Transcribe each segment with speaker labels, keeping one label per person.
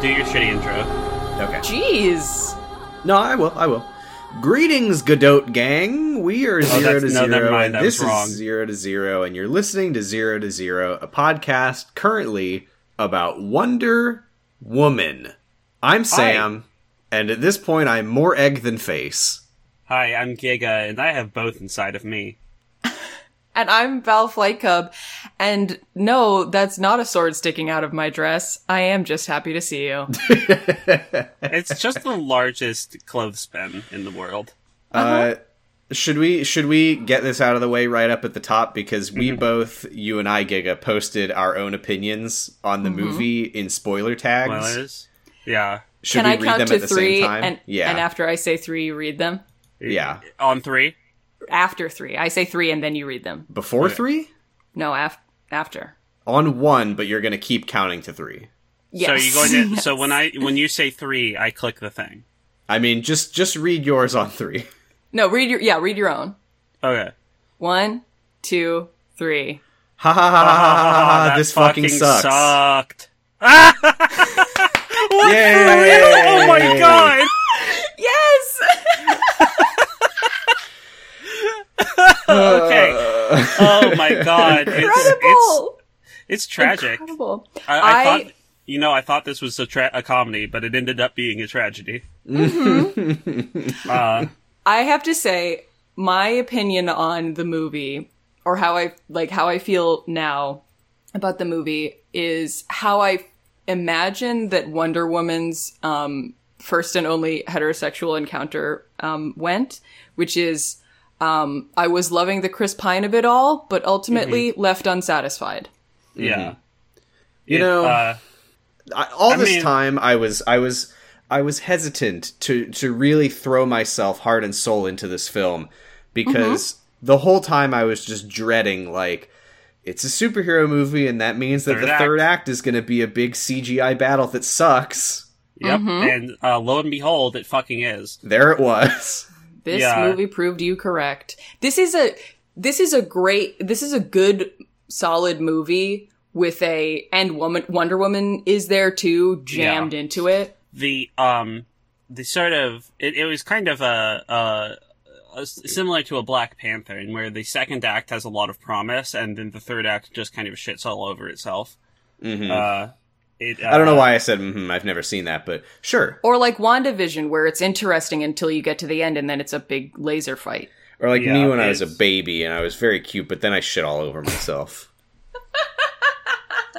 Speaker 1: do your shitty intro.
Speaker 2: Okay.
Speaker 3: Jeez.
Speaker 2: No, I will. I will. Greetings, Godot gang. We are zero
Speaker 1: Oh, that's-
Speaker 2: to
Speaker 1: no,
Speaker 2: zero.
Speaker 1: never mind, that
Speaker 2: and
Speaker 1: was
Speaker 2: this
Speaker 1: wrong.
Speaker 2: is zero to zero, and you're listening to Zero to Zero, a podcast currently about Wonder Woman. I'm Sam, and at this point, I'm more egg than face.
Speaker 1: Hi, I'm Giga, and I have both inside of me.
Speaker 3: And I'm Val Flight Cub. And no, that's not a sword sticking out of my dress. I am just happy to see you.
Speaker 1: It's just the largest clothespin in the world. Uh-huh.
Speaker 2: Uh, should we should we get this out of the way right up at the top because
Speaker 1: Mm-hmm.
Speaker 2: we both you and I Giga posted our own opinions on the movie in spoiler tags.
Speaker 1: Mm-hmm. Spoilers. Yeah.
Speaker 2: Should
Speaker 3: Can
Speaker 2: we
Speaker 3: I
Speaker 2: read
Speaker 3: count
Speaker 2: them
Speaker 3: to
Speaker 2: at the
Speaker 3: three?
Speaker 2: same time?
Speaker 3: And,
Speaker 2: yeah,
Speaker 3: and after I say three, you read them?
Speaker 2: Yeah.
Speaker 1: On three.
Speaker 3: After three. I say three and then you read them.
Speaker 2: before three
Speaker 3: No, af- after.
Speaker 2: on one, but you're gonna keep counting to three.
Speaker 3: Yes.
Speaker 1: So you going to? So when I when you say three, I click the thing.
Speaker 2: I mean, just just read yours on three.
Speaker 3: No, read your, yeah, read your own.
Speaker 1: Okay.
Speaker 3: One, two, three.
Speaker 2: Ha ha ha ha ha ha! ha
Speaker 1: that
Speaker 2: this fucking sucks.
Speaker 1: sucked.
Speaker 2: Yay!
Speaker 1: Oh my god!
Speaker 3: Yes!
Speaker 1: Okay. Oh my god! It's it's,
Speaker 3: Incredible!
Speaker 1: it's tragic.
Speaker 3: Incredible.
Speaker 1: I, I,
Speaker 3: I-
Speaker 1: thought you know I thought this was a, tra- a comedy, but it ended up being a tragedy. uh,
Speaker 3: I have to say my opinion on the movie or how I like how I feel now about the movie is how I imagine that Wonder Woman's um first and only heterosexual encounter um went, which is um I was loving the Chris Pine of it all, but ultimately left unsatisfied.
Speaker 1: yeah,
Speaker 2: Mm-hmm. You
Speaker 1: It,
Speaker 2: know,
Speaker 1: uh,
Speaker 2: I, all
Speaker 1: I
Speaker 2: this
Speaker 1: mean-
Speaker 2: time I was I was I was hesitant to to really throw myself heart and soul into this film because the whole time I was just dreading like it's a superhero movie and that means that
Speaker 1: Third
Speaker 2: the
Speaker 1: act.
Speaker 2: third act is going to be a big CGI battle that sucks.
Speaker 1: yep.
Speaker 3: Mm-hmm.
Speaker 1: And uh, lo and behold, it fucking is.
Speaker 2: There it was.
Speaker 3: This
Speaker 1: Yeah.
Speaker 3: movie proved you correct. This is a this is a great this is a good solid movie with a and woman Wonder Woman is there too jammed into it.
Speaker 1: The um the sort of it, it was kind of a, a, a s- similar to a Black Panther, in where the second act has a lot of promise, and then the third act just kind of shits all over itself.
Speaker 2: Mhm.
Speaker 1: Uh, it, uh,
Speaker 2: I don't know why I said mm-hmm, I've never seen that, but sure.
Speaker 3: Or like WandaVision where it's interesting until you get to the end and then it's a big laser fight.
Speaker 2: Or like me
Speaker 1: Yeah,
Speaker 2: when I was a
Speaker 1: it's-
Speaker 2: baby and I was very cute, but then I shit all over myself.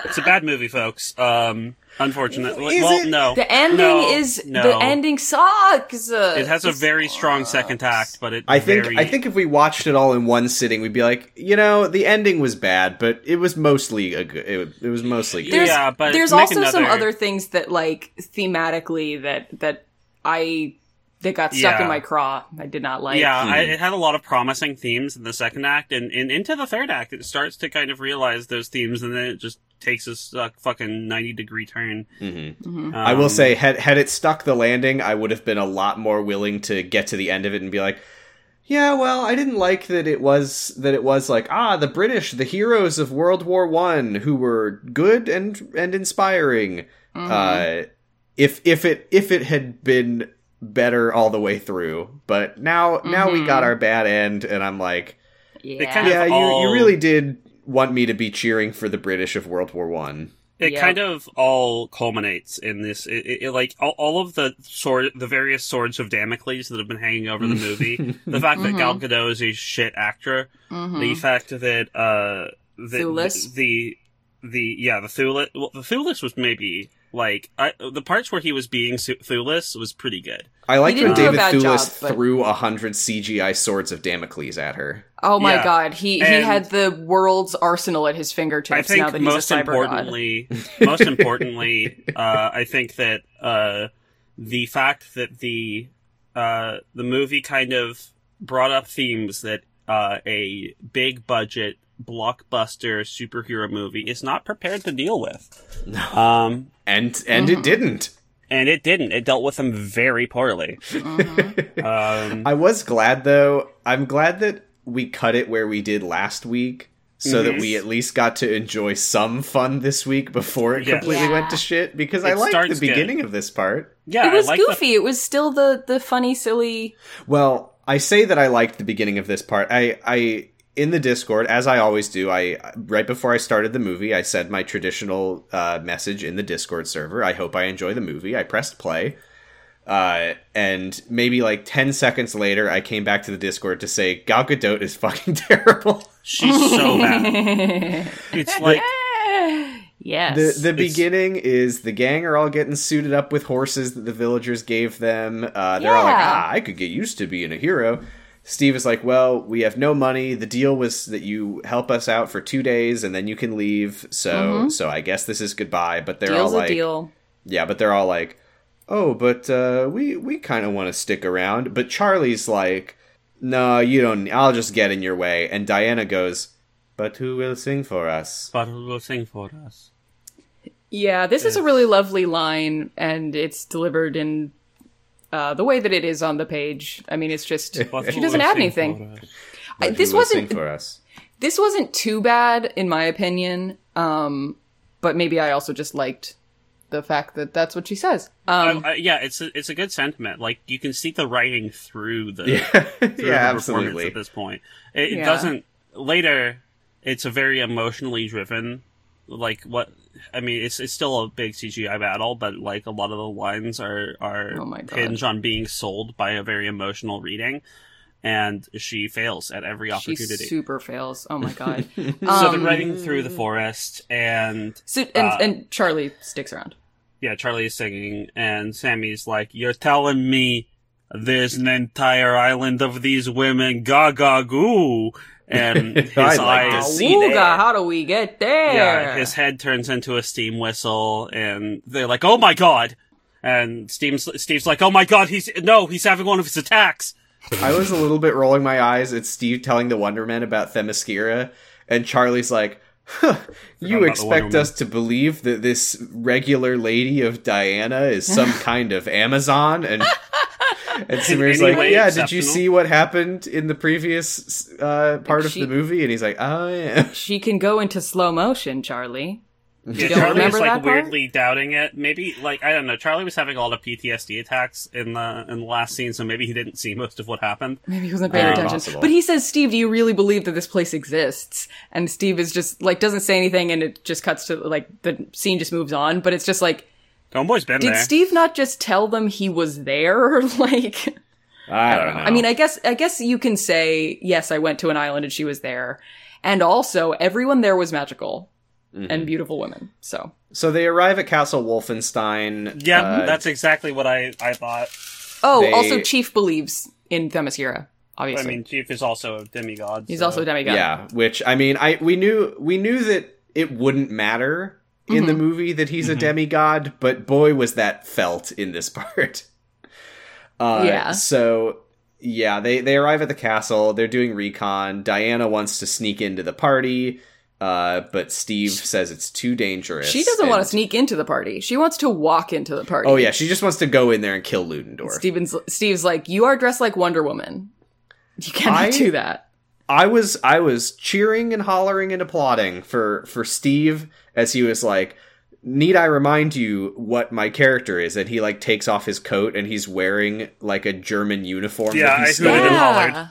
Speaker 1: It's a bad movie, folks. Um, unfortunately,
Speaker 2: Is
Speaker 1: well,
Speaker 2: it?
Speaker 1: no,
Speaker 3: The ending
Speaker 1: No,
Speaker 3: is
Speaker 1: no.
Speaker 3: the ending sucks.
Speaker 1: It has a very strong second act, but it.
Speaker 2: I think
Speaker 1: very-
Speaker 2: I think if we watched it all in one sitting, we'd be like, you know, the ending was bad, but it was mostly a good. It, it was mostly good.
Speaker 3: there's,
Speaker 1: Yeah, but
Speaker 3: there's
Speaker 1: make
Speaker 3: also some
Speaker 1: another-
Speaker 3: other things that like thematically that that I that got stuck
Speaker 1: Yeah.
Speaker 3: in my craw. I did not like.
Speaker 1: yeah, I, it had a lot of promising themes in the second act, and, and into the third act, it starts to kind of realize those themes, and then it just takes a uh, fucking ninety degree turn.
Speaker 2: Mhm.
Speaker 3: Mm-hmm.
Speaker 1: Um,
Speaker 2: I will say, had had it stuck the landing, I would have been a lot more willing to get to the end of it and be like, yeah, well, I didn't like that it was that it was like ah, the British, the heroes of World War One, who were good and and inspiring.
Speaker 3: Mm-hmm.
Speaker 2: Uh, if if it if it had been better all the way through, but now now we
Speaker 3: Mm-hmm.
Speaker 2: got our bad end, and I'm like.
Speaker 3: yeah.
Speaker 1: kind of
Speaker 2: yeah, you,
Speaker 1: all-
Speaker 2: you really did want me to be cheering for the British of World War One.
Speaker 1: it
Speaker 3: Yeah.
Speaker 1: kind of all culminates in this. It, it, it, like all, all of the sword, the various swords of Damocles that have been hanging over the movie, the fact that Gal Gadot is a shit actor,
Speaker 3: Mm-hmm.
Speaker 1: the fact that uh, the,
Speaker 3: Thulis?
Speaker 1: the the yeah the Thulis well, the Thulis was maybe like I, the parts where he was being Thu- Thulis was pretty good.
Speaker 2: I like
Speaker 3: didn't
Speaker 2: when
Speaker 3: do a
Speaker 2: David
Speaker 3: bad
Speaker 2: Thewlis
Speaker 3: job, but-
Speaker 2: threw a hundred CGI swords of Damocles at her.
Speaker 3: Oh my
Speaker 1: Yeah.
Speaker 3: god, he
Speaker 1: And-
Speaker 3: he had the world's arsenal at his fingertips
Speaker 1: I think
Speaker 3: now that he's
Speaker 1: most
Speaker 3: a cyber god.
Speaker 1: importantly, most importantly, uh, I think that uh, the fact that the uh, the movie kind of brought up themes that uh, a big budget blockbuster superhero movie is not prepared to deal with. Um,
Speaker 2: And and
Speaker 3: Mm-hmm.
Speaker 2: it didn't.
Speaker 1: and it didn't. It dealt with them very poorly. Um,
Speaker 2: I was glad though. I'm glad that we cut it where we did last week, so that
Speaker 1: Yes.
Speaker 2: we at least got to enjoy some fun this week before it
Speaker 1: Yes.
Speaker 2: completely
Speaker 3: Yeah.
Speaker 2: went to shit because I
Speaker 1: It
Speaker 2: liked the
Speaker 1: starts good.
Speaker 2: beginning of this part.
Speaker 1: Yeah,
Speaker 3: it was
Speaker 1: I like
Speaker 3: goofy. It was still the the funny, silly.
Speaker 2: Well, I say that I liked the beginning of this part. I I in the Discord, as I always do, I right before I started the movie, I said my traditional uh, message in the Discord server. I hope I enjoy the movie. I pressed play. Uh, and maybe like 10 seconds later, I came back to the Discord to say, Gal Gadot is fucking terrible.
Speaker 1: The, she's so bad. It's like
Speaker 3: yes.
Speaker 2: The the
Speaker 1: It's-
Speaker 2: beginning is the gang are all getting suited up with horses that the villagers gave them. Uh, they're all like,
Speaker 3: Yeah.
Speaker 2: ah, I could get used to being a hero. Steve is like, well, we have no money. The deal was that you help us out for two days and then you can leave. So so I guess this is goodbye. But they're
Speaker 3: Mm-hmm. Deal's
Speaker 2: all like,
Speaker 3: a deal.
Speaker 2: yeah, but they're all like, oh, but uh, we we kind of want to stick around. But Charlie's like, no, you don't. I'll just get in your way. And Diana goes, but who will sing for us?
Speaker 1: but will sing for us.
Speaker 3: Yeah, this is a really lovely line, and it's delivered in uh, the way that it is on the page. I mean, it's just
Speaker 1: But
Speaker 3: she
Speaker 1: who
Speaker 3: doesn't
Speaker 1: will
Speaker 3: add
Speaker 1: sing
Speaker 3: anything.
Speaker 1: for us?
Speaker 3: I-
Speaker 2: But
Speaker 3: this
Speaker 2: who will sing
Speaker 3: wasn't
Speaker 2: for us.
Speaker 3: this wasn't too bad in my opinion, um, but maybe I also just liked the fact that that's what she says. Um,
Speaker 1: Uh, uh, yeah, it's a, it's a good sentiment. Like you can see the writing through the
Speaker 2: yeah,
Speaker 1: through
Speaker 2: yeah,
Speaker 1: the performance at
Speaker 2: absolutely.
Speaker 1: this point. It, it
Speaker 3: Yeah.
Speaker 1: doesn't later. It's a very emotionally driven. Like what I mean, it's it's still a big CGI battle, but like a lot of the lines are are
Speaker 3: Oh my God.
Speaker 1: hinge on being sold by a very emotional reading, and she fails at every
Speaker 3: she
Speaker 1: opportunity. Uh,
Speaker 3: super fails. Oh my god. um,
Speaker 1: so they're riding through the forest, and
Speaker 3: so- and,
Speaker 1: uh,
Speaker 3: and Charlie sticks around.
Speaker 1: yeah, Charlie is singing, and Sammy's like, "You're telling me there's an entire island of these women, gaga goo," and his
Speaker 2: I like
Speaker 1: eyes,
Speaker 2: this.
Speaker 3: Awooga, how do we get there?
Speaker 1: yeah, his head turns into a steam whistle, and they're like, "Oh my god!" And Steve's Steve's like, "Oh my god, he's no, he's having one of his attacks."
Speaker 2: I was a little bit rolling my eyes at Steve telling the Wonder Men about Themyscira, and Charlie's like, huh, "You
Speaker 1: about the
Speaker 2: expect
Speaker 1: Wonder
Speaker 2: us to believe that this regular lady of Diana is some kind of Amazon?" And and Samir's
Speaker 1: any
Speaker 2: like,
Speaker 1: way
Speaker 2: "Yeah, did you
Speaker 1: exceptional.
Speaker 2: see what happened in the previous uh, part
Speaker 3: she-
Speaker 2: of the movie?" And he's like, "Oh yeah."
Speaker 3: she can go into slow motion, Charlie.
Speaker 1: Yeah,
Speaker 3: don't
Speaker 1: Charlie
Speaker 3: remember
Speaker 1: was like
Speaker 3: that part?
Speaker 1: weirdly doubting it. Maybe like I don't know. Charlie was having a lot of PTSD attacks in the in the last scene, so maybe he didn't see most of what happened.
Speaker 3: Maybe he wasn't paying
Speaker 1: Very
Speaker 3: attention.
Speaker 2: possible.
Speaker 3: But he says, Steve, do you really believe that this place exists? And Steve is just like, doesn't say anything and it just cuts to like the scene just moves on. But it's just like,
Speaker 1: Homeboy's been
Speaker 3: did
Speaker 1: there.
Speaker 3: Steve not just tell them he was there? like,
Speaker 2: I don't know.
Speaker 3: I mean, I guess, I guess you can say, yes, I went to an island and she was there. And also, everyone there was magical
Speaker 2: Mm-hmm.
Speaker 3: and beautiful women. So
Speaker 2: so they arrive at Castle Wolfenstein.
Speaker 1: Yeah,
Speaker 2: uh,
Speaker 1: that's exactly what I, I thought.
Speaker 3: Oh,
Speaker 2: They-
Speaker 3: also Chief believes in
Speaker 1: I
Speaker 3: Themyscira, obviously.
Speaker 1: mean, Chief is also a demigod.
Speaker 3: He's
Speaker 1: so-
Speaker 3: also a demigod.
Speaker 2: yeah which i mean i we knew we knew that it wouldn't matter in
Speaker 3: Mm-hmm.
Speaker 2: the movie that he's a demigod but boy was that felt in this part uh,
Speaker 3: Yeah.
Speaker 2: so yeah they they arrive at the castle they're doing recon diana wants to sneak into the party uh, but steve says it's too dangerous
Speaker 3: She doesn't want to
Speaker 2: and-
Speaker 3: sneak into the party. She wants to walk into the party.
Speaker 2: oh yeah she just wants to go in there and kill ludendorff
Speaker 3: Steven's, Steve's like, you are dressed like Wonder Woman. You cannot
Speaker 2: I-
Speaker 3: do that.
Speaker 2: I was I was cheering and hollering and applauding for for Steve as he was like, "Need I remind you what my character is?" And he like takes off his coat and he's wearing like a German uniform.
Speaker 1: Yeah,
Speaker 2: that he
Speaker 1: I
Speaker 2: stole.
Speaker 1: hooted and hollered.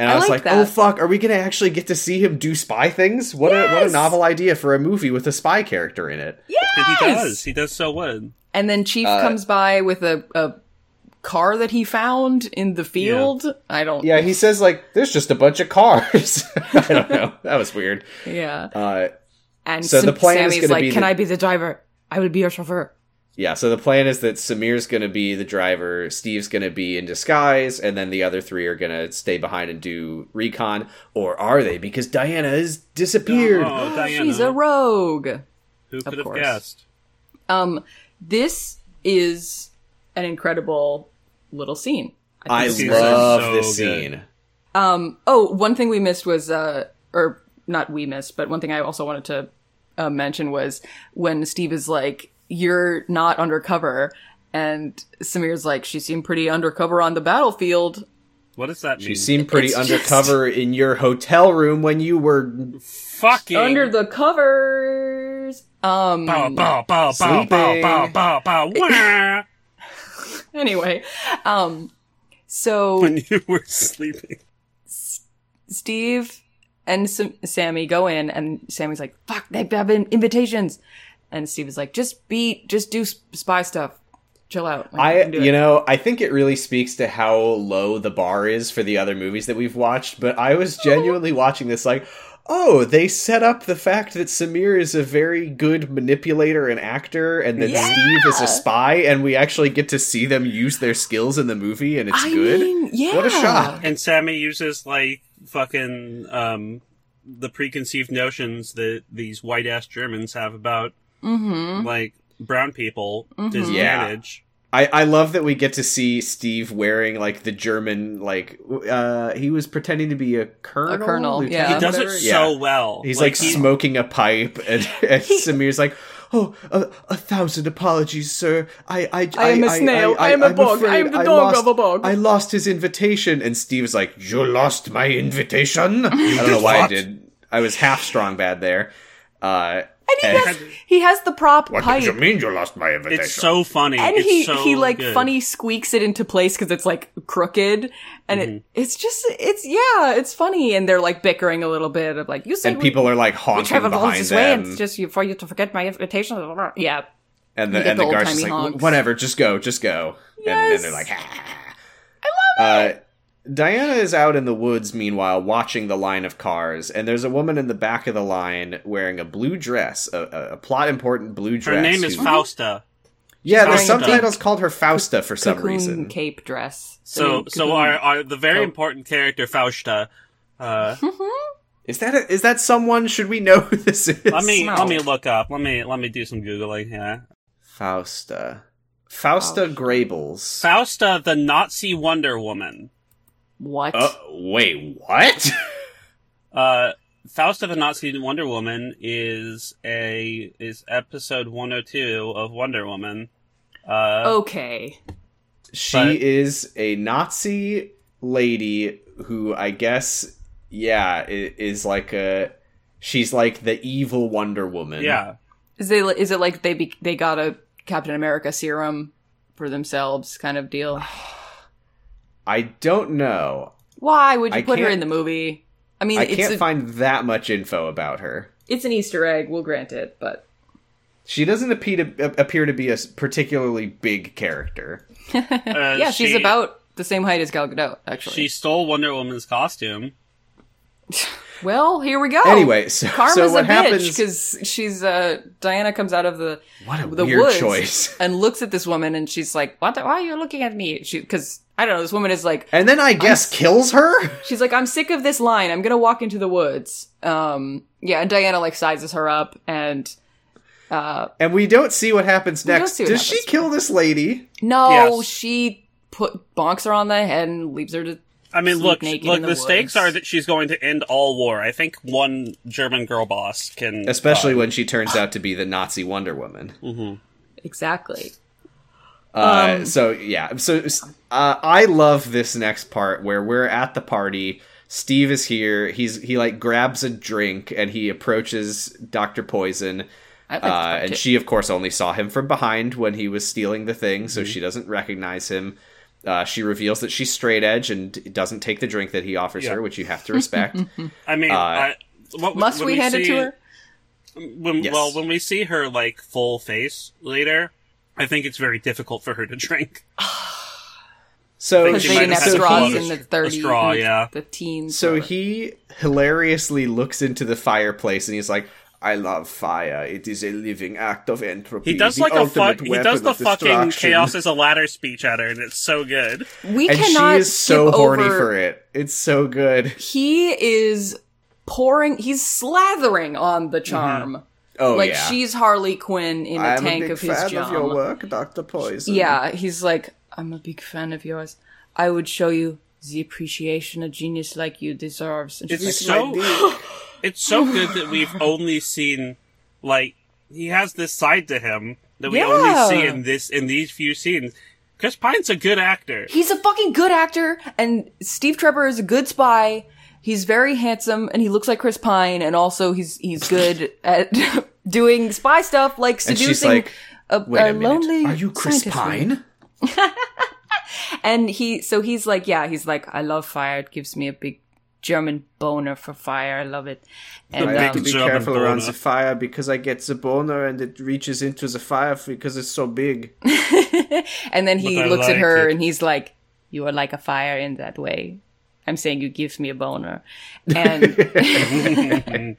Speaker 2: and I,
Speaker 3: I
Speaker 2: was
Speaker 3: like
Speaker 2: like,
Speaker 3: that.
Speaker 2: "Oh fuck, are we gonna actually get to see him do spy things? What a what a
Speaker 3: Yes!
Speaker 2: novel idea for a movie with a spy character in it."
Speaker 1: And he
Speaker 3: Yes!
Speaker 1: does. He does so well.
Speaker 3: And then Chief
Speaker 2: Uh,
Speaker 3: comes by with a, a car that he found in the field. I don't.
Speaker 2: Yeah, he says like, "There's just a bunch of cars." I don't know. That was weird.
Speaker 3: Yeah.
Speaker 2: Uh,
Speaker 3: And
Speaker 2: So
Speaker 3: Sam-
Speaker 2: the plan is
Speaker 3: Sammy's
Speaker 2: gonna
Speaker 3: like,
Speaker 2: be
Speaker 3: can
Speaker 2: that-
Speaker 3: I be the driver? I would be your chauffeur.
Speaker 2: Yeah, so the plan is that Samir's going to be the driver, Steve's going to be in disguise, and then the other three are going to stay behind and do recon. Or are they? Because Diana has disappeared.
Speaker 1: Oh, Diana.
Speaker 3: She's a rogue.
Speaker 1: Who could have
Speaker 3: course.
Speaker 1: guessed?
Speaker 3: Um, this is an incredible little scene.
Speaker 2: I
Speaker 1: This season is
Speaker 2: love
Speaker 1: so
Speaker 2: this
Speaker 1: good.
Speaker 2: scene.
Speaker 3: Um, oh, one thing we missed was, uh, or not we missed, but one thing I also wanted to uh, mention was when Steve is like, "You're not undercover," and Samir's like, "She seemed pretty undercover on the battlefield."
Speaker 1: What does that mean?
Speaker 2: You seem pretty
Speaker 3: It's just-
Speaker 2: undercover in your hotel room when you were
Speaker 1: fucking
Speaker 3: Under the covers. Um.
Speaker 1: Bow, bow, bow, bow, bow,
Speaker 2: Sleeping.
Speaker 1: bow, bow, bow, wah,
Speaker 3: Anyway, um. So
Speaker 1: when you were sleeping.
Speaker 3: Steve and Sam- Sammy go in, and Sammy's like, "Fuck, they have in- invitations," and Steve is like, "Just be, just do sp- spy stuff. Chill out." Like,
Speaker 2: I
Speaker 3: can do it."
Speaker 2: you know I think it really speaks to how low the bar is for the other movies that we've watched. But I
Speaker 3: Oh.
Speaker 2: was genuinely watching this like, oh, they set up the fact that Samir is a very good manipulator and actor, and that
Speaker 3: Yeah.
Speaker 2: Steve is a spy, and we actually get to see them use their skills in the movie, and it's
Speaker 3: I
Speaker 2: good.
Speaker 3: mean, yeah.
Speaker 2: What a shock.
Speaker 1: And Sammy uses like fucking um the preconceived notions that these white ass Germans have about
Speaker 3: Mm-hmm.
Speaker 1: like brown people
Speaker 3: Mhm.
Speaker 1: disadvantage.
Speaker 2: I, I love that we get to see Steve wearing like the German like w- uh he was pretending to be a colonel.
Speaker 3: colonel,
Speaker 2: lieutenant,
Speaker 3: yeah.
Speaker 1: He does
Speaker 2: whatever.
Speaker 1: it so well.
Speaker 2: He's like,
Speaker 1: he-
Speaker 2: smoking a pipe, and, and Samir's like, "Oh, a, a thousand apologies, sir. I, I,
Speaker 3: I am a snail. I, am a
Speaker 2: I'm
Speaker 3: bog. I
Speaker 2: afraid
Speaker 3: am the dog
Speaker 2: lost-
Speaker 3: of a bog.
Speaker 2: I lost his invitation." And Steve's like, "You lost my invitation." I don't know
Speaker 1: did
Speaker 2: why I
Speaker 1: what?
Speaker 2: did. I was half strong bad there. Uh,
Speaker 3: and he
Speaker 2: and-
Speaker 3: has he has the prop pipe,
Speaker 2: mean you lost my invitation?
Speaker 1: it's so funny.
Speaker 3: and
Speaker 1: It's
Speaker 3: he
Speaker 1: so
Speaker 3: he like
Speaker 1: good.
Speaker 3: funny squeaks it into place because it's like crooked, and
Speaker 1: Mm-hmm.
Speaker 3: it it's just it's yeah it's funny, and they're like bickering a little bit of like you said
Speaker 2: and
Speaker 3: we-
Speaker 2: people are like
Speaker 3: we
Speaker 2: honking
Speaker 3: traveled all
Speaker 2: behind
Speaker 3: this way, and
Speaker 2: them,
Speaker 3: it's just you, for you to forget my invitation. blah, blah, blah. Yeah,
Speaker 2: and
Speaker 3: you
Speaker 2: the
Speaker 3: get
Speaker 2: and
Speaker 3: the
Speaker 2: the guard's
Speaker 3: old-timey
Speaker 2: just like,
Speaker 3: honks.
Speaker 2: "Whatever, just go, just go." And, and they're
Speaker 3: Yes.
Speaker 2: like, "I love it." Uh, Diana is out in the woods, meanwhile, watching the line of cars, and there's a woman in the back of the line wearing a blue dress, a, a, a plot important blue dress.
Speaker 1: Her name is
Speaker 2: who-
Speaker 1: Fausta.
Speaker 2: Yeah, the
Speaker 1: She's wearing a
Speaker 2: subtitles called her Fausta for some
Speaker 3: cocoon
Speaker 2: reason.
Speaker 3: cape dress. I
Speaker 1: So
Speaker 3: mean,
Speaker 1: so
Speaker 3: cocoon.
Speaker 1: our, our the very
Speaker 3: Oh.
Speaker 1: important character Fausta. Uh,
Speaker 2: Is that a, is that someone? Should we know who this is?
Speaker 1: let me
Speaker 3: Smell.
Speaker 1: let me look up. Let me let me do some googling here.
Speaker 2: Fausta. Fausta Grables.
Speaker 1: Fausta, the Nazi Wonder Woman.
Speaker 3: what?
Speaker 2: Uh, wait, what?
Speaker 1: Uh, Fausta the Nazi Wonder Woman is a is episode 102 of Wonder Woman. Uh,
Speaker 3: okay,
Speaker 2: She
Speaker 1: But-
Speaker 2: is a Nazi lady who I guess yeah, i- is like a she's like the evil Wonder
Speaker 3: Oh.
Speaker 2: Woman.
Speaker 1: yeah.
Speaker 3: is it is it like they be, they got a Captain America serum for themselves kind of deal?
Speaker 2: I don't know.
Speaker 3: Why would you
Speaker 2: I
Speaker 3: put her
Speaker 2: can't-
Speaker 3: in the movie? I mean,
Speaker 2: I
Speaker 3: it's
Speaker 2: can't
Speaker 3: a,
Speaker 2: find that much info about her.
Speaker 3: it's an Easter egg. We'll grant it, but
Speaker 2: She doesn't appear to, appear to be a s- particularly big character.
Speaker 1: Uh,
Speaker 3: yeah, she's
Speaker 1: she-
Speaker 3: about the same height as Gal Gadot. Actually,
Speaker 1: She stole Wonder Woman's costume.
Speaker 3: well, here we go.
Speaker 2: Anyway, so,
Speaker 3: Oh, Karma's
Speaker 2: so what
Speaker 3: a bitch
Speaker 2: happens?
Speaker 3: because she's uh, Diana comes out of the
Speaker 2: What a
Speaker 3: the
Speaker 2: weird
Speaker 3: woods
Speaker 2: choice.
Speaker 3: and looks at this woman, and she's like, "What? the- Why are you looking at me?" She because I don't know. This woman is like,
Speaker 2: And then I guess kills her.
Speaker 3: she's like, "I'm sick of this line. I'm gonna walk into the woods." Um, yeah, and Diana like sizes her up, and uh,
Speaker 2: And we don't see what happens
Speaker 3: don't
Speaker 2: next.
Speaker 3: see what
Speaker 2: Does she
Speaker 3: happens.
Speaker 2: kill this lady?
Speaker 3: no,
Speaker 1: Yes.
Speaker 3: she put bonks her on the head and leaves her to.
Speaker 1: I mean,
Speaker 3: Sleep
Speaker 1: look,
Speaker 3: naked
Speaker 1: look.
Speaker 3: in
Speaker 1: The,
Speaker 3: the
Speaker 1: stakes
Speaker 3: woods.
Speaker 1: are that she's going to end all war. I think one German girl boss can,
Speaker 2: Especially when she turns out to be the Nazi Wonder Woman.
Speaker 3: Exactly.
Speaker 2: Uh, so yeah, so uh, I love this next part where we're at the party. Steve is here. He's he like grabs a drink and he approaches Doctor Poison,
Speaker 3: I like
Speaker 2: uh,
Speaker 3: this part
Speaker 2: and
Speaker 3: too.
Speaker 2: she of course only saw him from behind when he was stealing the thing, so she doesn't recognize him. Uh, she reveals that she's straight edge and doesn't take the drink that he offers
Speaker 1: Yeah.
Speaker 2: her, which you have to respect.
Speaker 1: I
Speaker 2: uh,
Speaker 1: mean, I, what,
Speaker 3: Must
Speaker 1: when
Speaker 3: we hand it
Speaker 1: see-
Speaker 3: to her?
Speaker 1: When,
Speaker 2: Yes.
Speaker 1: Well, when we see her like full face later, I think it's very difficult for her to drink.
Speaker 2: So
Speaker 1: Because
Speaker 3: Because
Speaker 1: she
Speaker 3: they
Speaker 1: might
Speaker 3: didn't
Speaker 1: have
Speaker 3: have
Speaker 1: had to
Speaker 3: straws
Speaker 1: swallow
Speaker 3: in
Speaker 1: a
Speaker 3: the
Speaker 1: str- a
Speaker 3: 30s,
Speaker 1: straw, yeah.
Speaker 3: the teens.
Speaker 2: So
Speaker 3: whatever.
Speaker 2: he hilariously looks into the fireplace and he's like, "I love fire. It is a living act of entropy."
Speaker 1: He does
Speaker 2: the
Speaker 1: like a
Speaker 2: ultimate
Speaker 1: fuck. He
Speaker 2: weapon
Speaker 1: does the
Speaker 2: of
Speaker 1: fucking
Speaker 2: destruction."
Speaker 1: chaos is a ladder speech at her, and it's so good.
Speaker 3: we
Speaker 2: And
Speaker 3: cannot
Speaker 2: she is so
Speaker 3: skip
Speaker 2: horny
Speaker 3: over-
Speaker 2: for it. It's so good.
Speaker 3: He is pouring. He's slathering on
Speaker 1: Mm-hmm.
Speaker 3: the charm.
Speaker 2: Oh
Speaker 3: like
Speaker 2: yeah.
Speaker 3: she's Harley Quinn in a
Speaker 2: I'm a
Speaker 3: tank
Speaker 2: big
Speaker 3: of his
Speaker 2: fan
Speaker 3: charm.
Speaker 2: of your work, Doctor Poison.
Speaker 3: Yeah, he's like, I'm a big fan of yours. I would show you the appreciation a genius like you deserves. And she's
Speaker 1: It's
Speaker 3: like,
Speaker 1: so it's so good that we've only seen like he has this side to him that we
Speaker 3: Yeah.
Speaker 1: only see in this in these few scenes. Chris Pine's a good actor.
Speaker 3: he's a fucking good actor, and Steve Trevor is a good spy, he's very handsome and he looks like Chris Pine and also he's he's good at doing spy stuff like
Speaker 2: And
Speaker 3: seducing
Speaker 2: she's like,
Speaker 3: a,
Speaker 2: "Wait
Speaker 3: a
Speaker 2: a minute,
Speaker 3: lonely
Speaker 2: are you Chris
Speaker 3: scientist woman."
Speaker 2: Pine?"
Speaker 3: And he, so he's like, yeah, he's like, I love fire. It gives me a big German boner for fire. I love it. And um,
Speaker 2: I have to
Speaker 1: big
Speaker 2: be
Speaker 1: German
Speaker 2: careful around
Speaker 1: boner.
Speaker 2: the fire because I get the boner and it reaches into the fire because it's so big.
Speaker 3: um, and then he
Speaker 1: But I
Speaker 3: looks at
Speaker 1: like
Speaker 3: her
Speaker 1: it.
Speaker 3: and he's like, you are like a fire in that way. I'm saying you give me a boner. And,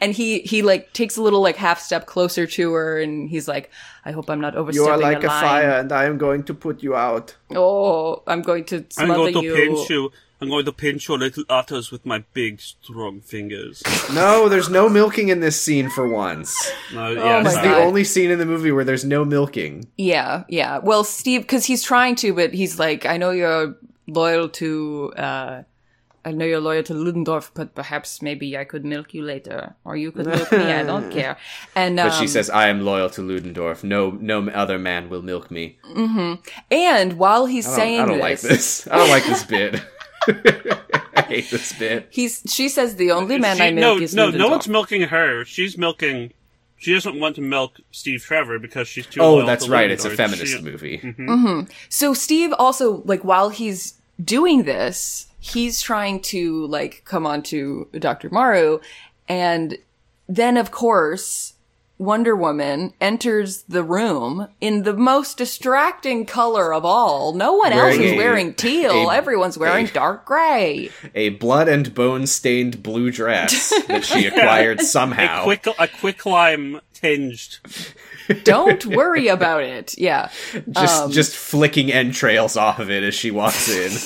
Speaker 3: and he, he like takes a little like half step closer to her and he's like, I hope I'm not
Speaker 2: You
Speaker 3: overstepping
Speaker 2: are like a
Speaker 3: line.
Speaker 2: fire and I am going to put you out.
Speaker 3: Oh, I'm going to
Speaker 1: I'm
Speaker 3: smother
Speaker 1: going to
Speaker 3: you.
Speaker 1: pinch you. I'm going to pinch your little utters with my big, strong fingers.
Speaker 2: No, there's no milking in this scene for once.
Speaker 1: No, yeah,
Speaker 3: Oh my
Speaker 2: It's
Speaker 1: sorry.
Speaker 2: the
Speaker 3: God.
Speaker 2: only scene in the movie where there's no milking.
Speaker 3: Yeah, yeah. Well, Steve, because he's trying to, but he's like, I know you're loyal to, uh, I know you're loyal to Ludendorff, but perhaps maybe I could milk you later, or you could milk me. I don't care. And um,
Speaker 2: But she says, "I am loyal to Ludendorff. No, no other man will milk me." I
Speaker 3: and while he's
Speaker 2: don't,
Speaker 3: saying
Speaker 2: I don't
Speaker 3: this,
Speaker 2: like this. I don't like this bit. I hate this bit.
Speaker 3: he's she says the only man
Speaker 1: She-
Speaker 3: I milk
Speaker 1: no,
Speaker 3: is
Speaker 1: no, no
Speaker 3: Ludendorff.
Speaker 1: one's milking her. She's milking. She doesn't want to milk Steve Trevor because she's too.
Speaker 2: Oh,
Speaker 1: loyal
Speaker 2: that's
Speaker 1: to
Speaker 2: right. It's a
Speaker 1: Ludendorff. Mhm.
Speaker 2: feminist
Speaker 1: She-
Speaker 2: movie.
Speaker 3: So Steve also like while he's doing this, he's trying to like come on to Dr. Maru and then of course Wonder Woman enters the room in the most distracting color of all. No one else
Speaker 2: Wearing
Speaker 3: is
Speaker 2: a-
Speaker 3: wearing teal.
Speaker 2: a-
Speaker 3: Everyone's wearing
Speaker 2: a-
Speaker 3: dark gray.
Speaker 2: A blood and bone stained blue dress that she acquired somehow.
Speaker 1: A quick, a quick lime tinged.
Speaker 3: Don't worry about it. Yeah. Um,
Speaker 2: just just flicking entrails off of it as she walks in.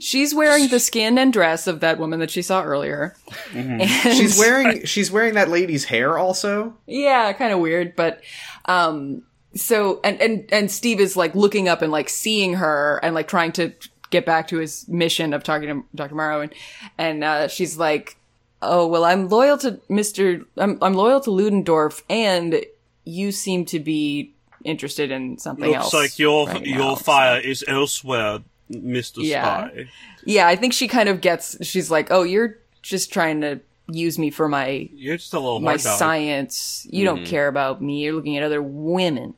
Speaker 3: She's wearing the skin and dress of that woman that she saw earlier. And-
Speaker 2: she's wearing she's wearing that lady's hair also.
Speaker 3: yeah kind of weird but um so and and and steve is like looking up and like seeing her and like trying to get back to his mission of talking to dr morrow and and uh she's like oh well i'm loyal to mr i'm, I'm loyal to ludendorff and you seem to be interested in something
Speaker 1: Looks
Speaker 3: else
Speaker 1: like your
Speaker 3: right now,
Speaker 1: your
Speaker 3: so."
Speaker 1: fire is elsewhere, Mister
Speaker 3: Yeah.
Speaker 1: Spy.
Speaker 3: yeah i think she kind of gets she's like oh you're just trying to use me for my
Speaker 1: You're just a little
Speaker 3: my
Speaker 1: hard dog.
Speaker 3: science you don't care about me you're looking at other women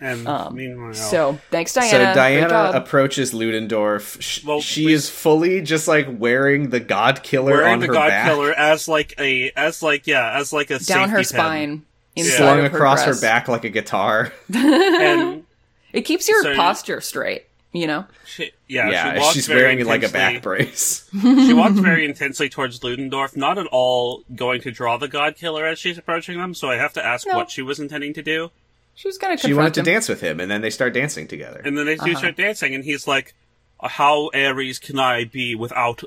Speaker 1: And meanwhile,
Speaker 3: um, So thanks,
Speaker 2: So
Speaker 3: Diana. Great
Speaker 2: Diana
Speaker 3: job.
Speaker 2: approaches Ludendorff. Sh-
Speaker 1: Well,
Speaker 2: she
Speaker 1: we-
Speaker 2: is fully just like wearing the God Killer
Speaker 1: wearing
Speaker 2: on
Speaker 1: the
Speaker 2: her
Speaker 1: God
Speaker 2: back,
Speaker 1: Killer as like a as like yeah as like a
Speaker 3: down her
Speaker 1: safety pin.
Speaker 3: spine, inside
Speaker 2: slung
Speaker 3: of
Speaker 2: across her
Speaker 3: breast.
Speaker 2: back like a guitar.
Speaker 1: And
Speaker 3: It keeps your
Speaker 1: So-
Speaker 3: posture straight. You know,
Speaker 1: she, yeah,
Speaker 2: yeah,
Speaker 1: she walks
Speaker 2: she's
Speaker 1: very
Speaker 2: wearing like a back
Speaker 1: intensely-
Speaker 2: brace.
Speaker 1: she walks very intensely towards Ludendorff, not at all going to draw the God Killer as she's approaching them. So I have to ask
Speaker 3: No.
Speaker 1: what she was intending to do.
Speaker 3: she was gonna.
Speaker 2: she
Speaker 3: Confront
Speaker 2: wanted to
Speaker 3: him.
Speaker 2: dance with him, and then they start dancing together.
Speaker 1: And then they do start dancing, and he's like, "How Aries can I be without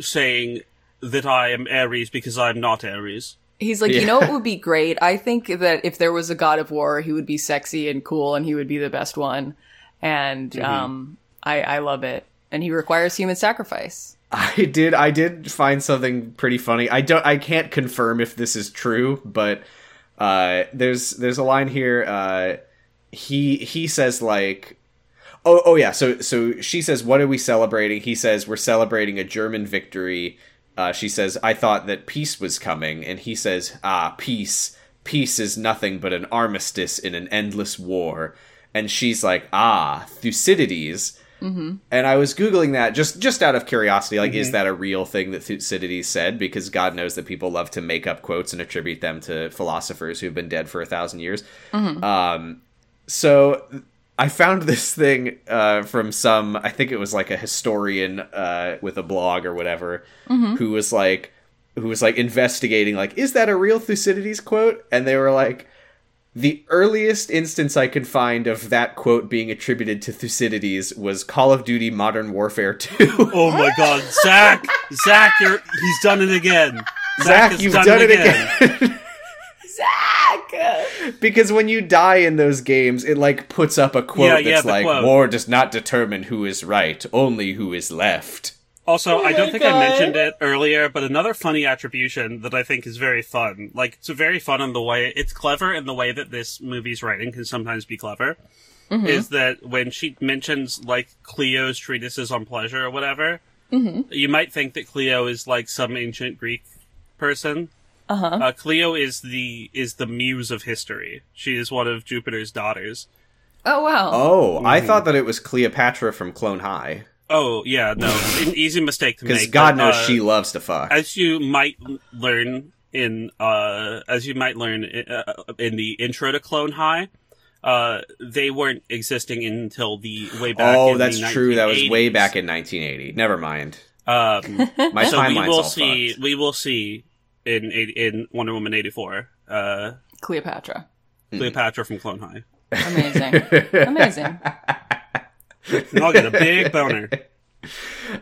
Speaker 1: saying that I am Aries because I'm not Aries?"
Speaker 3: He's like,
Speaker 2: Yeah.
Speaker 3: you know, it would be great. I think that if there was a God of War, he would be sexy and cool, and he would be the best one. And um, I, I love it. And he requires human sacrifice.
Speaker 2: I did I did find something pretty funny. I don't I can't confirm if this is true, but uh there's there's a line here uh he he says like Oh oh yeah, so so she says what are we celebrating? He says we're celebrating a German victory. Uh she says I thought that peace was coming and he says ah peace peace is nothing but an armistice in an endless war. And she's like ah Thucydides and I was googling that just just out of curiosity. Like, is that a real thing that Thucydides said? Because God knows that people love to make up quotes and attribute them to philosophers who've been dead for a thousand years. Um, so I found this thing uh, from some, I think it was like a historian uh, with a blog or whatever, who was like, who was like investigating, like, is that a real Thucydides quote? And they were like. The earliest instance I could find of that quote being attributed to Thucydides was Call of Duty Modern Warfare 2.
Speaker 1: Oh my God, Zach! Zach, you're he's done it again. Zach,
Speaker 2: Zach,
Speaker 1: has
Speaker 2: you've done, it again.
Speaker 3: Zach.
Speaker 2: because when you die in those games, it like puts up a quote
Speaker 1: Yeah,
Speaker 2: that's
Speaker 1: yeah, the
Speaker 2: like,
Speaker 1: quote.
Speaker 2: war does not determine who is right, only who is left.
Speaker 1: Also, I don't
Speaker 3: Oh my
Speaker 1: think
Speaker 3: God.
Speaker 1: I mentioned it earlier, but another funny attribution that I think is very fun. Like, it's very fun in the way, it's clever in the way that this movie's writing can sometimes be clever.
Speaker 3: Mm-hmm.
Speaker 1: Is that when she mentions, like, Cleo's treatises on pleasure or whatever,
Speaker 3: Mm-hmm.
Speaker 1: You might think that Cleo is like some ancient Greek person.
Speaker 3: Uh-huh.
Speaker 1: Uh, Cleo is the is the muse of history. She is one of Jupiter's daughters.
Speaker 3: Oh wow.
Speaker 2: Oh,
Speaker 1: Mm-hmm.
Speaker 2: I thought that it was Cleopatra from Clone High
Speaker 1: Oh yeah, no, an easy mistake to make.
Speaker 2: because God
Speaker 1: but,
Speaker 2: knows
Speaker 1: uh,
Speaker 2: she loves to fuck.
Speaker 1: as you might learn in uh, as you might learn i- uh, in the intro to Clone High, uh, they weren't existing until the way back.
Speaker 2: oh,
Speaker 1: in
Speaker 2: that's
Speaker 1: the
Speaker 2: true. That was way
Speaker 1: 1980s.
Speaker 2: back in 1980. Never mind.
Speaker 1: Um,
Speaker 2: My
Speaker 1: so we
Speaker 2: timeline's all
Speaker 1: will see.
Speaker 2: fucked.
Speaker 1: We will see in eight- in Wonder Woman eighty four. Uh,
Speaker 3: Cleopatra.
Speaker 2: Hmm.
Speaker 1: Cleopatra from Clone High.
Speaker 3: Amazing. Amazing.
Speaker 1: And I'll get a big boner.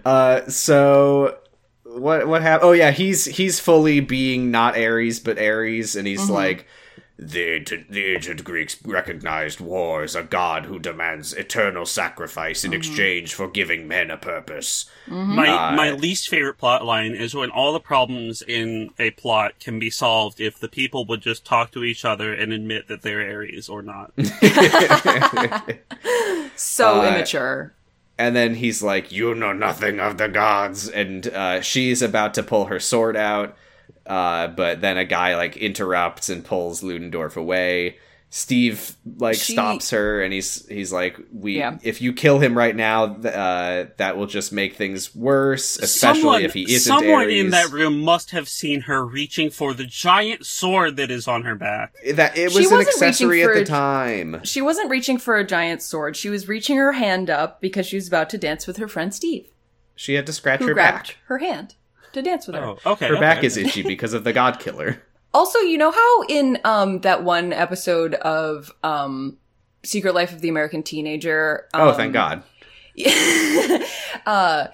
Speaker 2: Uh, so what what happened? Oh yeah, he's he's fully being not Ares but Ares, and he's like. The, ancient- the ancient Greeks recognized war as a god who demands eternal sacrifice in exchange for giving men a purpose.
Speaker 1: My my least favorite plot line is when all the problems in a plot can be solved if the people would just talk to each other and admit that they're Aries or not.
Speaker 3: So
Speaker 2: Uh,
Speaker 3: immature.
Speaker 2: And then he's like, "You know nothing of the gods," and uh, she's about to pull her sword out, uh, but then a guy like interrupts and pulls Ludendorff away. Steve like
Speaker 3: She-
Speaker 2: stops her, and he's he's like, "We
Speaker 3: Yeah.
Speaker 2: if you kill him right now, th- uh, that will just make things worse, especially if he isn't
Speaker 1: someone
Speaker 2: Ares."
Speaker 1: in that room must have seen her reaching for the giant sword that is on her back.
Speaker 2: that it was
Speaker 3: She
Speaker 2: an
Speaker 3: wasn't reaching
Speaker 2: accessory at
Speaker 3: for
Speaker 2: the
Speaker 3: a-
Speaker 2: time.
Speaker 3: She wasn't reaching for a giant sword. She was reaching her hand up because she was about to dance with her friend Steve,
Speaker 2: She had to scratch
Speaker 3: who
Speaker 2: her
Speaker 3: grabbed
Speaker 2: back.
Speaker 3: her hand to dance with her.
Speaker 1: Oh, okay.
Speaker 2: Her
Speaker 1: okay.
Speaker 2: back is itchy because of the god killer.
Speaker 3: Also, you know how in um that one episode of um Secret Life of the American Teenager
Speaker 2: Oh,
Speaker 3: um,
Speaker 2: thank God.
Speaker 3: uh,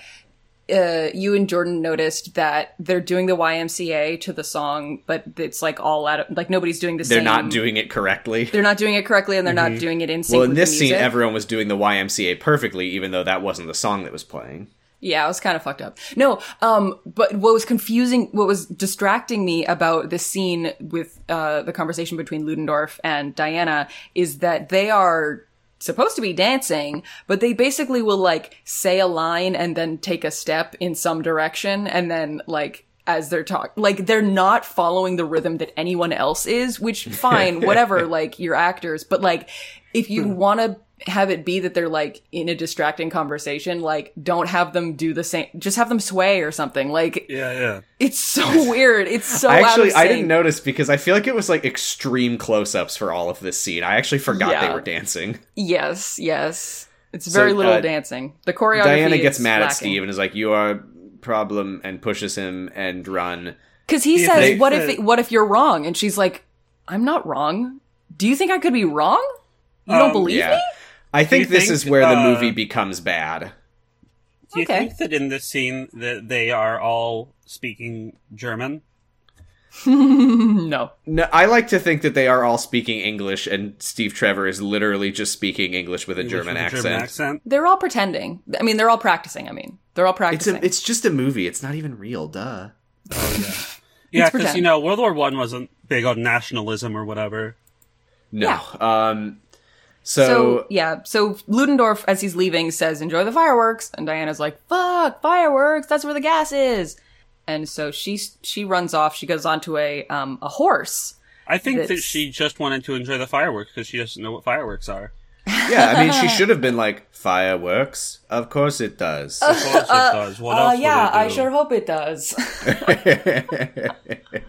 Speaker 3: uh, you and Jordan noticed that they're doing the YMCA to the song, but it's like all out of like nobody's doing the
Speaker 2: They're
Speaker 3: same.
Speaker 2: not doing it correctly.
Speaker 3: They're not doing it correctly, and they're not doing it in sync.
Speaker 2: Well, in
Speaker 3: with
Speaker 2: this
Speaker 3: the
Speaker 2: scene,
Speaker 3: music.
Speaker 2: everyone was doing the YMCA perfectly, even though that wasn't the song that was playing.
Speaker 3: Yeah, I was kind of fucked up. No, um, but what was confusing, what was distracting me about this scene with uh, the conversation between Ludendorff and Diana is that they are supposed to be dancing, but they basically will like say a line and then take a step in some direction, and then like as they're talk, like they're not following the rhythm that anyone else is. Which fine, whatever, like you're actors, but like if you
Speaker 2: Hmm.
Speaker 3: want to have it be that they're like in a distracting conversation, like don't have them do the same. Just have them sway or something. Like
Speaker 1: Yeah, yeah.
Speaker 3: it's so weird. It's so
Speaker 2: I actually
Speaker 3: out of
Speaker 2: I didn't
Speaker 3: sync.
Speaker 2: notice because I feel like it was like extreme close-ups for all of this scene. I actually forgot
Speaker 3: Yeah.
Speaker 2: they were dancing.
Speaker 3: Yes, yes. It's very little
Speaker 2: uh,
Speaker 3: dancing. The choreography.
Speaker 2: Diana gets
Speaker 3: is
Speaker 2: mad at
Speaker 3: lacking.
Speaker 2: Steve and is like, "You are problem," and pushes him and run.
Speaker 3: Because he
Speaker 1: Yeah,
Speaker 3: says,
Speaker 1: they-
Speaker 3: "What if?
Speaker 1: they-
Speaker 3: It, what if you're wrong?" And she's like, "I'm not wrong. Do you think I could be wrong? You
Speaker 1: Um,
Speaker 3: don't believe
Speaker 2: yeah,
Speaker 3: me?
Speaker 2: I think
Speaker 1: you
Speaker 2: this
Speaker 1: think,
Speaker 2: is where the
Speaker 1: uh,
Speaker 2: movie becomes bad.
Speaker 1: Do you
Speaker 3: Okay.
Speaker 1: think that in this scene that they are all speaking German?
Speaker 3: no.
Speaker 2: No, I like to think that they are all speaking English, and Steve Trevor is literally just speaking English with a German
Speaker 1: With a
Speaker 2: accent.
Speaker 1: German accent.
Speaker 3: They're all pretending. I mean, they're all practicing. I mean, they're all
Speaker 2: It's
Speaker 3: practicing.
Speaker 2: a, it's just a movie. It's not even real. Duh.
Speaker 1: Yeah,
Speaker 3: It's
Speaker 1: because you
Speaker 3: pretend.
Speaker 1: know World War One wasn't big on nationalism or whatever.
Speaker 2: No. Um.
Speaker 3: so,
Speaker 2: So,
Speaker 3: yeah. So Ludendorff, as he's leaving, says, "Enjoy the fireworks," and Diana's like, "Fuck fireworks! That's where the gas is." And so she she runs off. She goes onto a um a horse.
Speaker 1: I think that
Speaker 3: That's-
Speaker 1: she just wanted to enjoy the fireworks because she doesn't know what fireworks are.
Speaker 2: yeah, I mean, she should have been like fireworks. Of course it does.
Speaker 3: Uh, Oh.
Speaker 1: Of course it does. What else would it do?
Speaker 3: hope it does.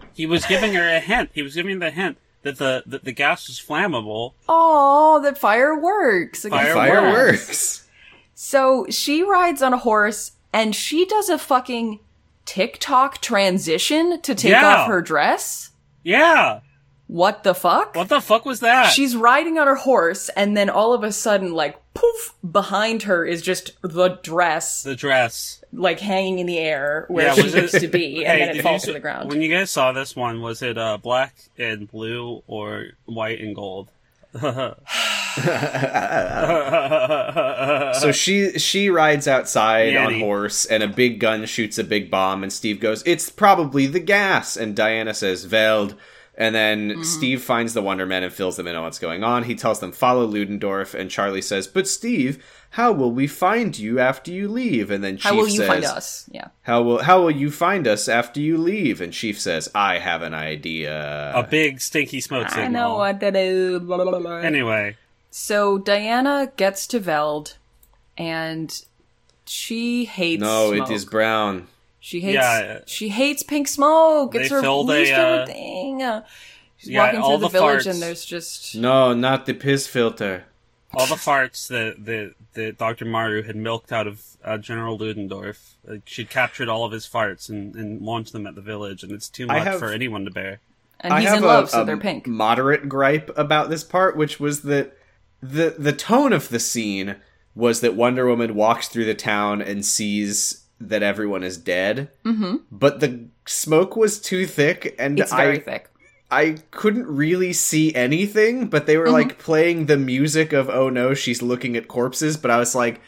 Speaker 1: He was giving her a hint. He was giving the hint that the that the gas is flammable.
Speaker 3: Oh, the fireworks. I guess.
Speaker 2: fireworks.
Speaker 3: So she rides on a horse and she does a fucking TikTok transition to take
Speaker 1: Yeah.
Speaker 3: off her dress.
Speaker 1: Yeah.
Speaker 3: What the fuck?
Speaker 1: What the fuck was that?
Speaker 3: She's riding on her horse and then all of a sudden, like, poof, behind her is just the dress,
Speaker 1: the dress.
Speaker 3: like, hanging in the air where
Speaker 1: Yeah,
Speaker 3: she
Speaker 1: was it-
Speaker 3: needs to be and
Speaker 1: Hey,
Speaker 3: then
Speaker 1: did
Speaker 3: it
Speaker 1: you
Speaker 3: falls
Speaker 1: see-
Speaker 3: to the ground.
Speaker 1: When you guys saw this one, was it uh, black and blue or white and gold?
Speaker 2: So she she rides outside on
Speaker 1: Yanny.
Speaker 2: horse, and a big gun shoots a big bomb, and Steve goes, "It's probably the gas." And Diana says, "Veld." And then
Speaker 3: Mm-hmm.
Speaker 2: Steve finds the Wonder Men and fills them in on what's going on. He tells them, follow Ludendorff. And Charlie says, but Steve, how will we find you after you leave? And then Chief
Speaker 3: How will you
Speaker 2: says,
Speaker 3: find us? Yeah.
Speaker 2: How will, how will you find us after you leave? And Chief says, I have an idea.
Speaker 1: a big stinky smoke signal.
Speaker 3: I know what to do. blah, blah, blah, blah.
Speaker 1: Anyway,
Speaker 3: So Diana gets to Veld, and she hates.
Speaker 2: no,
Speaker 3: smoke.
Speaker 2: it is brown.
Speaker 3: She hates.
Speaker 1: Yeah.
Speaker 3: She hates pink smoke. It's
Speaker 1: They
Speaker 3: her
Speaker 1: filled a,
Speaker 3: least
Speaker 1: uh,
Speaker 3: favorite thing. She's
Speaker 1: yeah,
Speaker 3: walking
Speaker 1: all
Speaker 3: through the,
Speaker 1: the
Speaker 3: village,
Speaker 1: farts.
Speaker 3: and there's just
Speaker 2: No, not the piss filter.
Speaker 1: all the farts that that, that Dr. Maru had milked out of uh, General Ludendorff, uh, she'd captured all of his farts and, and launched them at the village, and it's too
Speaker 2: I
Speaker 1: much
Speaker 2: have-
Speaker 1: for anyone to bear.
Speaker 3: and he's in love, so they're pink.
Speaker 2: moderate gripe about this part, which was that the the tone of the scene was that Wonder Woman walks through the town and sees that everyone is dead,
Speaker 3: Mm-hmm.
Speaker 2: but the smoke was too thick, and
Speaker 3: It's very
Speaker 2: I
Speaker 3: thick.
Speaker 2: I couldn't really see anything. But they were like playing the music of "Oh no, she's looking at corpses," but I was like,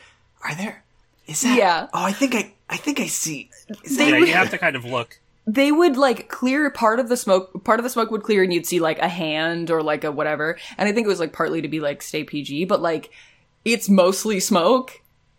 Speaker 2: "Are there? Is that?
Speaker 3: Yeah.
Speaker 2: Oh, I think I I think I see." Is
Speaker 3: They
Speaker 1: yeah,
Speaker 2: that-
Speaker 3: would-
Speaker 1: you have to kind of look.
Speaker 3: They would like clear part of the smoke. Part of the smoke would clear, and you'd see like a hand or like a whatever. And I think it was like partly to be like stay PG, but like it's mostly smoke.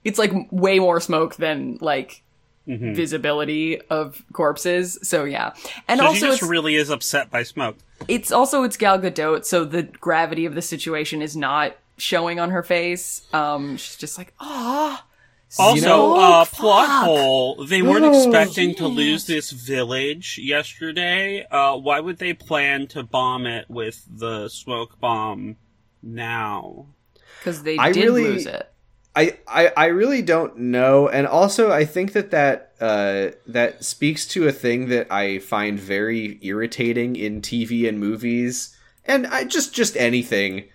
Speaker 3: It's like way more smoke than like
Speaker 1: Mhm.
Speaker 3: visibility of corpses. So yeah, and
Speaker 1: so she
Speaker 3: also
Speaker 1: just
Speaker 3: it's,
Speaker 1: really is upset by smoke.
Speaker 3: it's also it's Gal Gadot, so the gravity of the situation is not showing on her face. Um, she's just like, ah,
Speaker 1: Also,
Speaker 2: know-
Speaker 1: uh,
Speaker 3: Smoke,
Speaker 1: plot
Speaker 3: Oh, fuck.
Speaker 1: hole. They weren't
Speaker 2: No.
Speaker 1: expecting to lose this village yesterday. Uh, why would they plan to bomb it with the smoke bomb now?
Speaker 3: because they
Speaker 2: I
Speaker 3: did
Speaker 2: really-
Speaker 3: lose it.
Speaker 2: I, I I really don't know, and also I think that that uh, that speaks to a thing that I find very irritating in TV and movies, and I just just anything,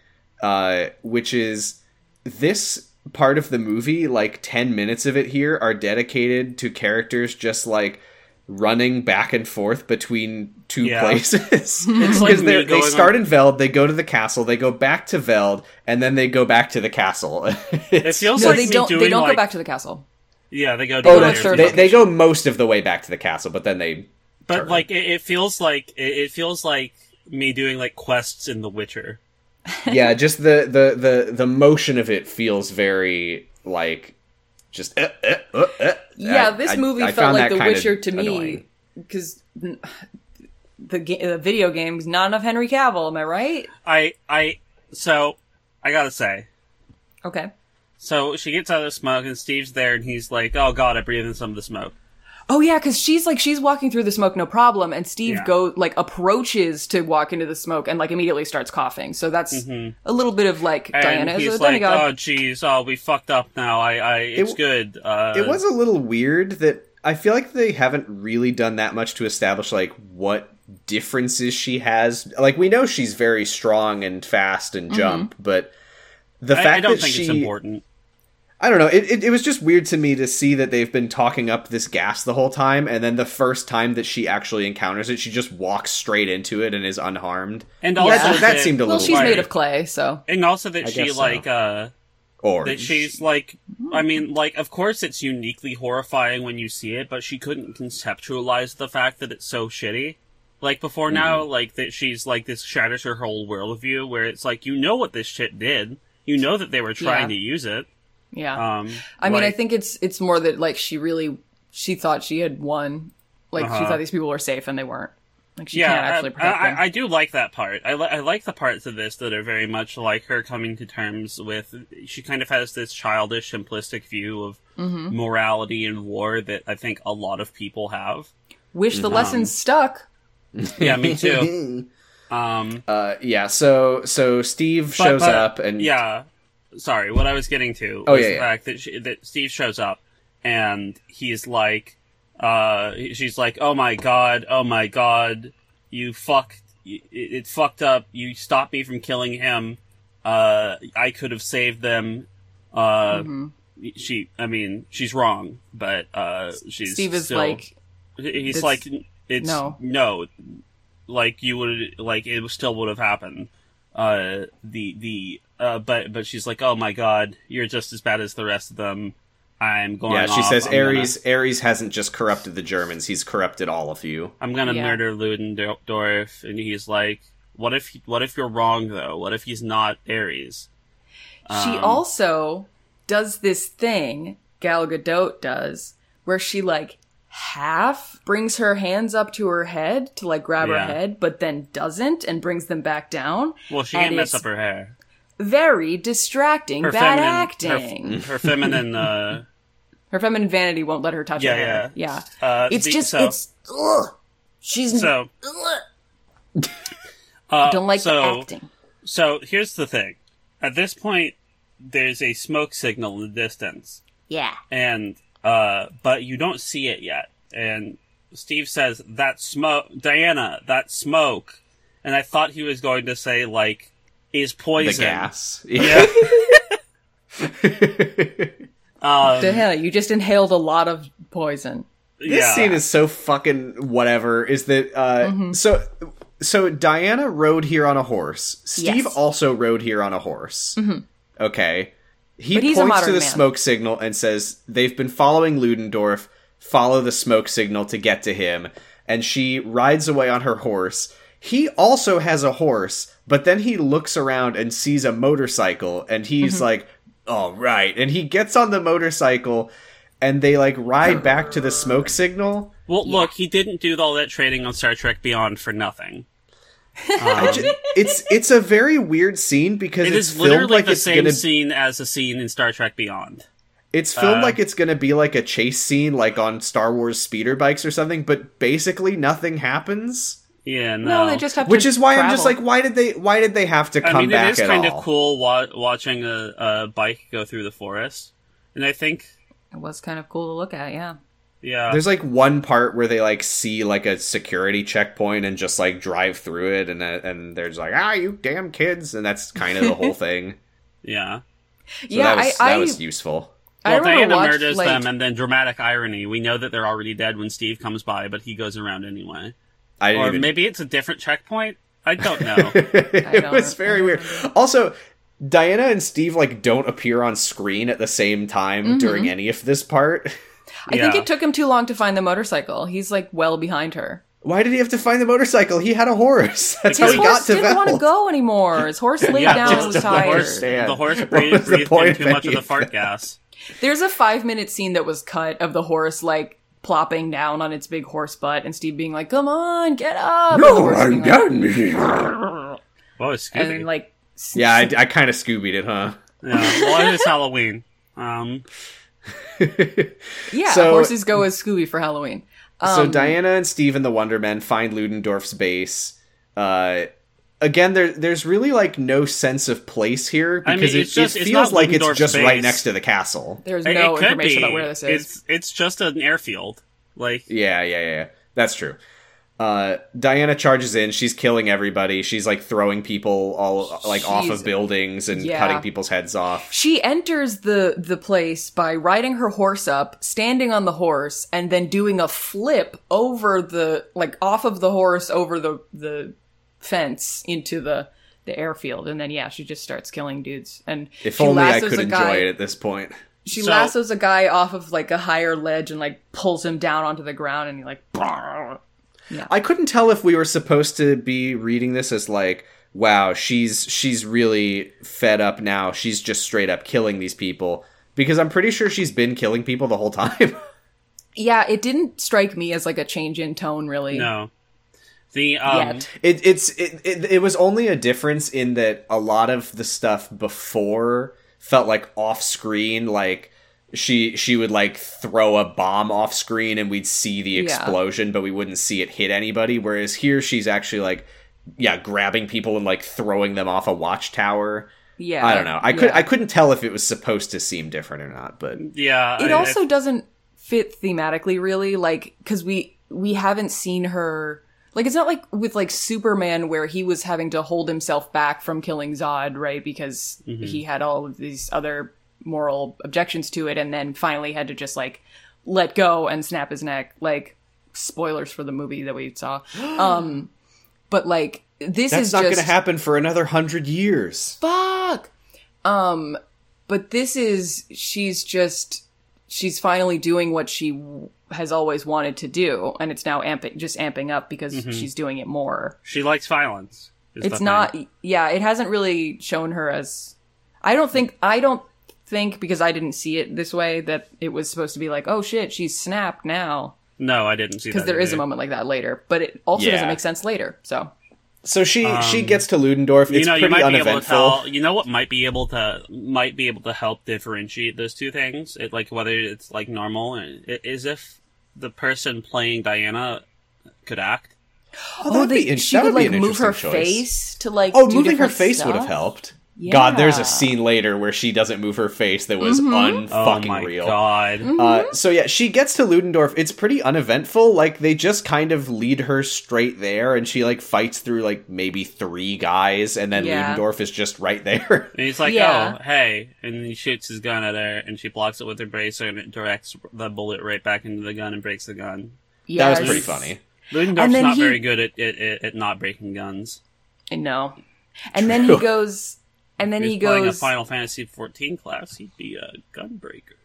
Speaker 2: uh, which is this part of the movie, like ten minutes of it here, are dedicated to characters just like running back and forth between two
Speaker 1: Yeah.
Speaker 2: places.
Speaker 1: It's like
Speaker 2: Because
Speaker 1: me
Speaker 2: they
Speaker 1: going on-
Speaker 2: start in Veld, they go to the castle, they go back to Veld, and then they go back to the castle.
Speaker 1: It feels
Speaker 3: No,
Speaker 1: like
Speaker 3: they
Speaker 1: me
Speaker 3: don't.
Speaker 1: Doing
Speaker 3: They don't
Speaker 1: like,
Speaker 3: go back to the castle.
Speaker 1: Yeah, they go. To
Speaker 2: Oh,
Speaker 3: go
Speaker 1: the
Speaker 3: to
Speaker 2: that's
Speaker 1: Ayers
Speaker 3: third
Speaker 2: they,
Speaker 1: Rock.
Speaker 2: they go most of the way back to the castle, but then they
Speaker 1: But
Speaker 2: turn.
Speaker 1: like, it, it feels like it, it feels like me doing like quests in The Witcher.
Speaker 2: yeah, just the the the the motion of it feels very like just uh, uh, uh, uh.
Speaker 3: Yeah,
Speaker 2: I-
Speaker 3: this
Speaker 2: I-
Speaker 3: movie
Speaker 2: I
Speaker 3: felt
Speaker 2: found
Speaker 3: like
Speaker 2: that
Speaker 3: The
Speaker 2: kind of
Speaker 3: Witcher to me
Speaker 2: annoying.
Speaker 3: because the ga- the video games not enough Henry Cavill. Am I right?
Speaker 1: I I so I gotta say.
Speaker 3: Okay.
Speaker 1: So she gets out of the smoke, and Steve's there, and he's like, "Oh God, I breathe in some of the smoke."
Speaker 3: Oh yeah, because she's like she's walking through the smoke, no problem, and Steve
Speaker 1: Yeah.
Speaker 3: go like approaches to walk into the smoke and like immediately starts coughing. So that's
Speaker 2: Mm-hmm.
Speaker 3: a little bit of like
Speaker 1: And
Speaker 3: Diana
Speaker 1: he's
Speaker 3: is a
Speaker 1: like,
Speaker 3: demigod.
Speaker 1: "Oh geez, oh we fucked up now. I, I it's
Speaker 2: It w-
Speaker 1: good." Uh,
Speaker 2: It was a little weird that I feel like they haven't really done that much to establish like what differences she has. Like we know she's very strong and fast and jump, but the
Speaker 1: I,
Speaker 2: fact
Speaker 1: I don't
Speaker 2: that
Speaker 1: think
Speaker 2: she
Speaker 1: it's important.
Speaker 2: I don't know. It, it, it was just weird to me to see that they've been talking up this gas the whole time, and then the first time that she actually encounters it, she just walks straight into it and is unharmed.
Speaker 1: And
Speaker 3: Yeah.
Speaker 1: also
Speaker 2: That, that seemed a
Speaker 3: well,
Speaker 2: little
Speaker 3: she's
Speaker 2: weird.
Speaker 3: made of clay, so
Speaker 1: and also that
Speaker 2: I
Speaker 1: she
Speaker 2: guess so.
Speaker 1: like uh
Speaker 2: or
Speaker 1: that she's like I mean like of course it's uniquely horrifying when you see it, but she couldn't conceptualize the fact that it's so shitty. Like before
Speaker 2: Mm-hmm.
Speaker 1: now, like that she's like this shatters her whole worldview where it's like you know what this shit did. You know that they were trying
Speaker 3: Yeah.
Speaker 1: to use it.
Speaker 3: yeah.
Speaker 1: Um
Speaker 3: I mean, I
Speaker 1: like-
Speaker 3: think it's it's more that like she really she thought she had won, like she
Speaker 1: Uh-huh.
Speaker 3: thought these people were safe and they weren't. Like she can't
Speaker 1: yeah,
Speaker 3: actually
Speaker 1: I,
Speaker 3: protect them.
Speaker 1: I, I do like that part. I, li- I like the parts of this that are very much like her coming to terms with. She kind of has this childish, simplistic view of
Speaker 3: Mm-hmm.
Speaker 1: morality and war that I think a lot of people have.
Speaker 3: Wish
Speaker 1: Um,
Speaker 3: the lessons stuck.
Speaker 1: Yeah, me too. Um,
Speaker 2: uh, yeah. So so Steve
Speaker 1: but-
Speaker 2: shows
Speaker 1: but-
Speaker 2: up and
Speaker 1: yeah. Sorry, what I was getting to
Speaker 2: Oh,
Speaker 1: was
Speaker 2: yeah,
Speaker 1: the
Speaker 2: yeah.
Speaker 1: fact that she, that Steve shows up and he's like, uh, she's like, "Oh my god, oh my god, you fucked, it, it fucked up. You stopped me from killing him. Uh, I could have saved them." Uh,
Speaker 3: Mhm.
Speaker 1: she, I mean, she's wrong, but uh, she's
Speaker 3: Steve is
Speaker 1: still-
Speaker 3: like,
Speaker 1: he's
Speaker 3: It's-
Speaker 1: like it's no
Speaker 3: no.
Speaker 1: like you would like it still would have happened uh the the uh but but she's like oh my god you're just as bad as the rest of them I'm going.
Speaker 2: yeah, she
Speaker 1: off.
Speaker 2: says
Speaker 1: I'm gonna-
Speaker 2: Ares. Ares hasn't just corrupted the Germans; he's corrupted all of you.
Speaker 1: I'm gonna
Speaker 3: Yeah.
Speaker 1: murder Ludendorff, and he's like, "What if? he- What if you're wrong though? What if he's not Ares?"
Speaker 3: she
Speaker 1: Um,
Speaker 3: also does this thing Gal Gadot does, where she like half brings her hands up to her head to like grab
Speaker 1: Yeah.
Speaker 3: her head, but then doesn't and brings them back down.
Speaker 1: Well, she
Speaker 3: and
Speaker 1: can't mess up
Speaker 3: it's
Speaker 1: her hair.
Speaker 3: Very distracting,
Speaker 1: Her Mm-hmm.
Speaker 3: bad
Speaker 1: feminine,
Speaker 3: acting. Her,
Speaker 1: Her, her feminine. Uh,
Speaker 3: feminine vanity won't let her touch
Speaker 1: yeah,
Speaker 3: her
Speaker 1: yeah,
Speaker 3: hair. Yeah,
Speaker 1: Uh,
Speaker 3: it's
Speaker 1: the-
Speaker 3: just
Speaker 1: so,
Speaker 3: it's. Ugh, she's
Speaker 1: so.
Speaker 3: ugh,
Speaker 1: Uh,
Speaker 3: don't like
Speaker 1: so,
Speaker 3: the acting.
Speaker 1: So here's the thing. At this point, there's a smoke signal in the distance,
Speaker 3: Yeah,
Speaker 1: and uh, but you don't see it yet. And Steve says that smoke, Diana, that smoke. And I thought he was going to say like is
Speaker 2: The
Speaker 1: poison.
Speaker 2: gas.
Speaker 1: Yeah. Um,
Speaker 3: Diana, you just inhaled a lot of poison.
Speaker 2: This
Speaker 1: yeah.
Speaker 2: scene is so fucking whatever. Is that uh, so? So Diana rode here on a horse. Steve
Speaker 3: Yes.
Speaker 2: also rode here on a horse. Okay. He
Speaker 3: But he's a
Speaker 2: points to
Speaker 3: modern
Speaker 2: the
Speaker 3: man.
Speaker 2: smoke signal and says they've been following Ludendorff. Follow the smoke signal to get to him, and she rides away on her horse. He also has a horse, but then he looks around and sees a motorcycle, and he's
Speaker 3: Mm-hmm.
Speaker 2: like, "All right," and he gets on the motorcycle, and they like ride back to the smoke signal.
Speaker 1: Well, look, he didn't do all that training on Star Trek Beyond for nothing.
Speaker 2: I ju- it's it's a very weird scene because
Speaker 1: Uh-huh. It
Speaker 2: it's
Speaker 1: is
Speaker 2: filmed
Speaker 1: literally
Speaker 2: like
Speaker 1: the
Speaker 2: it's
Speaker 1: same
Speaker 2: gonna
Speaker 1: scene as a scene in Star Trek Beyond.
Speaker 2: it's filmed
Speaker 1: uh,
Speaker 2: like it's gonna be like a chase scene like on Star Wars speeder bikes or something, but basically nothing happens.
Speaker 1: Yeah, no,
Speaker 3: No, they just have to.
Speaker 2: Which is why I'm just
Speaker 3: travel.
Speaker 2: like, why did they why did they have to come
Speaker 1: I mean,
Speaker 2: back
Speaker 1: it is
Speaker 2: at
Speaker 1: kind
Speaker 2: all?
Speaker 1: of cool wa- watching a, a bike go through the forest, and I think,
Speaker 3: It was kind of cool to look at, yeah.
Speaker 1: yeah,
Speaker 2: There's like one part where they like see like a security checkpoint and just like drive through it and uh, and they're just like ah you damn kids and that's kind of the whole thing.
Speaker 1: yeah.
Speaker 2: So
Speaker 3: yeah,
Speaker 2: that was,
Speaker 3: I,
Speaker 2: that
Speaker 3: I,
Speaker 2: was useful.
Speaker 3: I
Speaker 1: Well,
Speaker 3: remember
Speaker 1: Diana
Speaker 3: watched,
Speaker 1: murders
Speaker 3: like,
Speaker 1: them, and then dramatic irony. We know that they're already dead when Steve comes by, but he goes around anyway.
Speaker 2: I didn't
Speaker 1: Or
Speaker 2: even
Speaker 1: maybe it's a different checkpoint. I don't know.
Speaker 2: it
Speaker 3: don't-
Speaker 2: was very
Speaker 3: I don't
Speaker 2: weird. Also, Diana and Steve like don't appear on screen at the same time
Speaker 3: Mm-hmm.
Speaker 2: during any of this part.
Speaker 3: I think
Speaker 1: Yeah.
Speaker 3: it took him too long to find the motorcycle. He's like well behind her.
Speaker 2: Why did he have to find the motorcycle? He had a horse. That's
Speaker 1: His
Speaker 2: how
Speaker 3: His
Speaker 2: he
Speaker 1: horse
Speaker 2: got
Speaker 3: horse
Speaker 2: to
Speaker 3: didn't want to
Speaker 2: Veld.
Speaker 3: go anymore. His horse laid
Speaker 1: Yeah,
Speaker 3: down
Speaker 1: just
Speaker 3: and was
Speaker 1: the horse-
Speaker 3: tired.
Speaker 2: understand.
Speaker 1: the horse
Speaker 2: What
Speaker 1: breathed,
Speaker 2: was the
Speaker 1: breathed
Speaker 2: point
Speaker 1: in
Speaker 2: of
Speaker 1: too much of
Speaker 2: any
Speaker 1: the
Speaker 2: of
Speaker 1: fart gas.
Speaker 3: There's a five minute scene that was cut of the horse like plopping down on its big horse butt and Steve being like, Come on, get up. and the horse being like,
Speaker 1: Whoa, Scooby.
Speaker 3: and then like s-
Speaker 2: Yeah, I, I kind of Scoobied it, huh?
Speaker 1: Yeah, well, it is Halloween. Um,
Speaker 3: Yeah,
Speaker 2: So-
Speaker 3: horses go as Scooby for Halloween. Um,
Speaker 2: so Diana and Steve and the Wonder Men find Ludendorff's base. Uh, again, there, there's really like no sense of place here
Speaker 1: I mean,
Speaker 2: because it,
Speaker 1: it's just-
Speaker 2: it
Speaker 1: it's not
Speaker 2: feels like it's
Speaker 1: Ludendorff's
Speaker 2: just right
Speaker 1: base.
Speaker 2: next to the castle.
Speaker 3: There's
Speaker 1: it-
Speaker 3: no
Speaker 1: it could
Speaker 3: information
Speaker 1: be.
Speaker 3: about where this is.
Speaker 1: It's it's just an airfield. Like
Speaker 2: Yeah, yeah, yeah, yeah. That's true. Uh, Diana charges in. She's killing everybody. She's like throwing people all like off
Speaker 3: She's-
Speaker 2: of buildings and
Speaker 3: yeah.
Speaker 2: cutting people's heads off.
Speaker 3: She enters the the place by riding her horse up, standing on the horse, and then doing a flip over the like off of the horse over the the fence into the the airfield, and then yeah, she just starts killing dudes. And
Speaker 2: If
Speaker 3: she
Speaker 2: only I
Speaker 3: lassos
Speaker 2: could
Speaker 3: a
Speaker 2: enjoy
Speaker 3: guy,
Speaker 2: it at this point.
Speaker 3: She
Speaker 1: So-
Speaker 3: lassos a guy off of like a higher ledge and like pulls him down onto the ground, and he like
Speaker 2: I couldn't tell if we were supposed to be reading this as like, wow, she's she's really fed up now. She's just straight up killing these people because I'm pretty sure she's been killing people the whole time.
Speaker 3: yeah, it didn't strike me as like a change in tone really.
Speaker 1: no, the um,
Speaker 3: Yet.
Speaker 2: It, it's it, it, it was only a difference in that a lot of the stuff before felt like off screen, like she she would like throw a bomb off screen and we'd see the explosion, but we wouldn't see it hit anybody. Whereas here she's actually like, yeah, grabbing people and like throwing them off a watchtower.
Speaker 3: Yeah,
Speaker 2: I don't know. I could
Speaker 3: yeah.
Speaker 2: I couldn't tell if it was supposed to seem different or not, but
Speaker 1: yeah,
Speaker 3: it
Speaker 1: I-
Speaker 3: also doesn't fit thematically really like because we we haven't seen her like it's not like with like superman where he was having to hold himself back from killing zod right because
Speaker 1: Mm-hmm.
Speaker 3: he had all of these other moral objections to it and then finally had to just like let go and snap his neck like spoilers for the movie that we saw um but like this
Speaker 2: that's
Speaker 3: is
Speaker 2: not
Speaker 3: just
Speaker 2: going to happen for another hundred years.
Speaker 3: fuck um but this is she's just she's finally doing what she w- has always wanted to do, and it's now amping just amping up because
Speaker 2: Mm-hmm.
Speaker 1: Mhm.
Speaker 3: she's doing it more.
Speaker 1: She likes violence. is the
Speaker 3: it's
Speaker 1: thing.
Speaker 3: not yeah it hasn't really shown her as i don't think i don't think because i didn't see it this way that it was supposed to be like oh shit she's snapped now
Speaker 1: No, I didn't see that.
Speaker 3: because there is a
Speaker 1: either.
Speaker 3: moment like that later but it also
Speaker 2: Yeah.
Speaker 3: doesn't make sense later so
Speaker 2: So she
Speaker 1: Um,
Speaker 2: she gets to Ludendorff. It's
Speaker 1: you know,
Speaker 2: pretty
Speaker 1: you might be able to
Speaker 2: uneventful.
Speaker 1: tell. You know what might be able to might be able to help differentiate those two things. It, like whether it's like normal and it is if the person playing Diana could act.
Speaker 2: that'd
Speaker 3: they-
Speaker 2: be in-
Speaker 3: she
Speaker 2: Oh, that
Speaker 3: could
Speaker 2: would be
Speaker 3: like
Speaker 2: an
Speaker 3: move her
Speaker 2: interesting choice.
Speaker 3: face to like
Speaker 2: Oh,
Speaker 3: do
Speaker 2: moving her
Speaker 3: different
Speaker 2: face would have
Speaker 3: stuff.
Speaker 2: helped. God, there's
Speaker 3: Yeah.
Speaker 2: a scene later where she doesn't move her face that was
Speaker 3: Mhm.
Speaker 2: unfucking
Speaker 1: oh my
Speaker 2: real.
Speaker 1: god!
Speaker 3: Hmm?
Speaker 2: Uh, so yeah, she gets to Ludendorff. It's pretty uneventful. Like they just kind of lead her straight there, and she like fights through like maybe three guys, and then
Speaker 3: Yeah.
Speaker 2: Ludendorff is just right there.
Speaker 1: And he's like,
Speaker 3: Yeah.
Speaker 1: "Oh, hey!" And he shoots his gun at her, and she blocks it with her bracer, and it directs the bullet right back into the gun and breaks the gun.
Speaker 2: That was
Speaker 3: Yes.
Speaker 2: pretty funny.
Speaker 1: Ludendorff's
Speaker 3: And then
Speaker 1: not
Speaker 3: he-
Speaker 1: very good at, at, at, at not breaking guns.
Speaker 3: i know and then he
Speaker 2: True.
Speaker 3: goes and then
Speaker 1: If
Speaker 3: he
Speaker 1: he was playing a
Speaker 3: goes
Speaker 1: Final Fantasy 14 class, he'd be a gun breaker.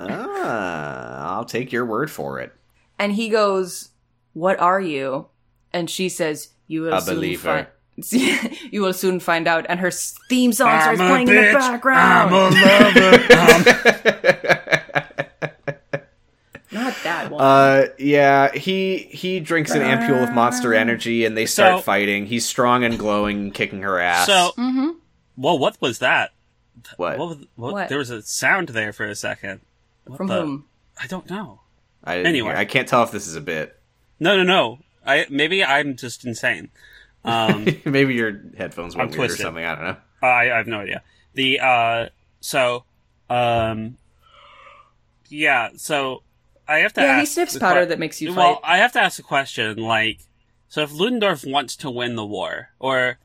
Speaker 2: Ah, I'll take your word for it.
Speaker 3: and he goes what are you and she says you will
Speaker 2: A
Speaker 3: soon
Speaker 2: believer.
Speaker 3: fi- you will soon find out. And her s- theme song starts playing in the
Speaker 1: I'm
Speaker 3: background.
Speaker 1: a lover. I'm
Speaker 3: Not that one.
Speaker 2: Uh, yeah, he he drinks an ampule of monster energy, and they start
Speaker 1: So-
Speaker 2: fighting. He's strong and glowing, kicking her ass.
Speaker 1: Um, So,
Speaker 3: mm-hmm.
Speaker 1: well, what was that?
Speaker 2: what?
Speaker 1: What, was, what?
Speaker 3: What?
Speaker 1: There was a sound there for a second. What
Speaker 3: From
Speaker 1: the-
Speaker 3: whom?
Speaker 1: I don't know.
Speaker 2: I didn't
Speaker 1: anyway.
Speaker 2: hear- I can't tell if this is a bit.
Speaker 1: No, no, no. I maybe I'm just insane. Um,
Speaker 2: Maybe your headphones
Speaker 1: I'm
Speaker 2: went weird
Speaker 1: twisted.
Speaker 2: or something. I don't know.
Speaker 1: I, I have no idea. The uh, so, um, yeah. So I have to.
Speaker 3: Yeah,
Speaker 1: ask
Speaker 3: he sniffs
Speaker 1: the
Speaker 3: powder
Speaker 1: que-
Speaker 3: that makes you
Speaker 1: Well,
Speaker 3: fight.
Speaker 1: I have to ask a question. Like, so if Ludendorff wants to win the war or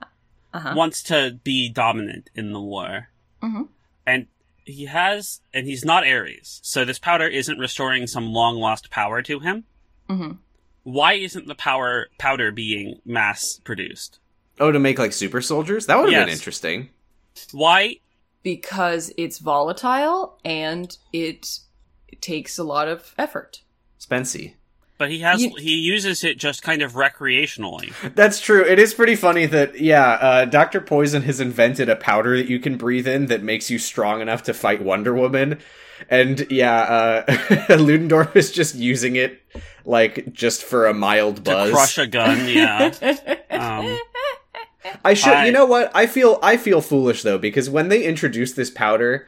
Speaker 3: Uh-huh.
Speaker 1: wants to be dominant in the war,
Speaker 3: Mhm.
Speaker 1: and he has, and he's not Ares, so this powder isn't restoring some long lost power to him.
Speaker 3: Mhm.
Speaker 1: Why isn't the power powder being mass produced?
Speaker 2: Oh, to make like super soldiers? That would have been
Speaker 1: Yes.
Speaker 2: interesting.
Speaker 1: Why?
Speaker 3: Because it's volatile and it, it takes a lot of effort.
Speaker 2: Spency.
Speaker 1: But he has
Speaker 3: You-
Speaker 1: he uses it just kind of recreationally.
Speaker 2: That's true. It is pretty funny that yeah, uh, Doctor Poison has invented a powder that you can breathe in that makes you strong enough to fight Wonder Woman, and yeah, uh, Ludendorff is just using it like just for a mild buzz.
Speaker 1: To crush a gun, yeah. Um,
Speaker 2: I should.
Speaker 1: I-
Speaker 2: you know what? I feel I feel foolish though because when they introduced this powder,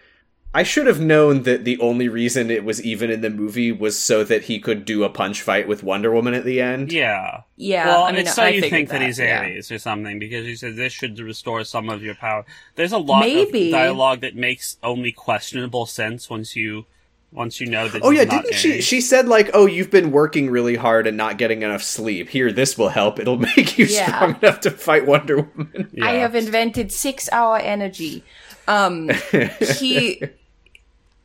Speaker 2: I should have known that the only reason it was even in the movie was so that he could do a punch fight with Wonder Woman at the end.
Speaker 1: yeah.
Speaker 3: yeah.
Speaker 1: well,
Speaker 3: I mean,
Speaker 1: it's so
Speaker 3: I
Speaker 1: you
Speaker 3: figured
Speaker 1: think that, he's
Speaker 3: yeah.
Speaker 1: Aries or something because he said this should restore some of your power. There's a lot
Speaker 3: Maybe.
Speaker 1: of dialogue that makes only questionable sense once you once you know that.
Speaker 2: Oh
Speaker 1: he's
Speaker 2: yeah,
Speaker 1: not
Speaker 2: didn't she?
Speaker 1: Ares.
Speaker 2: She said like, "Oh, you've been working really hard and not getting enough sleep. Here, this will help. It'll make you
Speaker 3: Yeah.
Speaker 2: strong enough to fight Wonder Woman."
Speaker 1: Yeah.
Speaker 3: I have invented six hour energy. Um, he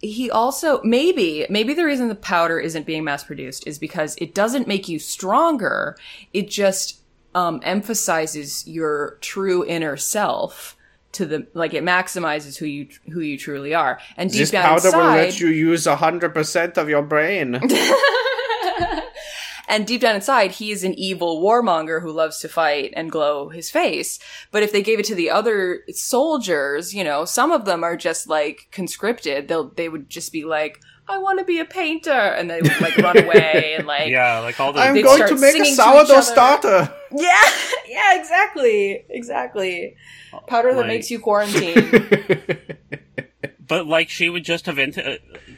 Speaker 3: he also maybe maybe the reason the powder isn't being mass produced is because it doesn't make you stronger. It just um, emphasizes your true inner self to the like it maximizes who you who you truly are. And deep down inside,
Speaker 2: you use hundred percent of your brain.
Speaker 3: And deep down inside, he is an evil warmonger who loves to fight and glow his face. But if they gave it to the other soldiers, you know, some of them are just like conscripted. They'll they would just be like, "I want to be a painter," and they would like run away and like,
Speaker 1: Yeah, like all the
Speaker 2: I'm
Speaker 3: They'd
Speaker 2: going
Speaker 3: start
Speaker 2: to make a
Speaker 3: singing to each
Speaker 2: sourdough
Speaker 3: other.
Speaker 2: starter.
Speaker 3: yeah, yeah, exactly, exactly. Powder that
Speaker 1: Like-
Speaker 3: makes you quarantine.
Speaker 1: but like she would just have int- uh,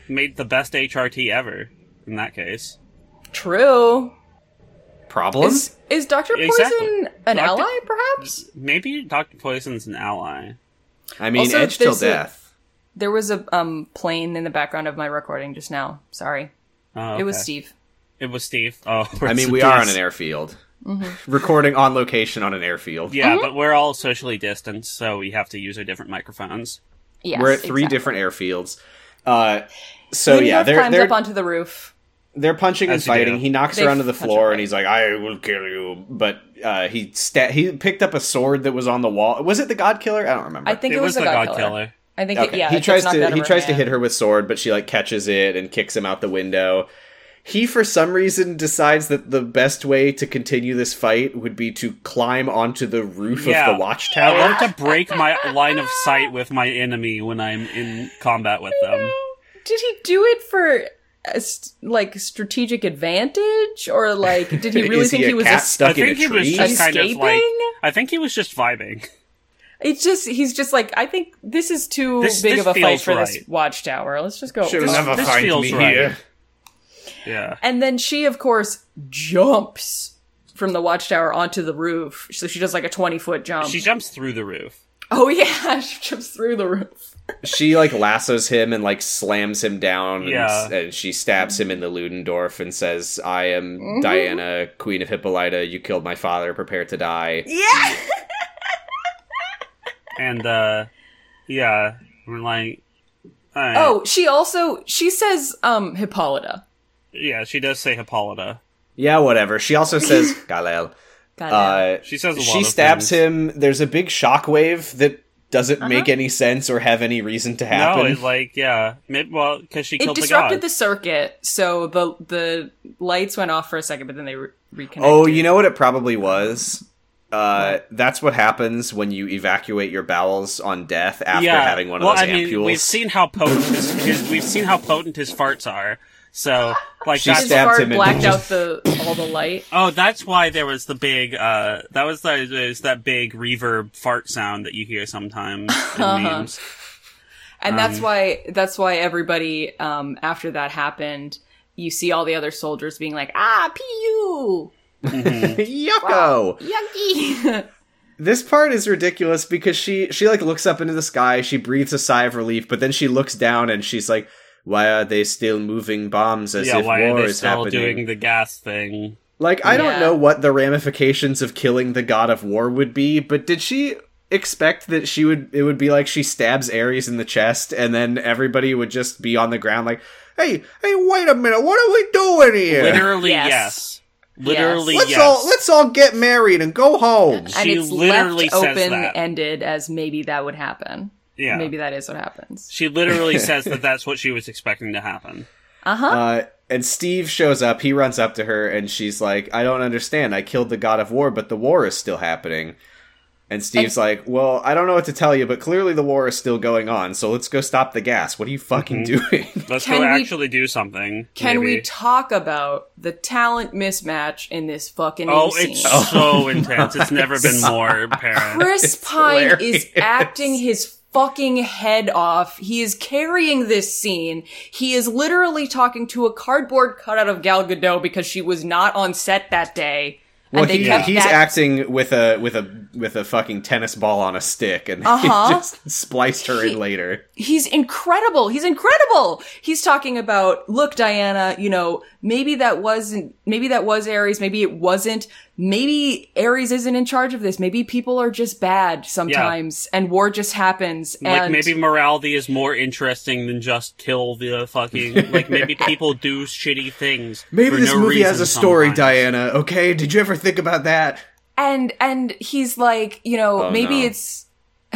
Speaker 1: made the best HRT ever in that case.
Speaker 3: True.
Speaker 2: Problem?
Speaker 3: Is, is Doctor Poison
Speaker 1: Exactly.
Speaker 3: an
Speaker 1: Dr.
Speaker 3: ally, perhaps?
Speaker 1: Maybe Doctor Poison's an ally.
Speaker 2: I mean,
Speaker 3: Also,
Speaker 2: edge till
Speaker 3: there's a-
Speaker 2: death.
Speaker 3: There was a um plane in the background of my recording just now. Sorry,
Speaker 1: Oh,
Speaker 3: it was
Speaker 1: okay.
Speaker 3: Steve.
Speaker 1: It was Steve. Oh,
Speaker 2: I mean, we are on an airfield,
Speaker 3: Mm-hmm.
Speaker 2: recording on location on an airfield.
Speaker 1: Yeah, but we're all socially distanced, so we have to use our different microphones.
Speaker 3: Yes,
Speaker 2: We're at three
Speaker 3: exactly.
Speaker 2: different airfields. Uh, so yeah,
Speaker 3: Rudolph
Speaker 2: they're
Speaker 3: climbs
Speaker 2: they're
Speaker 3: up onto the roof.
Speaker 2: they're punching and
Speaker 1: As you do.
Speaker 2: fighting. He knocks
Speaker 3: They
Speaker 2: her onto the
Speaker 3: punch and
Speaker 2: floor,
Speaker 3: fight.
Speaker 2: and he's like, "I will kill you." But uh, he sta- he picked up a sword that was on the wall. Was it the God Killer? I don't remember.
Speaker 3: I think it,
Speaker 1: it was, the
Speaker 3: a
Speaker 1: God
Speaker 3: God,
Speaker 1: Killer.
Speaker 3: Killer. I I think it,
Speaker 2: Okay.
Speaker 3: yeah,
Speaker 2: he
Speaker 3: it gets
Speaker 2: tries
Speaker 3: knocked out
Speaker 2: to
Speaker 3: of
Speaker 2: he
Speaker 3: her
Speaker 2: tries to
Speaker 3: hand.
Speaker 2: hit her with sword, but she like catches it and kicks him out the window. He for some reason decides that the best way to continue this fight would be to climb onto the roof
Speaker 1: Yeah.
Speaker 2: of the
Speaker 1: I
Speaker 2: watchtower.
Speaker 1: want to break my line of sight with my enemy when I'm in combat with them.
Speaker 3: Did he do it for uh, st- like strategic advantage, or like did he really
Speaker 2: Is
Speaker 3: think
Speaker 2: he,
Speaker 3: he,
Speaker 2: a
Speaker 3: was
Speaker 2: cat
Speaker 3: es-
Speaker 2: stuck
Speaker 1: I
Speaker 2: in a
Speaker 1: think he was
Speaker 2: tree?
Speaker 1: just kind of
Speaker 3: escaping?
Speaker 1: like I think he was just vibing.
Speaker 3: It's just he's just like I think this is too
Speaker 1: This-
Speaker 3: big
Speaker 1: this
Speaker 3: of a fight
Speaker 1: feels
Speaker 3: for this
Speaker 1: right.
Speaker 3: watchtower. Let's just go.
Speaker 2: She'll
Speaker 1: This-
Speaker 2: never
Speaker 1: this
Speaker 2: find
Speaker 1: feels
Speaker 2: me
Speaker 1: right.
Speaker 2: here.
Speaker 1: Yeah.
Speaker 3: And then she, of course, jumps from the watchtower onto the roof. So she does like a twenty foot jump.
Speaker 1: She jumps through the roof.
Speaker 3: oh yeah, she jumps through the roof.
Speaker 2: She like lassos him and like slams him down.
Speaker 1: Yeah.
Speaker 2: And, and she stabs him in the Ludendorff and says, "I am Diana, Queen of Hippolyta. You killed my father. Prepare to die."
Speaker 3: Yeah.
Speaker 1: And uh yeah. We're like I,
Speaker 3: Oh, she also she says um Hippolyta.
Speaker 1: yeah, she does say Hippolyta.
Speaker 2: Yeah, whatever. She also says, "Galel."
Speaker 3: Got it.
Speaker 2: Uh,
Speaker 1: She says a lot
Speaker 2: she
Speaker 1: of
Speaker 2: stabs
Speaker 1: things.
Speaker 2: him. There's a big shockwave that doesn't make any sense or have any reason to
Speaker 1: No,
Speaker 2: happen.
Speaker 1: it's like yeah, mid, well, because she
Speaker 3: it
Speaker 1: killed
Speaker 3: disrupted
Speaker 1: the
Speaker 3: the
Speaker 1: god.
Speaker 3: circuit, so the the lights went off for a second, but then they re- reconnected.
Speaker 2: oh, you know what it probably was. Uh, that's what happens when you evacuate your bowels on death after
Speaker 1: yeah,
Speaker 2: having one of
Speaker 1: well,
Speaker 2: those
Speaker 1: I mean,
Speaker 2: ampules.
Speaker 1: we've seen how potent his, his we've seen how potent his farts are. So like
Speaker 2: She
Speaker 1: that's
Speaker 3: His
Speaker 2: stabbed
Speaker 3: fart
Speaker 2: him and
Speaker 3: blacked out
Speaker 2: just-
Speaker 3: the all the light.
Speaker 1: Oh, that's why there was the big. uh That was the there's that big reverb fart sound that you hear sometimes in
Speaker 3: Uh-huh.
Speaker 1: memes.
Speaker 3: And that's
Speaker 2: Um,
Speaker 3: why that's why everybody um, after that happened, you see all the other soldiers being like, "Ah, pu,
Speaker 2: Yucko!
Speaker 3: yucky."
Speaker 2: This part is ridiculous because she she like looks up into the sky, she breathes a sigh of relief, but then she looks down and she's like, "Why are they still moving bombs as
Speaker 1: Yeah,
Speaker 2: if
Speaker 1: why
Speaker 2: war
Speaker 1: are they
Speaker 2: is
Speaker 1: still
Speaker 2: happening?"
Speaker 1: doing the gas thing?
Speaker 2: Like, I don't
Speaker 3: Yeah.
Speaker 2: know what the ramifications of killing the god of war would be, but did she expect that she would it would be like she stabs Ares in the chest and then everybody would just be on the ground like, Hey, hey, wait a minute, what are we doing here?
Speaker 1: Literally, yes.
Speaker 3: Yes.
Speaker 1: Literally, yes.
Speaker 2: let's all let's all get married and go home.
Speaker 3: and
Speaker 1: She
Speaker 3: it's
Speaker 1: literally
Speaker 3: left
Speaker 1: says
Speaker 3: open
Speaker 1: that.
Speaker 3: ended as maybe that would happen.
Speaker 1: yeah.
Speaker 3: Maybe that is what happens.
Speaker 1: She literally says that that's what she was expecting to happen.
Speaker 3: Uh huh.
Speaker 2: Uh, and Steve shows up, he runs up to her and she's like, I don't understand. I killed the god of war, but the war is still happening. And Steve's like, Well, I don't know what to tell you, but clearly the war is still going on, so let's go stop the gas. What are you fucking
Speaker 1: Mm-hmm.
Speaker 2: doing?
Speaker 1: Let's
Speaker 3: Can
Speaker 1: go
Speaker 3: we-
Speaker 1: actually do something.
Speaker 3: Can we
Speaker 1: maybe.
Speaker 3: talk about the talent mismatch in this fucking
Speaker 1: Oh,
Speaker 3: scene?
Speaker 1: it's so intense. It's never been more apparent.
Speaker 3: Chris Pine
Speaker 2: hilarious.
Speaker 3: is acting his fucking head off. He is carrying this scene. He is literally talking to a cardboard cutout of Gal Gadot because she was not on set that day.
Speaker 2: Well,
Speaker 3: and they
Speaker 2: he,
Speaker 3: kept
Speaker 2: he's
Speaker 3: that-
Speaker 2: acting with a with a with a fucking tennis ball on a stick, and he
Speaker 3: Uh-huh.
Speaker 2: just spliced her in later.
Speaker 3: he's incredible. He's incredible. He's talking about, look, Diana, you know, maybe that wasn't, maybe that was Aries. Maybe it wasn't. Maybe Aries isn't in charge of this. Maybe people are just bad sometimes and war just happens.
Speaker 1: Like
Speaker 3: and
Speaker 1: maybe morality is more interesting than just kill the fucking. Like maybe people do shitty things.
Speaker 2: Maybe
Speaker 1: for
Speaker 2: this
Speaker 1: no
Speaker 2: movie has
Speaker 1: reason
Speaker 2: a story,
Speaker 1: sometimes.
Speaker 2: Diana. Okay, did you ever think about that?
Speaker 3: and and he's like you know
Speaker 2: Oh,
Speaker 3: maybe
Speaker 2: no.
Speaker 3: it's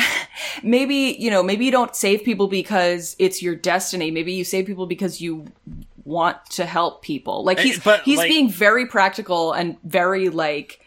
Speaker 3: maybe you know maybe you don't save people because it's your destiny maybe you save people because you want to help people like
Speaker 1: Eh,
Speaker 3: he's
Speaker 1: but,
Speaker 3: he's
Speaker 1: like-
Speaker 3: being very practical and very like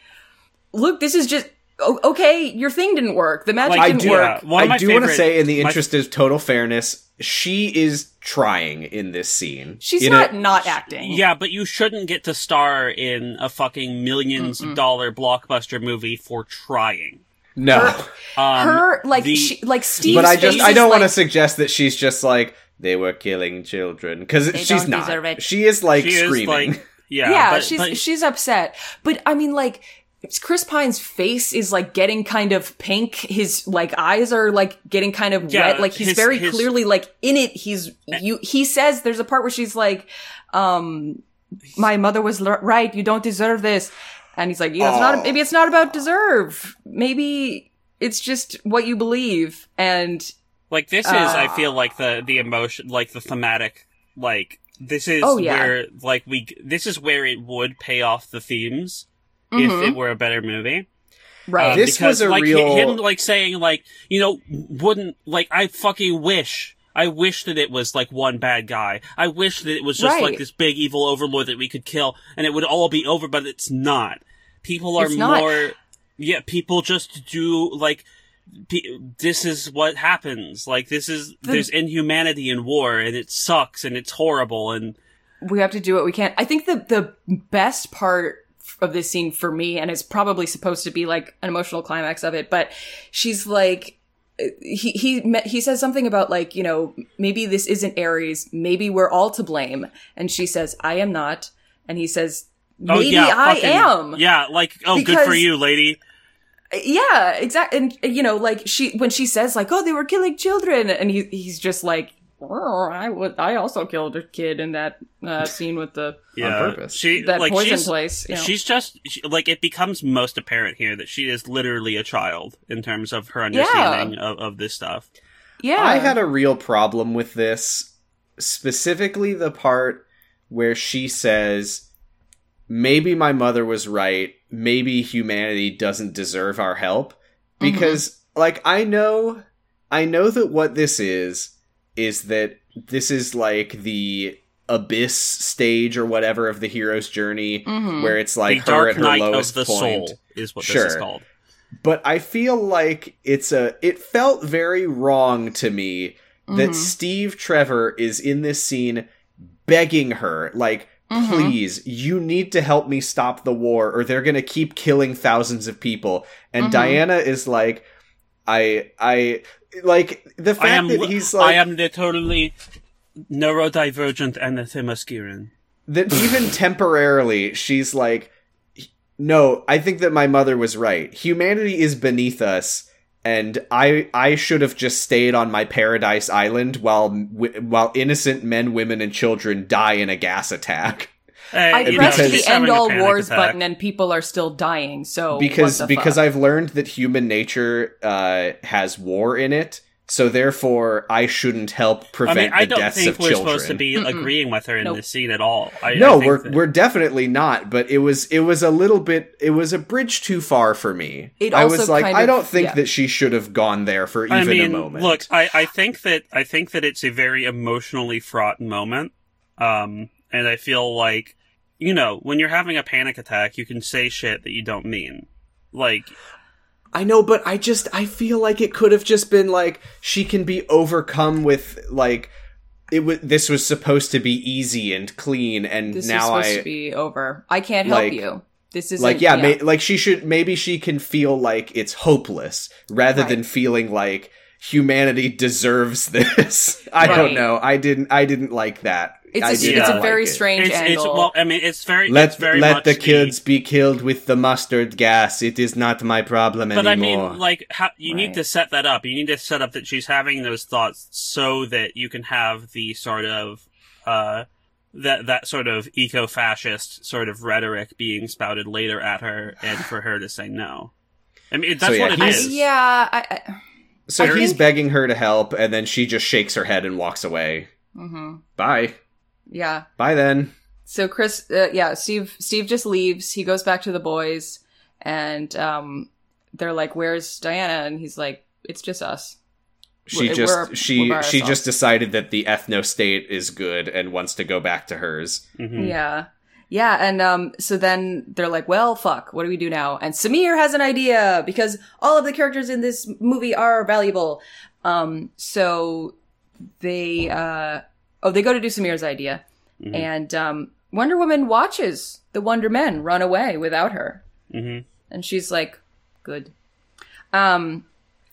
Speaker 3: look this is just o- okay your thing didn't work the magic
Speaker 1: Like,
Speaker 2: I
Speaker 3: didn't
Speaker 2: do.
Speaker 3: work
Speaker 1: One of
Speaker 2: I
Speaker 1: my
Speaker 2: do want to
Speaker 1: favorite-
Speaker 2: say, in the
Speaker 1: my-
Speaker 2: interest of total fairness, she is trying in this scene.
Speaker 3: she's
Speaker 2: In
Speaker 3: not
Speaker 2: a-
Speaker 3: not acting
Speaker 1: Yeah, but you shouldn't get to star in a fucking 1000000s dollar blockbuster movie for trying.
Speaker 2: no,
Speaker 1: Um,
Speaker 3: her like
Speaker 1: the-
Speaker 3: she like steve's
Speaker 2: but I just
Speaker 3: face
Speaker 2: I
Speaker 3: is
Speaker 2: don't want to
Speaker 3: like-
Speaker 2: suggest that she's just like they were killing children because she's
Speaker 3: don't deserve
Speaker 2: not.
Speaker 3: it.
Speaker 2: She is like
Speaker 1: she
Speaker 2: screaming.
Speaker 1: is like, yeah,
Speaker 3: yeah,
Speaker 1: but-
Speaker 3: she's
Speaker 1: but-
Speaker 3: she's upset. But I mean, like it's Chris Pine's face is like getting kind of pink. His like eyes are like getting kind of
Speaker 1: Yeah,
Speaker 3: wet. Like he's
Speaker 1: his-
Speaker 3: very
Speaker 1: his-
Speaker 3: clearly like in it. He's you. He says there's a part where she's like, um, "My mother was l- right. You don't deserve this." And he's like, "You know, it's
Speaker 2: Aw.
Speaker 3: not. Maybe it's not about deserve. Maybe it's just what you believe." And
Speaker 1: like this is
Speaker 3: Ah.
Speaker 1: i feel like the the emotion like the thematic like this is
Speaker 3: Oh, yeah.
Speaker 1: where like we this is where it would pay off the themes if
Speaker 3: Mhm.
Speaker 1: it were a better movie
Speaker 3: Right.
Speaker 1: Uh,
Speaker 2: This
Speaker 1: because,
Speaker 2: was a
Speaker 1: like, hi-
Speaker 2: real-
Speaker 1: him like saying like you know wouldn't like I fucking wish. I wish that it was like one bad guy. I wish that it was just like
Speaker 3: Right.
Speaker 1: this big evil overlord that we could kill and it would all be over, but it's not. People are
Speaker 3: It's not.
Speaker 1: more, yeah, people just do like, pe- this is what happens. Like this is,
Speaker 3: The-
Speaker 1: there's inhumanity in war and it sucks and it's horrible and
Speaker 3: we have to do what we can. I think the the best part of this scene for me, and it's probably supposed to be like an emotional climax of it, but she's like, he he me- he says something about like you know maybe this isn't Aries, maybe we're all to blame, and she says I am not, and he says
Speaker 1: oh
Speaker 3: maybe
Speaker 1: yeah,
Speaker 3: I
Speaker 1: fucking-
Speaker 3: am,
Speaker 1: Yeah, like oh, good for
Speaker 3: Because-
Speaker 1: you, lady.
Speaker 3: yeah, exactly. And you know, like she when she says like, "Oh, they were killing children," and he he's just like, "Oh, "I would, I also killed a kid in that uh, scene with the
Speaker 1: Yeah,
Speaker 2: purpose.
Speaker 1: She
Speaker 3: that
Speaker 1: like
Speaker 3: poison
Speaker 1: she's,
Speaker 3: place." you know.
Speaker 1: she's just she, like it becomes most apparent here that she is literally a child in terms of her
Speaker 3: Yeah.
Speaker 1: understanding of, of this stuff.
Speaker 3: yeah,
Speaker 2: I had a real problem with this, specifically the part where she says, "Maybe my mother was right. Maybe humanity doesn't deserve our help." Because like I know I know that what this is is that this is like the abyss stage or whatever of the hero's journey
Speaker 3: Mhm.
Speaker 2: where it's like
Speaker 1: the
Speaker 2: her
Speaker 1: Dark
Speaker 2: at her
Speaker 1: Knight
Speaker 2: lowest
Speaker 1: of the
Speaker 2: point
Speaker 1: Soul is what this
Speaker 2: Sure.
Speaker 1: is called.
Speaker 2: but I feel like it's a it felt very wrong to me that
Speaker 3: Mhm.
Speaker 2: Steve Trevor is in this scene begging her like
Speaker 1: Mm-hmm.
Speaker 3: Mhm.
Speaker 2: please you need to help me stop the war or they're going to keep killing thousands of people and
Speaker 3: Mhm.
Speaker 2: Diana is like I I like the fact
Speaker 1: I am
Speaker 2: that he's like
Speaker 1: I am literally neurodivergent and a Themysciran.
Speaker 2: that even temporarily she's like no i think that my mother was right humanity is beneath us and i i should have just stayed on my paradise island while while innocent men women and children die in a gas attack
Speaker 1: Hey,
Speaker 3: I
Speaker 1: you know,
Speaker 3: pressed
Speaker 2: because-
Speaker 1: she's
Speaker 3: the
Speaker 1: having
Speaker 3: end
Speaker 1: a
Speaker 3: all
Speaker 1: panic
Speaker 3: wars
Speaker 1: attack.
Speaker 3: button, and people are still dying. So
Speaker 2: because
Speaker 3: Oh, what the
Speaker 2: because
Speaker 3: fuck?
Speaker 2: i've learned that human nature uh has war in it so therefore i shouldn't help
Speaker 1: I
Speaker 2: prevent
Speaker 1: mean, I
Speaker 2: the
Speaker 1: don't
Speaker 2: deaths
Speaker 1: think
Speaker 2: of
Speaker 1: we're
Speaker 2: children
Speaker 1: supposed to be
Speaker 3: Mm-mm.
Speaker 1: agreeing with her in
Speaker 3: Nope.
Speaker 1: this scene at all. I, I
Speaker 2: no
Speaker 1: think
Speaker 2: we're
Speaker 1: that-
Speaker 2: we're definitely not but it was it was a little bit it was a bridge too far for me
Speaker 3: It
Speaker 2: i
Speaker 3: also
Speaker 2: was like
Speaker 3: kind
Speaker 2: i
Speaker 3: of-
Speaker 2: don't think
Speaker 3: yeah.
Speaker 2: that she should have gone there for even
Speaker 1: I mean,
Speaker 2: a moment
Speaker 1: look, I, I think that I think that it's a very emotionally fraught moment, um, and I feel like you know when you're having a panic attack, you can say shit that you don't mean. Like,
Speaker 2: i know but i just i feel like it could have just been like she can be overcome with like it was this was supposed to be easy and clean and
Speaker 3: this is
Speaker 2: now
Speaker 3: supposed
Speaker 2: i
Speaker 3: to be over. I can't help
Speaker 2: like-
Speaker 3: you. This is
Speaker 2: like yeah, May, like she should maybe she can feel like it's hopeless rather
Speaker 3: Right.
Speaker 2: than feeling like humanity deserves this i don't
Speaker 3: Right.
Speaker 2: know i didn't i didn't like that I
Speaker 3: it's a,
Speaker 2: did
Speaker 3: it's
Speaker 2: not
Speaker 3: a
Speaker 1: like
Speaker 3: very
Speaker 2: it.
Speaker 3: strange
Speaker 1: it's, it's
Speaker 3: angle.
Speaker 1: well, I mean, it's very it's
Speaker 2: let
Speaker 1: very
Speaker 2: let
Speaker 1: much
Speaker 2: the kids be killed with the mustard gas it is not my problem
Speaker 1: But I
Speaker 2: anymore
Speaker 1: mean, like, how, you need
Speaker 3: Right.
Speaker 1: to set that up. You need to set up that she's having those thoughts so that you can have the sort of uh, that that sort of eco-fascist sort of rhetoric being spouted later at her, and for her to say no. I mean, that's
Speaker 2: So, yeah,
Speaker 1: what it
Speaker 3: I-
Speaker 2: he's-
Speaker 1: is.
Speaker 3: yeah, I, I,
Speaker 2: so
Speaker 1: I
Speaker 2: he's
Speaker 3: think-
Speaker 2: begging her to help and then she just shakes her head and walks away
Speaker 3: mhm.
Speaker 2: bye
Speaker 3: yeah.
Speaker 2: bye then
Speaker 3: so Chris, uh, yeah, Steve, Steve just leaves. He goes back to the boys, and um, they're like, "Where's Diana?" And he's like, "It's just us."
Speaker 2: she
Speaker 3: We're-
Speaker 2: just
Speaker 3: we're-
Speaker 2: she
Speaker 3: we're by
Speaker 2: she
Speaker 3: ourselves.
Speaker 2: just decided that the ethno state is good and wants to go back to hers
Speaker 1: Mhm.
Speaker 3: Yeah, yeah, and um, so then they're like, "Well, fuck, what do we do now?" And Samir has an idea because all of the characters in this movie are valuable. Um, so they, uh, oh, they go to do Samir's idea,
Speaker 2: Mm-hmm.
Speaker 1: Mhm.
Speaker 3: and um, Wonder Woman watches the Wonder Men run away without her,
Speaker 1: Mhm.
Speaker 3: and she's like, "Good." Um,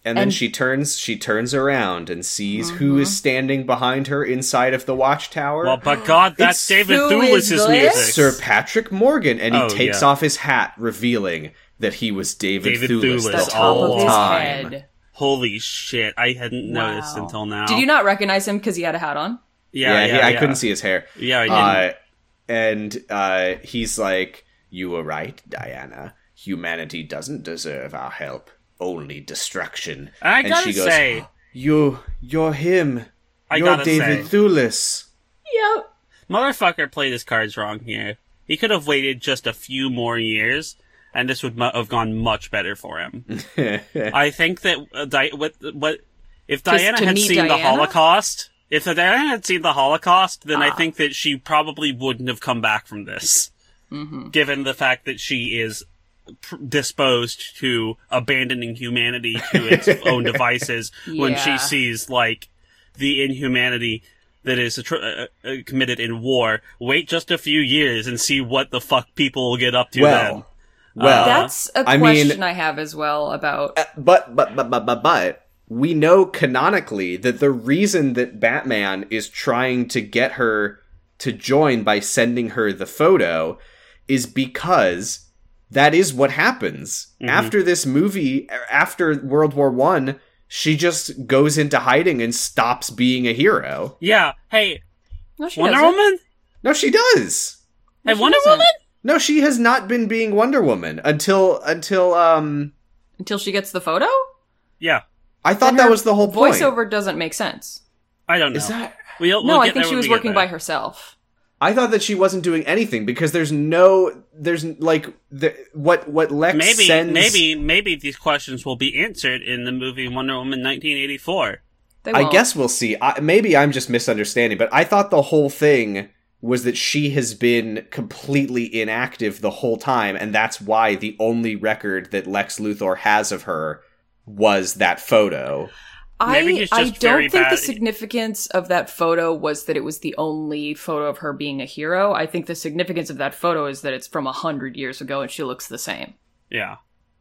Speaker 2: and then
Speaker 3: And-
Speaker 2: she turns she turns around and sees who is standing behind her inside of the watchtower
Speaker 1: Well, but God, that's
Speaker 2: It's
Speaker 1: David
Speaker 3: who
Speaker 1: Thewlis's
Speaker 3: is this?
Speaker 1: music.
Speaker 2: Sir Patrick Morgan, and he
Speaker 1: Oh,
Speaker 2: takes
Speaker 1: yeah.
Speaker 2: off his hat, revealing that he was David,
Speaker 1: David
Speaker 2: Thewlis,
Speaker 1: Thewlis
Speaker 2: the
Speaker 3: the
Speaker 1: It's
Speaker 3: top
Speaker 2: whole
Speaker 3: of his
Speaker 2: time.
Speaker 3: head.
Speaker 1: Holy shit! I hadn't
Speaker 3: Wow.
Speaker 1: noticed until now.
Speaker 3: Did you not recognize him because he had a hat on?
Speaker 1: Yeah, yeah,
Speaker 2: he- I couldn't see his hair.
Speaker 1: Yeah, I didn't.
Speaker 2: Uh, and uh, he's like, "You were right, Diana. Humanity doesn't deserve our help. Only destruction."
Speaker 1: I
Speaker 2: and
Speaker 1: gotta
Speaker 2: she goes,
Speaker 1: say-
Speaker 2: "You, you're him.
Speaker 1: I
Speaker 2: you're
Speaker 1: gotta
Speaker 2: David
Speaker 1: say.
Speaker 2: Thewlis."
Speaker 3: Yep.
Speaker 1: Motherfucker played his cards wrong here. He could have waited just a few more years and this would mu- have gone much better for him. I think that uh, Di- what what if
Speaker 3: Just
Speaker 1: Diana
Speaker 3: to
Speaker 1: had
Speaker 3: meet
Speaker 1: seen the
Speaker 3: Diana?
Speaker 1: Holocaust? If Diana had seen the Holocaust, then I
Speaker 3: Ah.
Speaker 1: think that she probably wouldn't have come back from this,
Speaker 3: hmm
Speaker 1: given the fact that she is pr- disposed to abandoning humanity to its own devices when she
Speaker 3: Yeah.
Speaker 1: sees like the inhumanity that is atro- uh, uh, committed in war. Wait just a few years and see what the fuck people will get up to then.
Speaker 2: well, well,
Speaker 3: That's a
Speaker 2: Uh, I mean-
Speaker 3: question I have as well about.
Speaker 2: but but but but but but we know canonically that the reason that Batman is trying to get her to join by sending her the photo is because that is what happens
Speaker 1: Mhm.
Speaker 2: after this movie after World War 1 she just goes into hiding and stops being a hero.
Speaker 1: Yeah. Hey,
Speaker 3: No, she
Speaker 1: Wonder
Speaker 3: doesn't.
Speaker 1: Woman?
Speaker 2: No she does.
Speaker 3: No,
Speaker 1: Hey,
Speaker 3: she
Speaker 1: Wonder
Speaker 3: doesn't.
Speaker 1: Woman?
Speaker 2: No she has not been being Wonder Woman until until um
Speaker 3: until she gets the photo.
Speaker 1: Yeah.
Speaker 2: I thought
Speaker 3: Then
Speaker 2: that
Speaker 3: her
Speaker 2: was the whole point.
Speaker 3: Voiceover doesn't make sense.
Speaker 1: I don't know.
Speaker 2: Is that
Speaker 1: We'll,
Speaker 3: No,
Speaker 1: we'll
Speaker 3: I
Speaker 1: get
Speaker 3: think
Speaker 1: there
Speaker 3: she
Speaker 1: when
Speaker 3: was
Speaker 1: we get
Speaker 3: working by
Speaker 1: there.
Speaker 3: herself.
Speaker 2: I thought that she wasn't doing anything because there's no there's like the, what what Lex
Speaker 1: Maybe,
Speaker 2: sends
Speaker 1: maybe, maybe these questions will be answered in the movie Wonder Woman 1984.
Speaker 3: They
Speaker 2: I
Speaker 3: won't.
Speaker 2: guess we'll see. I, maybe I'm just misunderstanding, but I thought the whole thing was that she has been completely inactive the whole time and that's why the only record that Lex Luthor has of her was that photo.
Speaker 1: Maybe
Speaker 3: I,
Speaker 1: it's
Speaker 3: I
Speaker 1: just very
Speaker 3: don't think the
Speaker 1: bad-
Speaker 3: significance of that photo was that it was the only photo of her being a hero. I think the significance of that photo is that it's from a hundred years ago and she looks the same.
Speaker 1: Yeah.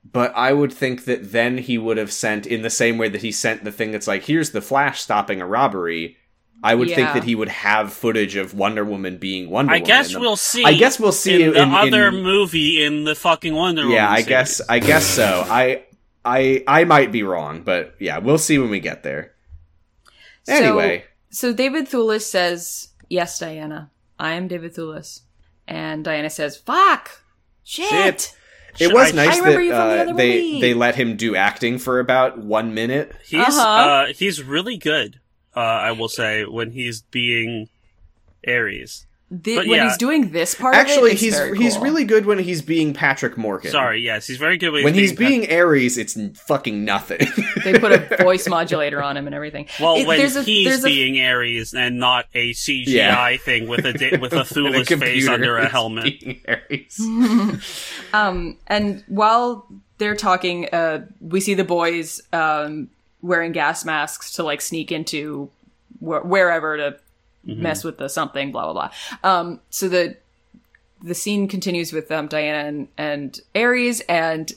Speaker 2: But I would think that then he would have sent in the same way that he sent the thing that's like here's the flash stopping a robbery. I would think
Speaker 3: Yeah.
Speaker 2: that he would have footage of Wonder Woman being Wonder
Speaker 1: I
Speaker 2: Woman.
Speaker 1: guess
Speaker 2: in the-
Speaker 1: we'll see.
Speaker 2: I guess we'll see
Speaker 1: in
Speaker 2: in,
Speaker 1: the
Speaker 2: in-
Speaker 1: other
Speaker 2: in-
Speaker 1: movie in the fucking Wonder Woman.
Speaker 2: yeah, I
Speaker 1: series.
Speaker 2: guess I guess so. I I I might be wrong, but yeah, we'll see when we get there.
Speaker 3: So-
Speaker 2: Anyway,
Speaker 3: So David Thulis says, Yes, Diana, I am David Thulis. And Diana says, Fuck! Shit!
Speaker 2: Shit.
Speaker 1: Should
Speaker 2: it was
Speaker 1: I-
Speaker 2: nice
Speaker 3: remember
Speaker 2: that
Speaker 3: you from the
Speaker 2: uh,
Speaker 3: other
Speaker 2: they
Speaker 3: movie.
Speaker 2: they let him do acting for about one minute.
Speaker 1: He's
Speaker 3: Uh-huh.
Speaker 1: uh he's really good. Uh, I will say when he's being Ares.
Speaker 3: Thi-
Speaker 1: But
Speaker 3: when
Speaker 1: yeah.
Speaker 3: he's doing this part, of it,
Speaker 2: Actually,
Speaker 3: it's
Speaker 2: he's
Speaker 3: very
Speaker 2: he's
Speaker 3: cool.
Speaker 2: really good when he's being Patrick Morgan.
Speaker 1: Sorry, yes, he's very good
Speaker 2: when he's being Ares, it's n- fucking nothing.
Speaker 3: They put a voice modulator on him and everything.
Speaker 1: well,
Speaker 3: It-
Speaker 1: when
Speaker 3: there's a-
Speaker 1: he's
Speaker 3: there's a-
Speaker 1: being Ares and not a CGI thing with a da- with a
Speaker 2: And
Speaker 1: Thulis face
Speaker 2: computer
Speaker 1: under a
Speaker 2: is
Speaker 1: helmet.
Speaker 2: being Ares.
Speaker 3: um, and while they're talking, uh, we see the boys um, wearing gas masks to like sneak into wh- wherever to
Speaker 1: Mhm.
Speaker 3: mess with the something, blah blah blah. Um, so the the scene continues with um, Diana and, and Ares, and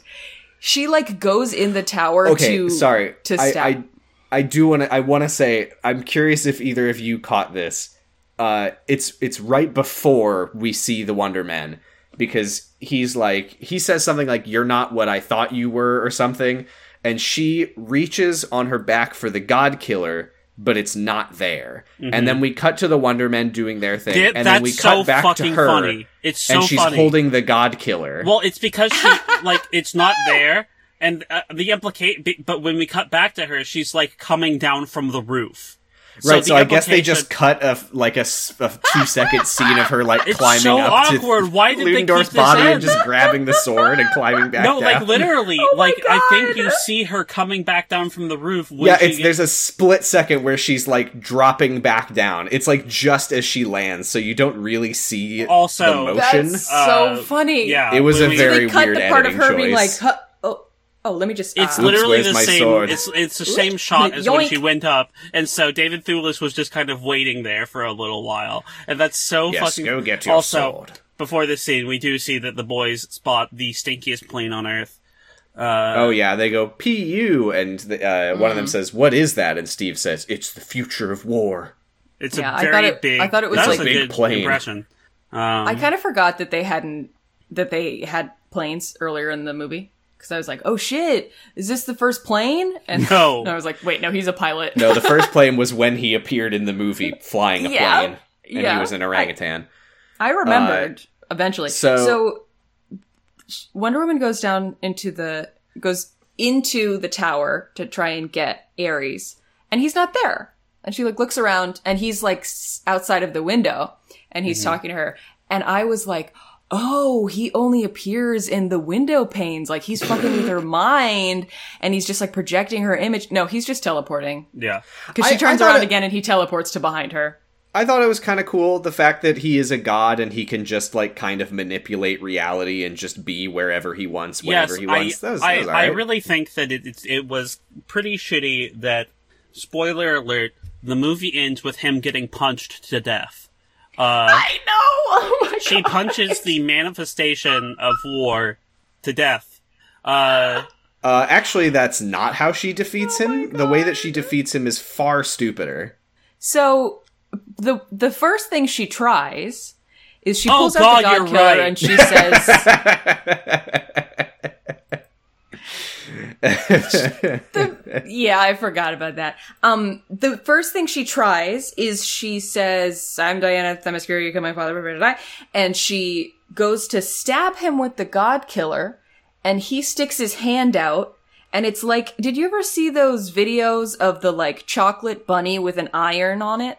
Speaker 3: she like goes in the tower
Speaker 2: okay,
Speaker 3: to
Speaker 2: sorry.
Speaker 3: to
Speaker 2: I,
Speaker 3: stab.
Speaker 2: I I do want to I want to say I'm curious if either of you caught this. Uh it's it's right before we see the Wonder Man because he's like he says something like you're not what I thought you were or something and she reaches on her back for the god killer but it's not there. And then we cut to the Wonder Men doing their thing
Speaker 1: Th-
Speaker 2: and
Speaker 1: that's
Speaker 2: then we cut
Speaker 1: Mm-hmm. so
Speaker 2: back
Speaker 1: fucking
Speaker 2: to her
Speaker 1: funny. It's so
Speaker 2: and she's
Speaker 1: funny.
Speaker 2: holding the god killer.
Speaker 1: Well, it's because she like it's not there, and uh, the implicate. b- But when we cut back to her, she's like coming down from the roof.
Speaker 2: Right,
Speaker 1: the
Speaker 2: so, I guess they just
Speaker 1: implication-
Speaker 2: cut a f- like a, s- a two second scene of her like
Speaker 1: It's
Speaker 2: climbing
Speaker 1: so
Speaker 2: up
Speaker 1: awkward.
Speaker 2: to
Speaker 1: Why did they keep
Speaker 2: Ludendorff's
Speaker 1: this
Speaker 2: body
Speaker 1: in?
Speaker 2: and just grabbing the sword and climbing back
Speaker 1: no,
Speaker 2: down.
Speaker 1: like literally,
Speaker 3: Oh my
Speaker 1: like I think
Speaker 3: God.
Speaker 1: you see her coming back down from the roof. When
Speaker 2: yeah,
Speaker 1: she
Speaker 2: it's,
Speaker 1: gets-
Speaker 2: there's a split second where she's like dropping back down. It's like just as she lands, so you don't really see
Speaker 1: Also-
Speaker 2: the motion.
Speaker 3: That's
Speaker 1: uh,
Speaker 3: so funny.
Speaker 1: yeah.
Speaker 2: it was
Speaker 1: when
Speaker 2: a
Speaker 1: we-
Speaker 2: very
Speaker 3: they cut
Speaker 2: weird
Speaker 3: the part of
Speaker 2: editing
Speaker 3: her being like,
Speaker 2: choice.
Speaker 3: huh, oh, oh, let me just.
Speaker 1: It's
Speaker 3: ah."
Speaker 1: literally
Speaker 2: where's
Speaker 1: the
Speaker 2: my
Speaker 1: same.
Speaker 2: sword?
Speaker 1: It's it's the same shot as when
Speaker 3: Yoink.
Speaker 1: she went up, and so David Thewlis was just kind of waiting there for a little while, and that's so
Speaker 2: Yes,
Speaker 1: fucking.
Speaker 2: go get your
Speaker 1: also,
Speaker 2: sword.
Speaker 1: before this scene, we do see that the boys spot the stinkiest plane on Earth. Uh, Mm.
Speaker 2: Oh yeah, they go pu, and the, uh, one of them says, "What is that?" And Steve says, "It's the future of war."
Speaker 1: it's
Speaker 3: Yeah,
Speaker 1: a
Speaker 3: I
Speaker 1: very
Speaker 3: thought it-
Speaker 1: big.
Speaker 3: I thought it was
Speaker 1: that's
Speaker 3: like-
Speaker 1: a
Speaker 2: Big
Speaker 1: good
Speaker 2: plane.
Speaker 1: impression. Um,
Speaker 3: I
Speaker 2: Mm-hmm.
Speaker 3: kind of forgot that they hadn't that they had planes earlier in the movie because I was like, oh shit, is this the first plane? And,
Speaker 1: No.
Speaker 3: and I was like, wait, no, he's a pilot.
Speaker 2: No, the first plane was when he appeared in the movie flying a
Speaker 3: Yeah.
Speaker 2: plane, and he
Speaker 3: Yeah.
Speaker 2: was an orangutan.
Speaker 3: I remembered eventually.
Speaker 2: Uh, so-
Speaker 3: So Wonder Woman goes down into the goes into the tower to try and get Ares, and he's not there. And she like looks
Speaker 2: Mm-hmm.
Speaker 3: around, and he's like s- outside of the window, and he's talking to her. And I was like, oh, he only appears in the window panes. Like he's fucking with her mind and he's just like projecting her image. No, he's just teleporting.
Speaker 1: Yeah.
Speaker 3: Because she
Speaker 2: I-
Speaker 3: turns
Speaker 2: I thought
Speaker 3: around
Speaker 2: it-
Speaker 3: again and he teleports to behind her.
Speaker 2: I thought it was kind of cool the fact that he is a god and he can just like kind of manipulate reality and just be wherever he wants, whenever he wants.
Speaker 1: I,
Speaker 2: that was,
Speaker 1: I,
Speaker 2: that was
Speaker 1: I
Speaker 2: alright.
Speaker 1: really think that it, it, it was pretty shitty that, spoiler alert, the movie ends with him getting punched to death. Uh,
Speaker 3: I know! Oh my
Speaker 1: she
Speaker 3: God.
Speaker 1: punches the manifestation of war to death. Uh,
Speaker 2: Uh, actually, that's not how she defeats him. The way that she defeats him is far stupider.
Speaker 3: So the the first thing she tries is she
Speaker 1: Oh,
Speaker 3: pulls
Speaker 1: God,
Speaker 3: out the
Speaker 1: you're
Speaker 3: God Killer
Speaker 1: right.
Speaker 3: and she says Yeah, I forgot about that. Um, the first thing she tries is she says, "I'm Diana Themyscira, my father, blah, blah, blah, blah," and she goes to stab him with the God Killer, and he sticks his hand out, and it's like, did you ever see those videos of the like chocolate bunny with an iron on it?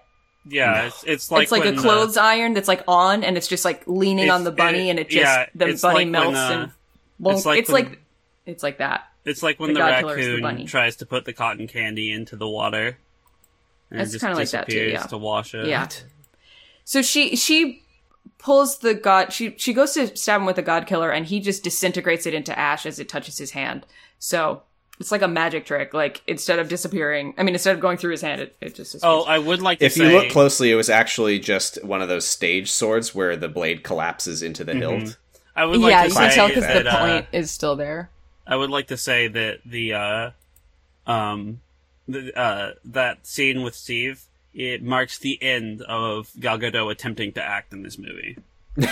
Speaker 1: yeah, it's, it's like
Speaker 3: it's like a
Speaker 1: when the-
Speaker 3: clothes iron that's like on, and it's just like leaning
Speaker 1: It's-
Speaker 3: on the bunny,
Speaker 1: it-
Speaker 3: and it just
Speaker 1: yeah,
Speaker 3: the
Speaker 1: it's like
Speaker 3: bunny
Speaker 1: when,
Speaker 3: melts
Speaker 1: uh,
Speaker 3: and won't-
Speaker 1: it's like
Speaker 3: it's
Speaker 1: when-
Speaker 3: like it's like that.
Speaker 1: It's like when
Speaker 3: The
Speaker 1: the,
Speaker 3: God Killer is the
Speaker 1: raccoon
Speaker 3: bunny.
Speaker 1: tries to put the cotton candy into the water. And
Speaker 3: That's
Speaker 1: it just
Speaker 3: kinda like that too,
Speaker 1: disappears
Speaker 3: yeah.
Speaker 1: To wash it.
Speaker 3: Yeah. So she she pulls the god she she goes to stab him with a god killer and he just disintegrates it into ash as it touches his hand. So it's like a magic trick. Like instead of disappearing, I mean instead of going through his hand, it, it just
Speaker 1: Oh,
Speaker 3: disappears.
Speaker 1: I would like to
Speaker 2: if
Speaker 1: say,
Speaker 2: you look closely, it was actually just one of those stage swords where the blade collapses into the
Speaker 1: Mm-hmm.
Speaker 2: hilt.
Speaker 1: I would like
Speaker 3: yeah,
Speaker 1: to
Speaker 3: you
Speaker 1: say
Speaker 3: can tell because
Speaker 1: that,
Speaker 3: the
Speaker 1: uh,
Speaker 3: point is still there.
Speaker 1: I would like to say that the uh, um, the, uh, that scene with Steve it marks the end of Gal Gadot attempting to act in this movie.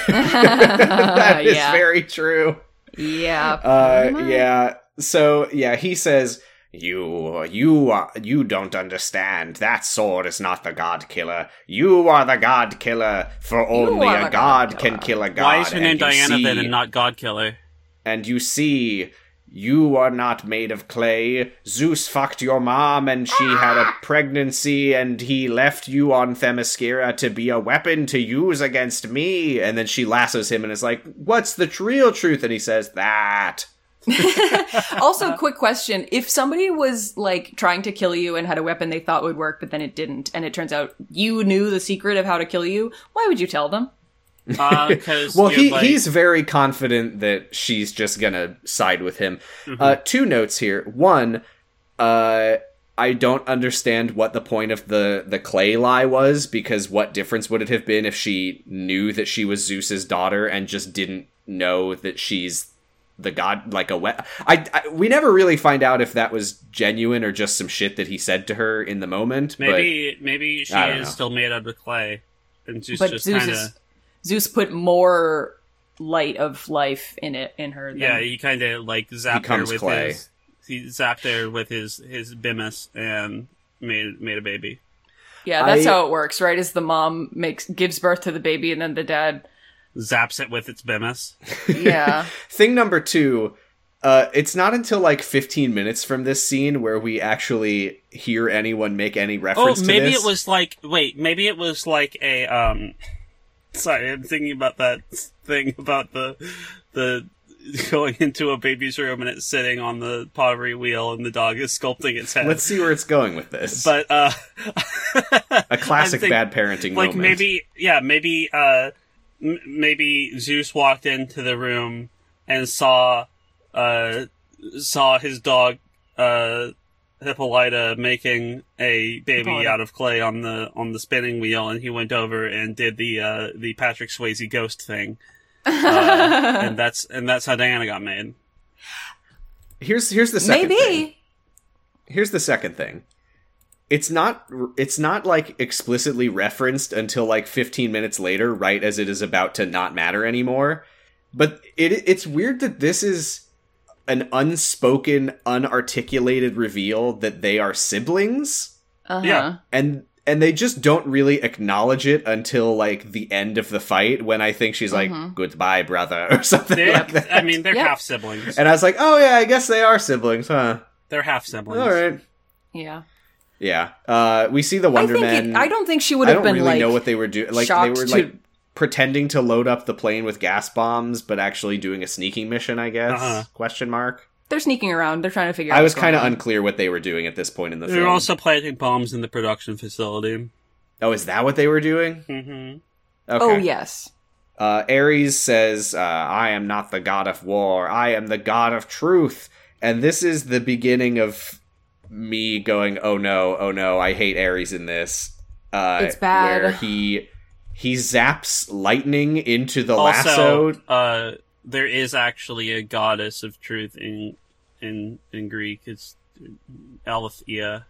Speaker 2: That is
Speaker 3: yeah.
Speaker 2: very true.
Speaker 3: yeah.
Speaker 2: Uh,
Speaker 3: pretty much.
Speaker 2: yeah. So yeah, he says, "You, you, are, you don't understand. That sword is not the God Killer. You are the God Killer. For only
Speaker 3: are
Speaker 2: a
Speaker 3: the
Speaker 2: God,
Speaker 3: God
Speaker 2: can
Speaker 3: Killer."
Speaker 2: kill a God."
Speaker 1: Why is her name
Speaker 2: and you
Speaker 1: Diana then
Speaker 2: see-
Speaker 1: and not God Killer?
Speaker 2: and you see." You are not made of clay. Zeus fucked your mom and she had
Speaker 3: Ah!
Speaker 2: a pregnancy and he left you on Themyscira to be a weapon to use against me. And then she lassos him and is like, What's the real truth? And he says, That.
Speaker 3: also,
Speaker 1: Uh-huh.
Speaker 3: quick question: If somebody was like trying to kill you and had a weapon they thought would work, but then it didn't, and it turns out you knew the secret of how to kill you, why would you tell them?
Speaker 1: Because
Speaker 2: Well, he, he's very confident that she's just gonna side with him. Uh, two notes here. One, uh, I don't understand what the point of the the clay lie was because what difference would it have been if she knew that she was Zeus's daughter and just didn't know that she's the god like a we- I, I we never really find out if that was genuine or just some shit that he said to her in the moment. but-
Speaker 1: maybe maybe she
Speaker 2: I don't
Speaker 1: is
Speaker 2: know.
Speaker 1: still made out of clay, and she's
Speaker 3: but
Speaker 1: just
Speaker 3: Zeus
Speaker 1: kind of
Speaker 3: is, Zeus put more light of life in it in her. Than,
Speaker 1: Yeah, he kind of like zapped her
Speaker 2: Becomes
Speaker 1: with
Speaker 2: clay.
Speaker 1: his. He zapped her with his his bimus and made made a baby.
Speaker 3: yeah, that's
Speaker 2: I-
Speaker 3: how it works, right? Is the mom makes gives birth to the baby and then the dad.
Speaker 1: Zaps it with its bimus.
Speaker 3: Yeah,
Speaker 2: Thing number two, uh, it's not until like 15 minutes from this scene where we actually hear anyone make any
Speaker 1: Oh,
Speaker 2: reference to
Speaker 1: maybe
Speaker 2: this.
Speaker 1: it was like wait, maybe it was like a um. Sorry, I'm thinking about that thing about the the going into a baby's room and it's sitting on the pottery wheel and the dog is sculpting its head.
Speaker 2: Let's see where it's going with this.
Speaker 1: but uh,
Speaker 2: a classic
Speaker 1: I think-
Speaker 2: bad parenting
Speaker 1: like
Speaker 2: moment.
Speaker 1: maybe yeah maybe uh m- maybe zeus walked into the room and saw uh saw his dog uh hippolyta making a baby
Speaker 3: Hippolyta.
Speaker 1: out of clay on the on the spinning wheel and he went over and did the uh the patrick swayze ghost thing Uh, and that's and that's how diana got made
Speaker 2: here's here's the second thing.
Speaker 3: maybe.
Speaker 2: Here's the second thing. It's not it's not like explicitly referenced until like 15 minutes later right as it is about to not matter anymore. But it it's weird that this is an unspoken, unarticulated reveal that they are siblings.
Speaker 3: Uh-huh.
Speaker 1: Yeah.
Speaker 2: and and they just don't really acknowledge it until like the end of the fight when I think she's like
Speaker 3: Mhm.
Speaker 2: goodbye brother or something
Speaker 1: They-
Speaker 2: like that.
Speaker 1: i mean they're
Speaker 3: Yep.
Speaker 1: half siblings
Speaker 2: and I was like, oh yeah, I guess they are siblings, huh?
Speaker 1: they're half siblings
Speaker 2: All right,
Speaker 3: yeah.
Speaker 2: yeah. Uh, we see the
Speaker 3: I
Speaker 2: Wonder
Speaker 3: think
Speaker 2: Man.
Speaker 3: it, I don't think she would
Speaker 2: I
Speaker 3: have
Speaker 2: don't
Speaker 3: been
Speaker 2: really
Speaker 3: like
Speaker 2: know what they were doing. Like they
Speaker 3: shocked
Speaker 2: were like
Speaker 3: to
Speaker 2: pretending to load up the plane with gas bombs, but actually doing a sneaking mission. I guess
Speaker 1: Uh-huh.
Speaker 2: question mark.
Speaker 3: They're sneaking around. They're trying to figure out.
Speaker 2: I was
Speaker 3: what's going
Speaker 2: kind of
Speaker 3: on.
Speaker 2: unclear what they were doing at this point in the
Speaker 1: They're
Speaker 2: film.
Speaker 1: also planting bombs in the production facility.
Speaker 2: oh, is that what they were doing?
Speaker 1: Mm-hmm.
Speaker 2: Okay.
Speaker 3: Oh yes.
Speaker 2: Uh, Ares says, uh, I am not the god of war. I am the god of truth. And this is the beginning of me going, oh no, oh no, I hate Ares in this. Uh,
Speaker 3: It's bad.
Speaker 2: Where he, he zaps lightning into the
Speaker 1: Also,
Speaker 2: lasso.
Speaker 1: uh, there is actually a goddess of truth in in in Greek. It's Alethea.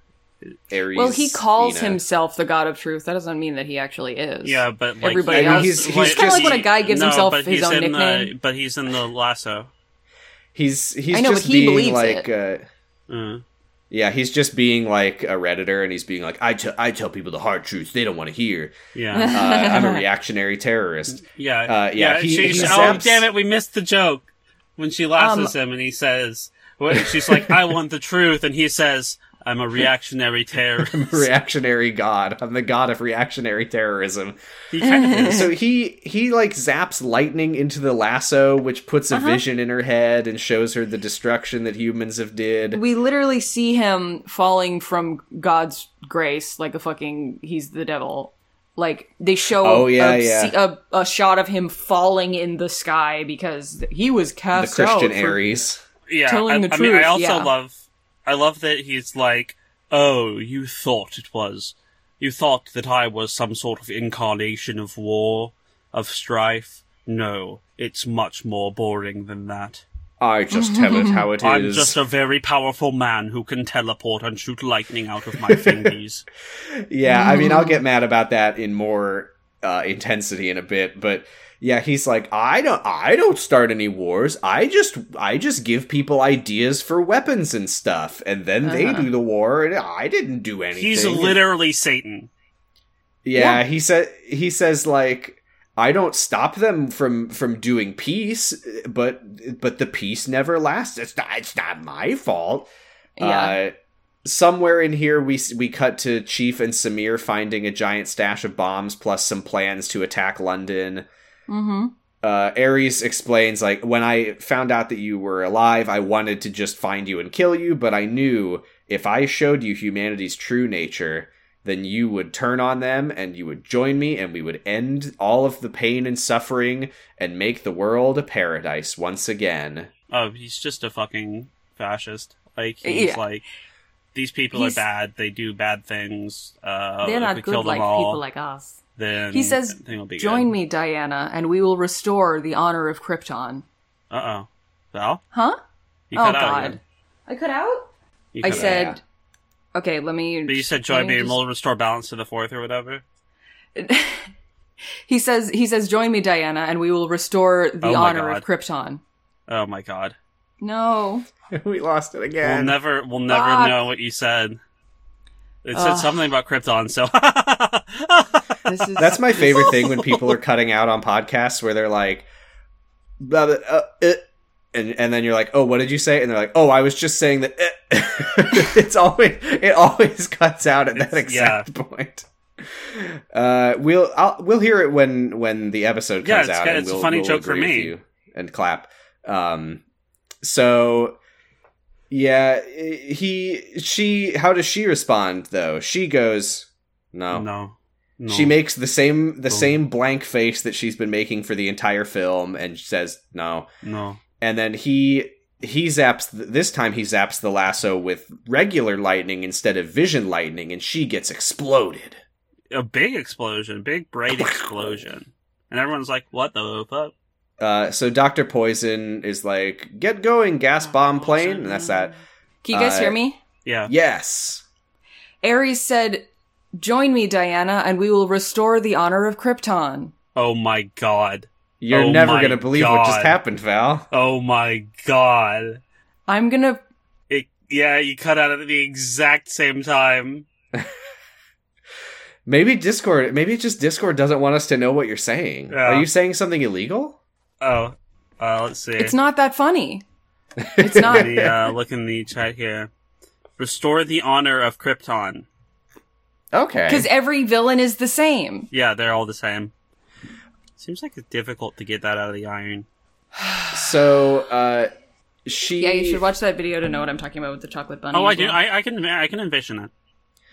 Speaker 2: Ares.
Speaker 3: Well, he calls
Speaker 2: Athena.
Speaker 3: himself the god of truth. That doesn't mean that he actually is.
Speaker 1: Yeah, but like
Speaker 3: Everybody
Speaker 1: he has-
Speaker 2: else- He's- he's
Speaker 1: like,
Speaker 2: kinda like
Speaker 1: he-
Speaker 2: when
Speaker 3: a guy gives
Speaker 1: no,
Speaker 3: himself
Speaker 1: but
Speaker 3: his
Speaker 1: he's
Speaker 3: own
Speaker 1: in the-
Speaker 3: nickname.
Speaker 1: but he's in the lasso.
Speaker 2: He's, he's
Speaker 3: I know,
Speaker 2: just
Speaker 3: but he
Speaker 2: being
Speaker 3: believes
Speaker 2: like, uh,
Speaker 1: Uh,
Speaker 2: yeah, he's just being like a Redditor and he's being like, I, te- I tell people the hard truths they don't want to hear.
Speaker 1: yeah,
Speaker 2: Uh, I'm a reactionary terrorist.
Speaker 1: yeah,
Speaker 2: Uh, yeah, he-
Speaker 1: she's,
Speaker 2: he
Speaker 1: oh
Speaker 2: zaps-
Speaker 1: damn it, we missed the joke when she
Speaker 3: Um,
Speaker 1: lasses him and he says, well, she's like, I want the truth, and he says, I'm a reactionary terrorist.
Speaker 2: reactionary god. I'm the god of reactionary terrorism.
Speaker 1: He kind of is.
Speaker 2: so he he like zaps lightning into the lasso, which puts a
Speaker 3: Uh-huh.
Speaker 2: vision in her head and shows her the destruction that humans have did.
Speaker 3: We literally see him falling from God's grace, like a fucking he's the devil. Like they show
Speaker 2: Oh, yeah,
Speaker 3: a,
Speaker 2: yeah.
Speaker 3: se- a, a shot of him falling in the sky because he was
Speaker 2: the
Speaker 3: cast
Speaker 2: Christian
Speaker 3: out. for-
Speaker 2: Ares.
Speaker 1: yeah,
Speaker 3: telling
Speaker 1: I,
Speaker 3: the
Speaker 1: I mean, I
Speaker 3: truth,
Speaker 1: also
Speaker 3: yeah.
Speaker 1: love, I love that he's like, oh, you thought it was, you thought that I was some sort of incarnation of war, of strife. No, it's much more boring than that.
Speaker 2: I just tell it how it
Speaker 1: I'm
Speaker 2: is.
Speaker 1: just a very powerful man who can teleport and shoot lightning out of my fingers.
Speaker 2: yeah, I mean, I'll get mad about that in more uh, intensity in a bit, but yeah, he's like, I don't, I don't start any wars. I just, I just give people ideas for weapons and stuff, and then they
Speaker 3: Uh-huh.
Speaker 2: do the war, and I didn't do anything.
Speaker 1: He's literally Satan.
Speaker 2: Yeah, he said he says like I don't stop them from from doing peace, but but the peace never lasts. It's not it's not my fault. Uh,
Speaker 3: Yeah.
Speaker 2: somewhere in here we s- we cut to Chief and Samir finding a giant stash of bombs plus some plans to attack London.
Speaker 3: hmm
Speaker 2: Uh, Ares explains like when I found out that you were alive, I wanted to just find you and kill you, but I knew if I showed you humanity's true nature, then you would turn on them and you would join me and we would end all of the pain and suffering and make the world a paradise once again.
Speaker 1: Oh, he's just a fucking fascist. Like he's
Speaker 3: Yeah.
Speaker 1: like these people
Speaker 3: He's-
Speaker 1: are bad. They do bad things. Uh,
Speaker 3: They're
Speaker 1: if
Speaker 3: not
Speaker 1: we
Speaker 3: good
Speaker 1: kill them
Speaker 3: like
Speaker 1: all,
Speaker 3: people like us.
Speaker 1: then
Speaker 3: He says,
Speaker 1: everything will be
Speaker 3: Join me, Diana, and we will restore the honor of Krypton.
Speaker 1: Uh oh, Val.
Speaker 3: Huh?
Speaker 1: You
Speaker 3: oh
Speaker 1: cut out
Speaker 3: God,
Speaker 1: again.
Speaker 3: I cut out.
Speaker 1: You
Speaker 3: I
Speaker 1: cut out.
Speaker 3: said,
Speaker 2: out.
Speaker 3: okay, let me.
Speaker 1: But you said
Speaker 3: let
Speaker 1: join me and
Speaker 3: just-
Speaker 1: we'll restore balance to the fourth or whatever.
Speaker 3: He says, he says, join me, Diana, and we will restore the
Speaker 1: Oh my
Speaker 3: honor of Krypton.
Speaker 1: Oh my god,
Speaker 3: No.
Speaker 2: we lost it
Speaker 1: we'll
Speaker 2: again.
Speaker 1: never, we'll never
Speaker 3: Fuck.
Speaker 1: know what you said. It said
Speaker 3: Ugh.
Speaker 1: something about Krypton. So
Speaker 3: This is
Speaker 2: That's my favorite thing when people are cutting out on podcasts where they're like, blah, blah, uh, uh, and and then you're like, oh, what did you say? And they're like, oh, I was just saying that. Uh. it's always it always cuts out at that
Speaker 1: It's- yeah.
Speaker 2: exact point. Uh, we'll I'll, we'll hear it when when the episode
Speaker 1: Yeah,
Speaker 2: comes
Speaker 1: it's
Speaker 2: out.
Speaker 1: good.
Speaker 2: and
Speaker 1: It's a
Speaker 2: we'll-
Speaker 1: funny
Speaker 2: we'll
Speaker 1: joke for
Speaker 2: agree with
Speaker 1: me.
Speaker 2: you and clap. Um, so yeah, he she how does she respond though? She goes, no,
Speaker 1: no, no. Oh.
Speaker 2: she makes the same the
Speaker 1: Boom.
Speaker 2: same blank face that she's been making for the entire film and says no.
Speaker 1: no.
Speaker 2: And then he he zaps th- this time he zaps the lasso with regular lightning instead of vision lightning and she gets exploded.
Speaker 1: a big explosion, big bright explosion, and everyone's like, "What the fuck?"
Speaker 2: Uh, so Dr. Poison is like, "Get going, gas bomb plane." And that's that.
Speaker 3: Can you guys
Speaker 2: uh,
Speaker 3: hear me?
Speaker 1: Yeah,
Speaker 2: Yes.
Speaker 3: Ares said, "Join me, Diana, and we will restore the honor of Krypton."
Speaker 1: Oh my god.
Speaker 2: You're
Speaker 1: Oh
Speaker 2: never
Speaker 1: my
Speaker 2: going to believe what just
Speaker 1: God.
Speaker 2: happened, Val.
Speaker 1: Oh my god.
Speaker 3: I'm gonna.
Speaker 1: It. Yeah, you cut out at the exact same time.
Speaker 2: Maybe Discord, maybe just Discord doesn't want us to know what you're saying.
Speaker 1: Yeah.
Speaker 2: Are you saying something illegal?
Speaker 1: Oh, uh, let's see.
Speaker 3: It's not that funny. It's not.
Speaker 1: the, uh, look in the chat here. Restore the honor of Krypton.
Speaker 2: Okay.
Speaker 3: Because every villain is the same.
Speaker 1: Yeah, they're all the same. Seems like it's difficult to get that out of the iron.
Speaker 2: So uh, she.
Speaker 3: Yeah, you should watch that video to know what I'm talking about with the chocolate bunny.
Speaker 1: Oh, I
Speaker 3: as
Speaker 1: do.
Speaker 3: well.
Speaker 1: I, I can. I can envision that.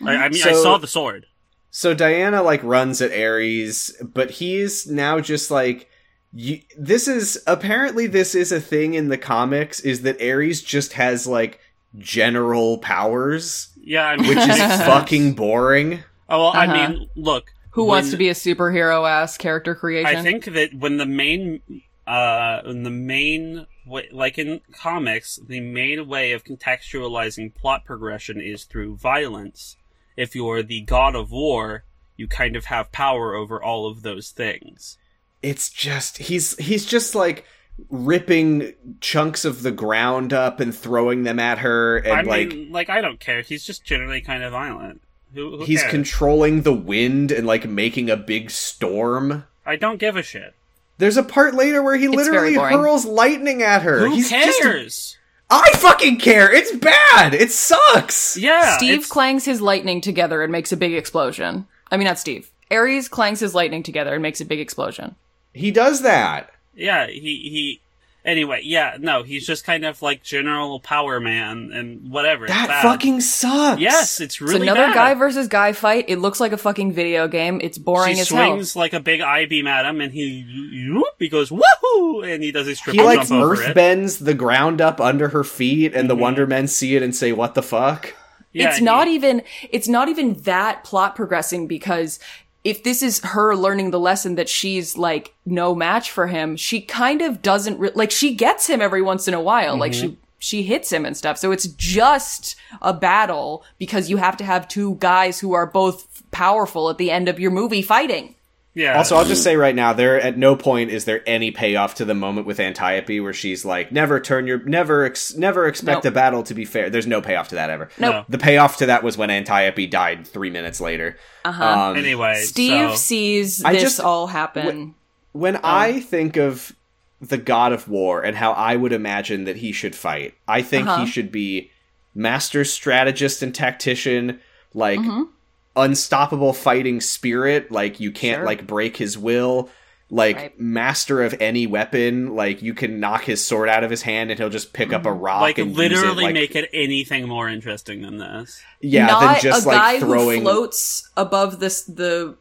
Speaker 1: I,
Speaker 3: Mm-hmm.
Speaker 1: I mean, I
Speaker 2: So-
Speaker 1: saw the sword.
Speaker 2: So Diana like runs at Ares, but he's now just like you, this is apparently this is a thing in the comics is that Ares just has like general powers,
Speaker 1: Yeah, I mean,
Speaker 2: which is
Speaker 1: it's-
Speaker 2: fucking boring.
Speaker 1: Oh, well, I
Speaker 3: Uh-huh.
Speaker 1: mean, look.
Speaker 3: Who wants
Speaker 1: when-
Speaker 3: to be a superhero ass character creation?
Speaker 1: I think that when the main, uh, when the main, way, like in comics, the main way of contextualizing plot progression is through violence. If you're the god of war, you kind of have power over all of those things.
Speaker 2: It's just he's he's just like ripping chunks of the ground up and throwing them at her and
Speaker 1: I
Speaker 2: like
Speaker 1: mean, like I don't care. He's just generally kind of violent. Who, who
Speaker 2: he's
Speaker 1: cares?
Speaker 2: controlling the wind and like making a big storm.
Speaker 1: I don't give a shit.
Speaker 2: There's a part later where he
Speaker 3: It's very
Speaker 2: literally
Speaker 3: boring.
Speaker 2: hurls lightning at her.
Speaker 1: Who
Speaker 2: he's just a
Speaker 1: cares?
Speaker 2: I fucking care. It's bad. It sucks.
Speaker 1: Yeah,
Speaker 3: Steve
Speaker 1: it's-
Speaker 3: clangs his lightning together and makes a big explosion. I mean, not Steve. Ares clangs his lightning together and makes a big explosion.
Speaker 2: He does that.
Speaker 1: Yeah, he he. Anyway, yeah, no, he's just kind of like general power man and whatever. It's
Speaker 2: That
Speaker 1: bad.
Speaker 2: fucking sucks.
Speaker 1: yes, it's really
Speaker 3: it's another
Speaker 1: bad.
Speaker 3: guy versus guy fight. It looks like a fucking video game. It's boring
Speaker 1: she
Speaker 3: as
Speaker 1: swings like a big I beam at him, and he whoop, he goes woohoo, and he does his
Speaker 2: He
Speaker 1: triple
Speaker 2: like
Speaker 1: jump over
Speaker 2: earth
Speaker 1: it.
Speaker 2: bends the ground up under her feet, and the
Speaker 1: Mhm.
Speaker 2: Wonder Men see it and say, "What the fuck?"
Speaker 1: Yeah,
Speaker 3: it's
Speaker 1: he-
Speaker 3: not even it's not even that plot progressing because if this is her learning the lesson that she's like no match for him, she kind of doesn't re- like she gets him every once in a while. Like
Speaker 1: Mm-hmm.
Speaker 3: she she hits him and stuff. So it's just a battle because you have to have two guys who are both powerful at the end of your movie fighting.
Speaker 1: Yeah.
Speaker 2: Also, I'll just say right now, there at no point is there any payoff to the moment with Antiope where she's like, "Never turn your, never, ex- never expect
Speaker 3: No.
Speaker 2: a battle to be fair." There's no payoff to that ever.
Speaker 1: no.
Speaker 2: The payoff to that was when Antiope died three minutes later.
Speaker 3: Uh-huh.
Speaker 2: Um,
Speaker 1: Anyway,
Speaker 3: Steve
Speaker 1: so-
Speaker 3: sees this
Speaker 2: I just-
Speaker 3: all happen.
Speaker 2: When
Speaker 3: Um,
Speaker 2: I think of the god of war and how I would imagine that he should fight, I think
Speaker 3: Uh-huh.
Speaker 2: he should be master strategist and tactician, like
Speaker 3: Mhm.
Speaker 2: unstoppable fighting spirit, like you can't
Speaker 3: Sure.
Speaker 2: like break his will, like
Speaker 3: Right.
Speaker 2: master of any weapon, like you can knock his sword out of his hand and he'll just pick
Speaker 3: Mm-hmm.
Speaker 2: up a rock
Speaker 1: like
Speaker 2: and use
Speaker 1: literally
Speaker 2: it, like,
Speaker 1: make it anything more interesting than this.
Speaker 2: yeah,
Speaker 3: Not
Speaker 2: than just
Speaker 3: a guy
Speaker 2: like throwing
Speaker 3: who floats above this the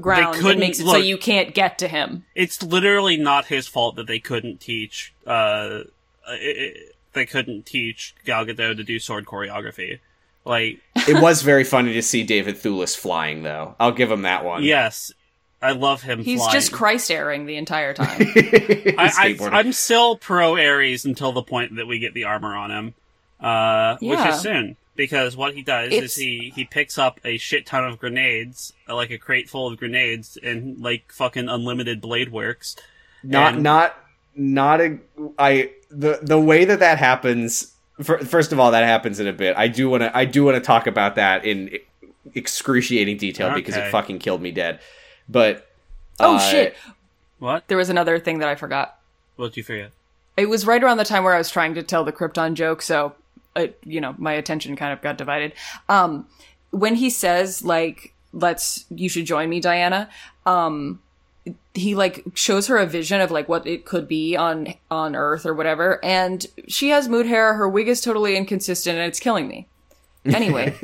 Speaker 3: ground that
Speaker 1: couldn't-
Speaker 3: makes it so
Speaker 1: look.
Speaker 3: you can't get to him.
Speaker 1: It's literally not his fault that they couldn't teach. Uh, it, it, they couldn't teach Gal Gadot to do sword choreography. Like
Speaker 2: it was very funny to see David Thewlis flying though. I'll give him that one.
Speaker 1: Yes, I love him.
Speaker 3: He's
Speaker 1: flying.
Speaker 3: just Christ airing the entire time.
Speaker 1: I,
Speaker 2: Skateboarding.
Speaker 1: I, I'm still pro Ares until the point that we get the armor on him, uh, which
Speaker 3: Yeah.
Speaker 1: is soon. Because what he does is
Speaker 3: It's-
Speaker 1: he he picks up a shit ton of grenades, uh, like a crate full of grenades, and like fucking unlimited blade works.
Speaker 2: not
Speaker 1: And-
Speaker 2: not not a i the the way that that happens fir- first of all that happens in a bit i do want to i do want to talk about that in e, excruciating detail because it
Speaker 1: Okay.
Speaker 2: fucking killed me dead but
Speaker 3: oh
Speaker 2: uh,
Speaker 3: shit.
Speaker 1: What?
Speaker 3: There was another thing that I forgot.
Speaker 1: What did you forget?
Speaker 3: It was right around the time where I was trying to tell the Krypton joke, so uh, you know, my attention kind of got divided. Um when he says like let's you should join me Diana, um he like shows her a vision of like what it could be on on earth or whatever and she has mood hair, her wig is totally inconsistent and it's killing me. Anyway,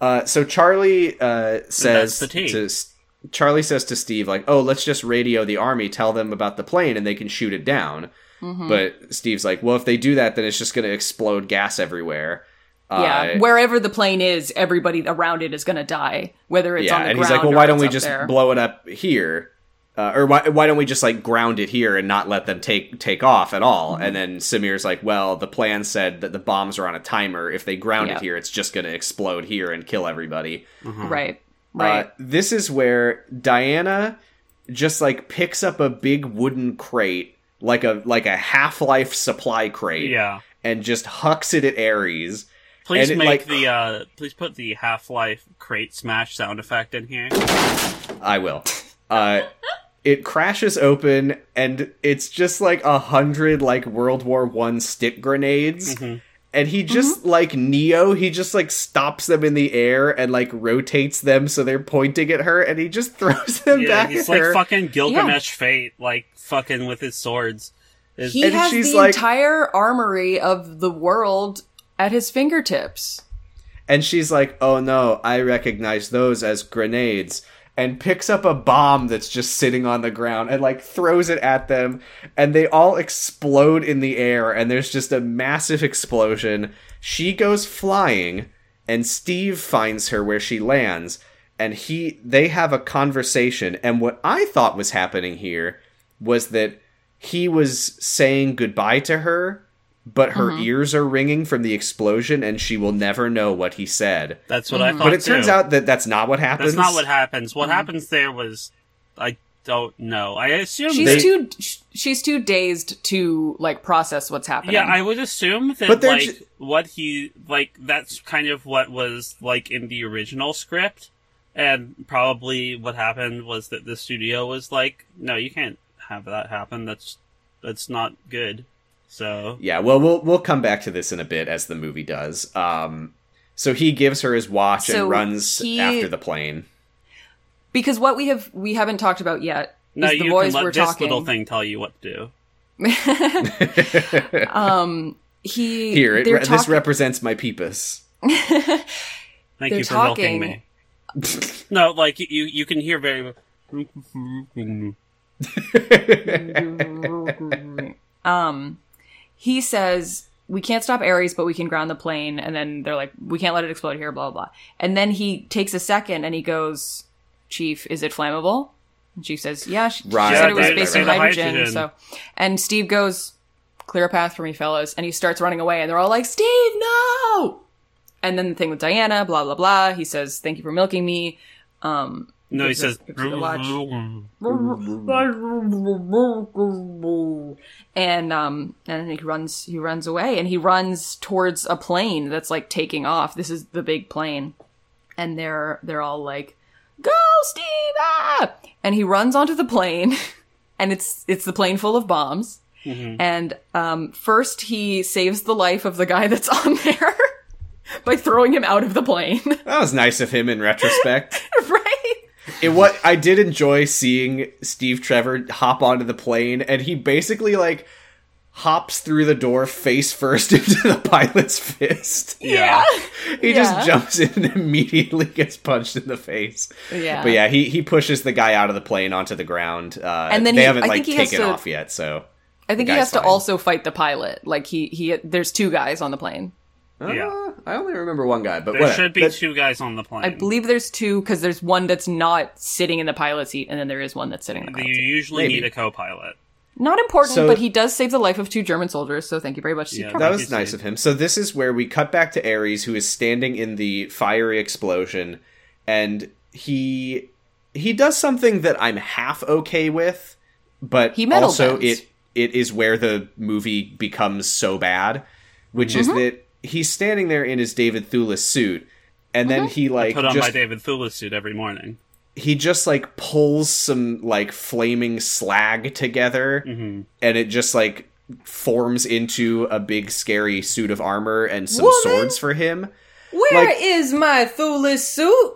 Speaker 2: uh so charlie uh says
Speaker 1: the tea.
Speaker 2: to S- charlie says to steve like oh let's just radio the army tell them about the plane and they can shoot it down but steve's like well if they do that then it's just going to explode gas everywhere
Speaker 3: Yeah,
Speaker 2: Uh,
Speaker 3: wherever the plane is, everybody around it is going to die, whether it's
Speaker 2: yeah,
Speaker 3: on the
Speaker 2: and
Speaker 3: ground.
Speaker 2: he's like, well,
Speaker 3: or
Speaker 2: why don't
Speaker 3: it's
Speaker 2: we
Speaker 3: up
Speaker 2: just
Speaker 3: there."
Speaker 2: blow it up here, uh, or why why don't we just like ground it here and not let them take take off at all?
Speaker 3: Mm-hmm.
Speaker 2: And then Samir's like, well, the plan said that the bombs are on a timer. If they ground
Speaker 3: Yeah.
Speaker 2: it here, it's just going to explode here and kill everybody.
Speaker 3: right, right?
Speaker 2: Uh, this is where Diana just like picks up a big wooden crate, like a like a Half Life supply crate,
Speaker 1: Yeah.
Speaker 2: and just hucks it at Ares.
Speaker 1: Please
Speaker 2: And it,
Speaker 1: make
Speaker 2: like-
Speaker 1: the uh, please put the Half Life crate smash sound effect in here.
Speaker 2: I will. Uh, it crashes open, and it's just like a hundred like World War One stick grenades,
Speaker 1: Mhm.
Speaker 2: and he just like Neo, he just like stops them in the air and like rotates them so they're pointing at her, and he just throws them
Speaker 1: Yeah,
Speaker 2: back
Speaker 1: he's
Speaker 2: at
Speaker 1: like
Speaker 2: her.
Speaker 1: fucking Gilgamesh Fate, like fucking with his swords. Is-
Speaker 3: He
Speaker 2: And
Speaker 3: has
Speaker 2: she's
Speaker 3: the
Speaker 2: like-
Speaker 3: entire armory of the world at his fingertips.
Speaker 2: and she's like, "Oh no, I recognize those as grenades." And picks up a bomb that's just sitting on the ground and like throws it at them, and they all explode in the air. And there's just a massive explosion. She goes flying, and Steve finds her where she lands, and he they have a conversation. And what I thought was happening here was that he was saying goodbye to her, but her
Speaker 3: Mm-hmm.
Speaker 2: ears are ringing from the explosion, and she will never know what he said.
Speaker 1: that's
Speaker 3: Mm-hmm.
Speaker 1: what I thought.
Speaker 2: But it turns
Speaker 1: too.
Speaker 2: out that that's not what happens.
Speaker 1: that's not what happens.
Speaker 2: Mm-hmm.
Speaker 1: What happens there was I don't know. I assume
Speaker 3: She's
Speaker 1: that-
Speaker 3: too sh- she's too dazed to like process what's happening.
Speaker 1: Yeah, I would assume that
Speaker 2: But they're
Speaker 1: like
Speaker 2: ju-
Speaker 1: what he like that's kind of what was like in the original script, and probably what happened was that the studio was like, "No, you can't have that happen. That's that's not good." So
Speaker 2: Yeah, well, we'll we'll come back to this in a bit as the movie does. Um, so he gives her his watch
Speaker 3: So
Speaker 2: and runs
Speaker 3: he-
Speaker 2: after the plane.
Speaker 3: because what we have we haven't talked about yet
Speaker 1: now
Speaker 3: is the
Speaker 1: you
Speaker 3: boys
Speaker 1: can let
Speaker 3: we're
Speaker 1: this little
Speaker 3: talking.
Speaker 1: thing tell you what to do.
Speaker 3: um, he
Speaker 2: Here, it
Speaker 3: they're
Speaker 2: re- this
Speaker 3: talking-
Speaker 2: represents my peepus.
Speaker 1: Thank
Speaker 3: They're
Speaker 1: you for
Speaker 3: talking-
Speaker 1: milking me. no, like you you can hear very. Well,
Speaker 3: um, he says we can't stop Ares, but we can ground the plane. And then they're like, we can't let it explode here, blah blah. blah. And then he takes a second and he goes, Chief, is it flammable? And Chief says, Yeah, she, she
Speaker 2: Right,
Speaker 3: said it was
Speaker 2: right, right,
Speaker 3: based
Speaker 2: right,
Speaker 3: on
Speaker 1: right.
Speaker 3: hydrogen,
Speaker 1: Hydrogen.
Speaker 3: So, and Steve goes, Clear a path for me, fellas. And he starts running away, and they're all like, Steve, no. And then the thing with Diana, blah blah blah. He says, "Thank you for milking me." Um,
Speaker 1: no, he
Speaker 3: Gives her-
Speaker 1: says.
Speaker 3: gives her the watch. and um and he runs he runs away and he runs towards a plane that's like taking off this is the big plane and they're they're all like go steve ah! and he runs onto the plane and it's it's the plane full of bombs and um first he saves the life of the guy that's on there by throwing him out of the plane
Speaker 2: That was nice of him in retrospect.
Speaker 3: right
Speaker 2: it what I did enjoy seeing Steve Trevor hop onto the plane, and he basically like hops through the door face first into the pilot's fist.
Speaker 1: Yeah.
Speaker 2: He
Speaker 3: Yeah.
Speaker 2: just jumps in and immediately gets punched in the face.
Speaker 3: Yeah.
Speaker 2: But yeah, he he pushes the guy out of the plane onto the ground. Uh, and then they
Speaker 3: he-
Speaker 2: haven't
Speaker 3: I
Speaker 2: like
Speaker 3: think he has
Speaker 2: taken
Speaker 3: to-
Speaker 2: off yet, so
Speaker 3: I think he
Speaker 2: guy's
Speaker 3: has to
Speaker 2: fine.
Speaker 3: also fight the pilot. Like he he there's two guys on the plane.
Speaker 1: Yeah.
Speaker 2: Uh, I only remember one guy, but
Speaker 1: There
Speaker 2: whatever.
Speaker 1: should be
Speaker 2: That-
Speaker 1: two guys on the plane.
Speaker 2: Mm-hmm.
Speaker 3: I believe there's two because there's one that's not sitting in the pilot seat, and then there is one that's sitting in the
Speaker 1: You
Speaker 3: pilot seat.
Speaker 1: usually
Speaker 2: Maybe.
Speaker 1: need a co-pilot.
Speaker 3: Not important,
Speaker 2: So-
Speaker 3: but he does save the life of two German soldiers. So thank you very much, Steve.
Speaker 1: Yeah,
Speaker 3: Trevor.
Speaker 2: That
Speaker 1: Like you
Speaker 2: was nice
Speaker 1: said.
Speaker 2: of him. So this is where we cut back to Ares, who is standing in the fiery explosion, and he he does something that I'm half okay with, but
Speaker 3: He metal
Speaker 2: also
Speaker 3: bends.
Speaker 2: it it is where the movie becomes so bad, which is that he's standing there in his David Thewlis suit, and then he like
Speaker 1: Put on
Speaker 2: just
Speaker 1: my David Thewlis suit every morning.
Speaker 2: he just like pulls some like flaming slag together
Speaker 1: hmm
Speaker 2: and it just like forms into a big scary suit of armor and some
Speaker 3: Woman?
Speaker 2: swords for him.
Speaker 3: Where
Speaker 2: Like-
Speaker 3: is my Thulis suit?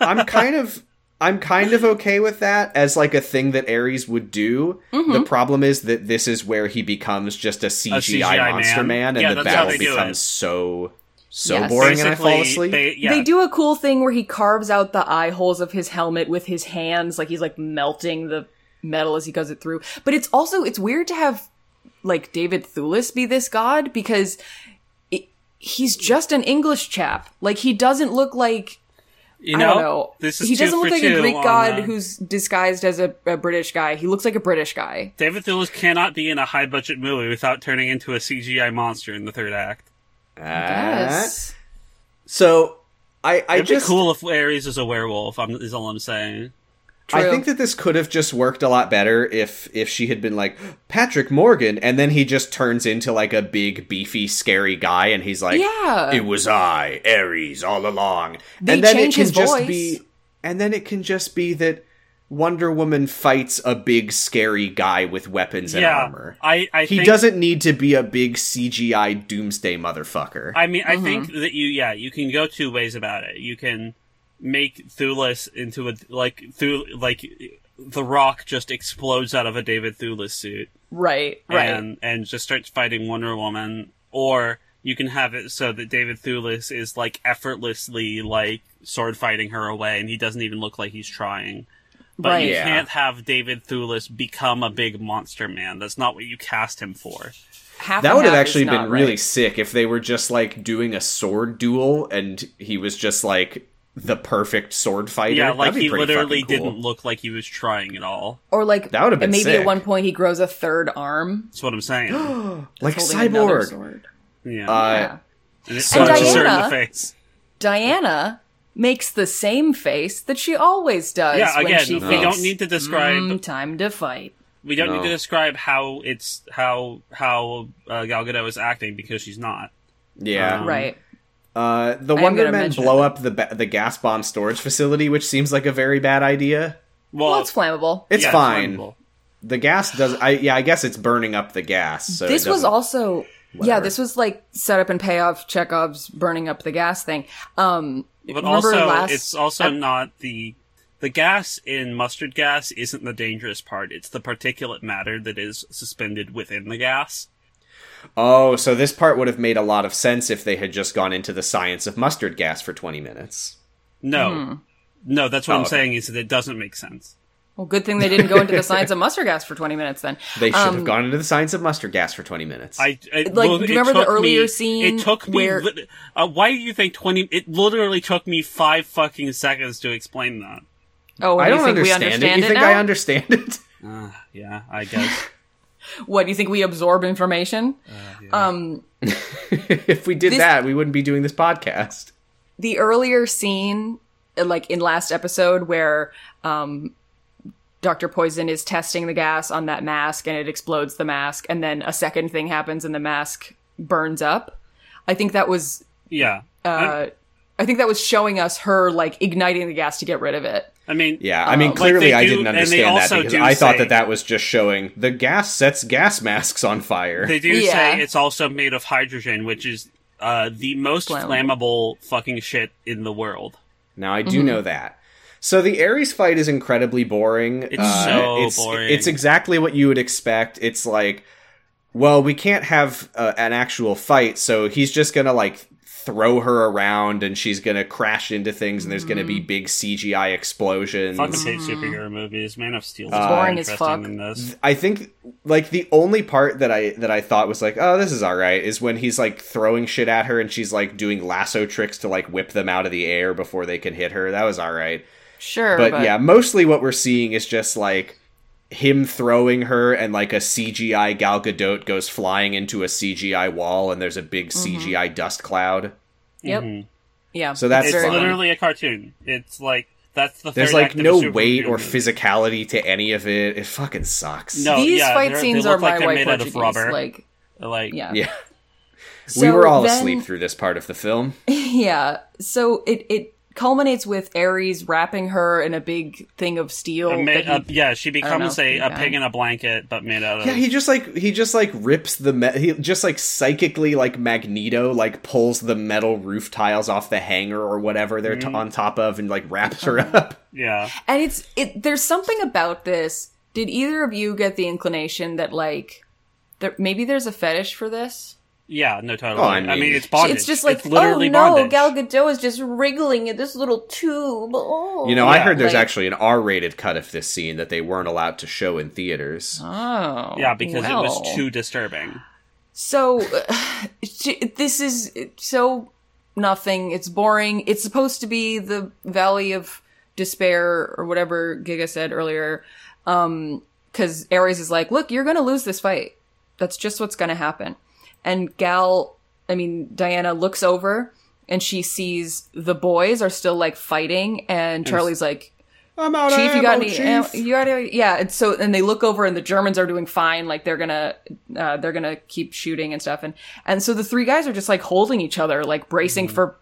Speaker 2: I'm kind of I'm kind of okay with that as like a thing that Ares would do.
Speaker 1: Mm-hmm.
Speaker 2: The problem is that this is where he becomes just a CGI,
Speaker 1: CGI
Speaker 2: monster man,
Speaker 1: man.
Speaker 2: and
Speaker 1: Yeah,
Speaker 2: the
Speaker 1: that's how
Speaker 2: battle
Speaker 1: they do
Speaker 2: becomes
Speaker 1: it.
Speaker 2: so so
Speaker 3: Yes.
Speaker 2: boring and I fall asleep.
Speaker 1: They, yeah,
Speaker 3: They do a cool thing where he carves out the eye holes of his helmet with his hands, like he's like melting the metal as he goes it through. But it's also it's weird to have like David Thewlis be this god because it, he's just an English chap. Like he doesn't look like
Speaker 1: you
Speaker 3: I don't know.
Speaker 1: This is
Speaker 3: he
Speaker 1: two
Speaker 3: doesn't look
Speaker 1: for
Speaker 3: like a
Speaker 1: two
Speaker 3: Greek
Speaker 1: on uh,
Speaker 3: god
Speaker 1: the-
Speaker 3: who's disguised as a, a British guy. He looks like a British guy.
Speaker 1: David Thewlis cannot be in a high budget movie without turning into a CGI monster in the third act.
Speaker 3: Yes.
Speaker 2: So I I
Speaker 1: It'd
Speaker 2: just
Speaker 1: be cool if Ares is a werewolf. I'm, is all I'm saying.
Speaker 2: I
Speaker 3: True.
Speaker 2: think that this could have just worked a lot better if if she had been like Patrick Morgan, and then he just turns into like a big, beefy, scary guy, and he's like,
Speaker 3: Yeah.
Speaker 2: it was I, Ares, all along."
Speaker 3: They
Speaker 2: and then
Speaker 3: change
Speaker 2: it can
Speaker 3: his
Speaker 2: just
Speaker 3: voice.
Speaker 2: be, and then it can just be that Wonder Woman fights a big scary guy with weapons and
Speaker 1: Yeah.
Speaker 2: armor.
Speaker 1: I, I
Speaker 2: He
Speaker 1: think,
Speaker 2: doesn't need to be a big CGI doomsday motherfucker.
Speaker 1: I mean, I
Speaker 3: Mhm.
Speaker 2: Mm-hmm.
Speaker 1: think that you, yeah, you can go two ways about it. You can make Thulis into a like Thul like the Rock just explodes out of a David Thulis suit,
Speaker 3: Right, right.
Speaker 1: and and just starts fighting Wonder Woman, or you can have it so that David Thulis is like effortlessly like sword fighting her away, and he doesn't even look like he's trying. But
Speaker 3: Right.
Speaker 1: you
Speaker 2: Yeah.
Speaker 1: can't have David Thulis become a big monster man. That's not what you cast him for.
Speaker 3: Half
Speaker 2: that
Speaker 3: and
Speaker 2: would have
Speaker 3: half is
Speaker 2: actually
Speaker 3: not
Speaker 2: been really
Speaker 3: right.
Speaker 2: sick if they were just like doing a sword duel and he was just like the perfect sword fighter.
Speaker 1: Yeah, like
Speaker 2: That'd be
Speaker 1: he
Speaker 2: pretty
Speaker 1: literally
Speaker 2: fucking cool.
Speaker 1: didn't look like he was trying at all.
Speaker 3: Or like
Speaker 2: That would've been
Speaker 3: maybe
Speaker 2: sick.
Speaker 3: at one point he grows a third arm,
Speaker 1: That's what I'm saying.
Speaker 2: like
Speaker 3: holding another
Speaker 2: cyborg.
Speaker 3: sword.
Speaker 1: yeah.
Speaker 2: Uh,
Speaker 3: Yeah.
Speaker 1: and it
Speaker 2: so-
Speaker 1: punches her in the
Speaker 3: Diana-
Speaker 1: face.
Speaker 3: Diana makes the same face that she always does
Speaker 1: Yeah,
Speaker 3: when
Speaker 1: again,
Speaker 3: she
Speaker 1: we
Speaker 3: thinks,
Speaker 1: don't need to describe
Speaker 3: "Mm, time to fight.
Speaker 1: we don't
Speaker 2: No.
Speaker 1: need to describe how it's how how uh, Gal Gadot is acting because she's not.
Speaker 2: yeah.
Speaker 1: Um,
Speaker 3: right.
Speaker 2: Uh, the
Speaker 3: I am
Speaker 2: Wonder
Speaker 3: gonna
Speaker 2: Men
Speaker 3: mention
Speaker 2: blow up the ba- the gas bomb storage facility, which seems like a very bad idea.
Speaker 1: Well,
Speaker 3: Well, it's flammable.
Speaker 2: It's
Speaker 1: yeah,
Speaker 2: fine.
Speaker 1: flammable.
Speaker 2: the gas does. I yeah. I guess it's burning up the gas. So
Speaker 3: this
Speaker 2: it
Speaker 3: was
Speaker 2: doesn't-
Speaker 3: also yeah,
Speaker 2: whatever.
Speaker 3: this was like setup and payoff Chekhov's burning up the gas thing. Um
Speaker 1: But
Speaker 3: remember
Speaker 1: also,
Speaker 3: last-
Speaker 1: it's also not the the gas in mustard gas isn't the dangerous part. It's the particulate matter that is suspended within the gas.
Speaker 2: Oh, so this part would have made a lot of sense if they had just gone into the science of mustard gas for twenty minutes.
Speaker 1: No,
Speaker 3: Hmm.
Speaker 1: no, that's what
Speaker 2: Oh,
Speaker 1: I'm
Speaker 2: okay.
Speaker 1: saying is that it doesn't make sense.
Speaker 3: well good thing they didn't go into the science of mustard gas for 20 minutes then.
Speaker 2: They should
Speaker 3: Um,
Speaker 2: have gone into the science of mustard gas for twenty minutes.
Speaker 1: I, I
Speaker 3: Like,
Speaker 1: well,
Speaker 3: do you
Speaker 1: it
Speaker 3: remember the
Speaker 1: took me-
Speaker 3: earlier scene
Speaker 1: It took me.
Speaker 3: where-
Speaker 1: lit- uh, why do you think twenty? It literally took me five fucking seconds to explain that.
Speaker 3: Oh,
Speaker 2: I
Speaker 3: do
Speaker 2: don't
Speaker 3: you think
Speaker 2: understand,
Speaker 3: we understand
Speaker 2: it. You think
Speaker 3: now?
Speaker 2: I understand it?
Speaker 1: Uh, yeah, I guess.
Speaker 3: what do you think we absorb information? Um
Speaker 2: if we did
Speaker 3: This-
Speaker 2: that, we wouldn't be doing this podcast.
Speaker 3: the earlier scene uh, like in last episode where um Dr. Poison is testing the gas on that mask and it explodes the mask and then a second thing happens and the mask burns up. I think that was
Speaker 1: yeah. Mm-hmm.
Speaker 3: uh I think that was showing us her like igniting the gas to get rid of it.
Speaker 1: I mean,
Speaker 2: Yeah, I mean,
Speaker 1: Oh, like
Speaker 2: clearly
Speaker 1: they
Speaker 2: I
Speaker 1: do-
Speaker 2: didn't
Speaker 1: and they
Speaker 2: understand that
Speaker 1: also
Speaker 2: because
Speaker 1: do
Speaker 2: I thought
Speaker 1: say-
Speaker 2: that that was just showing the gas sets gas masks on fire.
Speaker 1: They do
Speaker 3: Yeah.
Speaker 1: say it's also made of hydrogen, which is uh, the most
Speaker 3: Flammable.
Speaker 1: flammable fucking shit in the world.
Speaker 2: Now I do
Speaker 1: Mm-hmm.
Speaker 2: know that. So the Ares fight is incredibly boring. It's
Speaker 1: so boring.
Speaker 2: It's exactly what you would expect. It's like, well, we can't have uh, an actual fight, so he's just gonna like throw her around, and she's gonna crash into things, and there's gonna
Speaker 1: Mm-hmm.
Speaker 2: be big CGI explosions.
Speaker 1: Fucking hate superhero movies. Man of Steel is
Speaker 2: Uh,
Speaker 1: more
Speaker 3: Mm. boring as
Speaker 1: interesting
Speaker 3: fuck. Mm-hmm.
Speaker 1: than this.
Speaker 2: I think like the only part that I that I thought was like, oh, this is all right, is when he's like throwing shit at her and she's like doing lasso tricks to like whip them out of the air before they can hit her. That was all right.
Speaker 3: Sure,
Speaker 2: But, yeah, mostly what we're seeing is just like him throwing her and like a CGI Gal Gadot goes flying into a CGI wall and there's a big
Speaker 3: Mm-hmm.
Speaker 2: CGI dust cloud.
Speaker 3: Yep.
Speaker 2: Mm-hmm.
Speaker 1: Mhm.
Speaker 3: Yeah.
Speaker 2: So that's
Speaker 1: It's
Speaker 2: fun.
Speaker 1: literally a cartoon. It's like that's the.
Speaker 2: There's
Speaker 1: third
Speaker 2: like
Speaker 1: act of a
Speaker 2: no
Speaker 1: superhero
Speaker 2: weight or
Speaker 1: movie.
Speaker 2: physicality to any of it. It fucking sucks.
Speaker 1: No,
Speaker 3: These
Speaker 1: Oh, yeah,
Speaker 3: fight
Speaker 1: they're-
Speaker 3: scenes
Speaker 1: they
Speaker 3: are
Speaker 1: look
Speaker 3: my
Speaker 1: like they're
Speaker 3: white
Speaker 1: made out
Speaker 3: Portuguese
Speaker 1: of rubber.
Speaker 3: like
Speaker 1: like
Speaker 3: yeah.
Speaker 2: Yeah. we
Speaker 3: So
Speaker 2: were all
Speaker 3: then-
Speaker 2: asleep through this part of the film.
Speaker 3: Yeah. So it it culminates with Ares wrapping her in a big thing of steel.
Speaker 1: a ma-
Speaker 3: that he-
Speaker 1: a- yeah, she becomes
Speaker 3: know,
Speaker 1: a, a
Speaker 3: yeah.
Speaker 1: pig in a blanket, but made out of.
Speaker 2: Yeah, he just like he just like rips the me- he just like psychically like Magneto like pulls the metal roof tiles off the hangar or whatever they're
Speaker 3: Mm-hmm.
Speaker 2: t- on top of and like wraps her
Speaker 3: Uh-huh.
Speaker 2: up.
Speaker 1: yeah.
Speaker 3: And it's it there's something about this. Did either of you get the inclination that like there maybe there's a fetish for this?
Speaker 1: Yeah, no, totally.
Speaker 2: Oh, I
Speaker 1: I, mean,
Speaker 2: mean-
Speaker 1: it's bondage.
Speaker 3: It's just like
Speaker 1: literally
Speaker 3: oh no,
Speaker 1: bondage.
Speaker 3: Gal Gadot is just wriggling at this little tube. Oh.
Speaker 2: You know, I
Speaker 1: Yeah.
Speaker 2: heard there's
Speaker 3: Like-
Speaker 2: actually an R-rated cut of this scene that they weren't allowed to show in theaters.
Speaker 3: Oh.
Speaker 1: yeah, because it
Speaker 3: well.
Speaker 1: was too disturbing.
Speaker 3: So uh, j- this is so nothing. It's boring. It's supposed to be the Valley of Despair or whatever Giga said earlier. Um, cause Ares is like, look, you're gonna lose this fight. That's just what's gonna happen. And Gal, I mean, Diana looks over and she sees the boys are still like fighting and Charlie's like,
Speaker 2: I'm out.
Speaker 3: Chief,
Speaker 2: of
Speaker 3: you got
Speaker 2: ammo,
Speaker 3: any?
Speaker 2: Chief.
Speaker 3: am- you got any? Yeah. And so, and they look over, and the Germans are doing fine. Like they're gonna, uh, they're gonna keep shooting and stuff. And and so the three guys are just like holding each other, like bracing for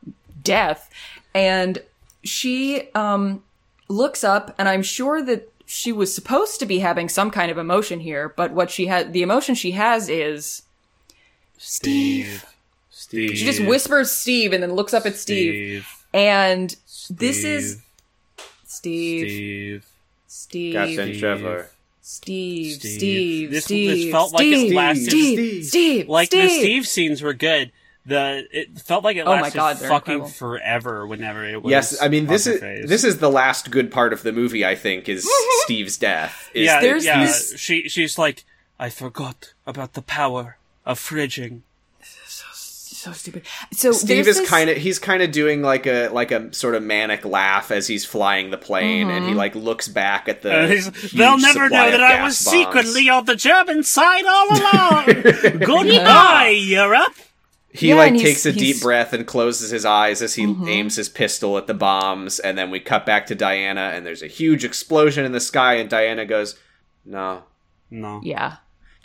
Speaker 3: death. And she um looks up, and I'm sure that she was supposed to be having some kind of emotion here, but what she had, the emotion she has is Steve.
Speaker 1: Steve.
Speaker 3: she just whispers Steve and then looks up at Steve. And This is- Steve,
Speaker 1: Steve.
Speaker 3: Steve,
Speaker 2: Captain
Speaker 3: Steve,
Speaker 2: Trevor.
Speaker 3: Steve,
Speaker 1: Steve.
Speaker 3: Steve,
Speaker 1: This- this
Speaker 3: Steve,
Speaker 1: felt like it
Speaker 3: Steve,
Speaker 1: lasted-
Speaker 3: Steve, Steve,
Speaker 1: Like the
Speaker 3: Steve.
Speaker 1: Steve scenes were good. The it felt like it
Speaker 3: Oh my
Speaker 1: lasted
Speaker 3: God, they're
Speaker 1: fucking
Speaker 3: incredible.
Speaker 1: forever. Whenever it was.
Speaker 2: Yes, I mean this
Speaker 1: on
Speaker 2: is
Speaker 1: her face.
Speaker 2: this is the last good part of the movie. I think is Steve's death. Is
Speaker 1: yeah,
Speaker 3: there's
Speaker 1: yeah.
Speaker 3: this-
Speaker 1: She she's like, I forgot about the power of fridging.
Speaker 3: So stupid. So
Speaker 2: Steve
Speaker 3: there's
Speaker 2: is
Speaker 3: this-
Speaker 2: kind of he's kind of doing like a like a sort of manic laugh as he's flying the plane, and
Speaker 3: Mm-hmm.
Speaker 2: he like looks back at the.
Speaker 1: Uh, he's-
Speaker 2: huge
Speaker 1: They'll never
Speaker 2: supply
Speaker 1: know
Speaker 2: of
Speaker 1: that I
Speaker 2: gas
Speaker 1: was
Speaker 2: bombs."
Speaker 1: secretly on the German side all along. Goodbye, Europe.
Speaker 2: He
Speaker 3: Yeah,
Speaker 2: like
Speaker 3: and he's-
Speaker 2: takes a deep
Speaker 3: he's- Mm-hmm.
Speaker 2: breath and closes his eyes as he aims his pistol at the bombs, and then we cut back to Diana, and there's a huge explosion in the sky, and Diana goes, "No,
Speaker 1: No.
Speaker 3: Yeah.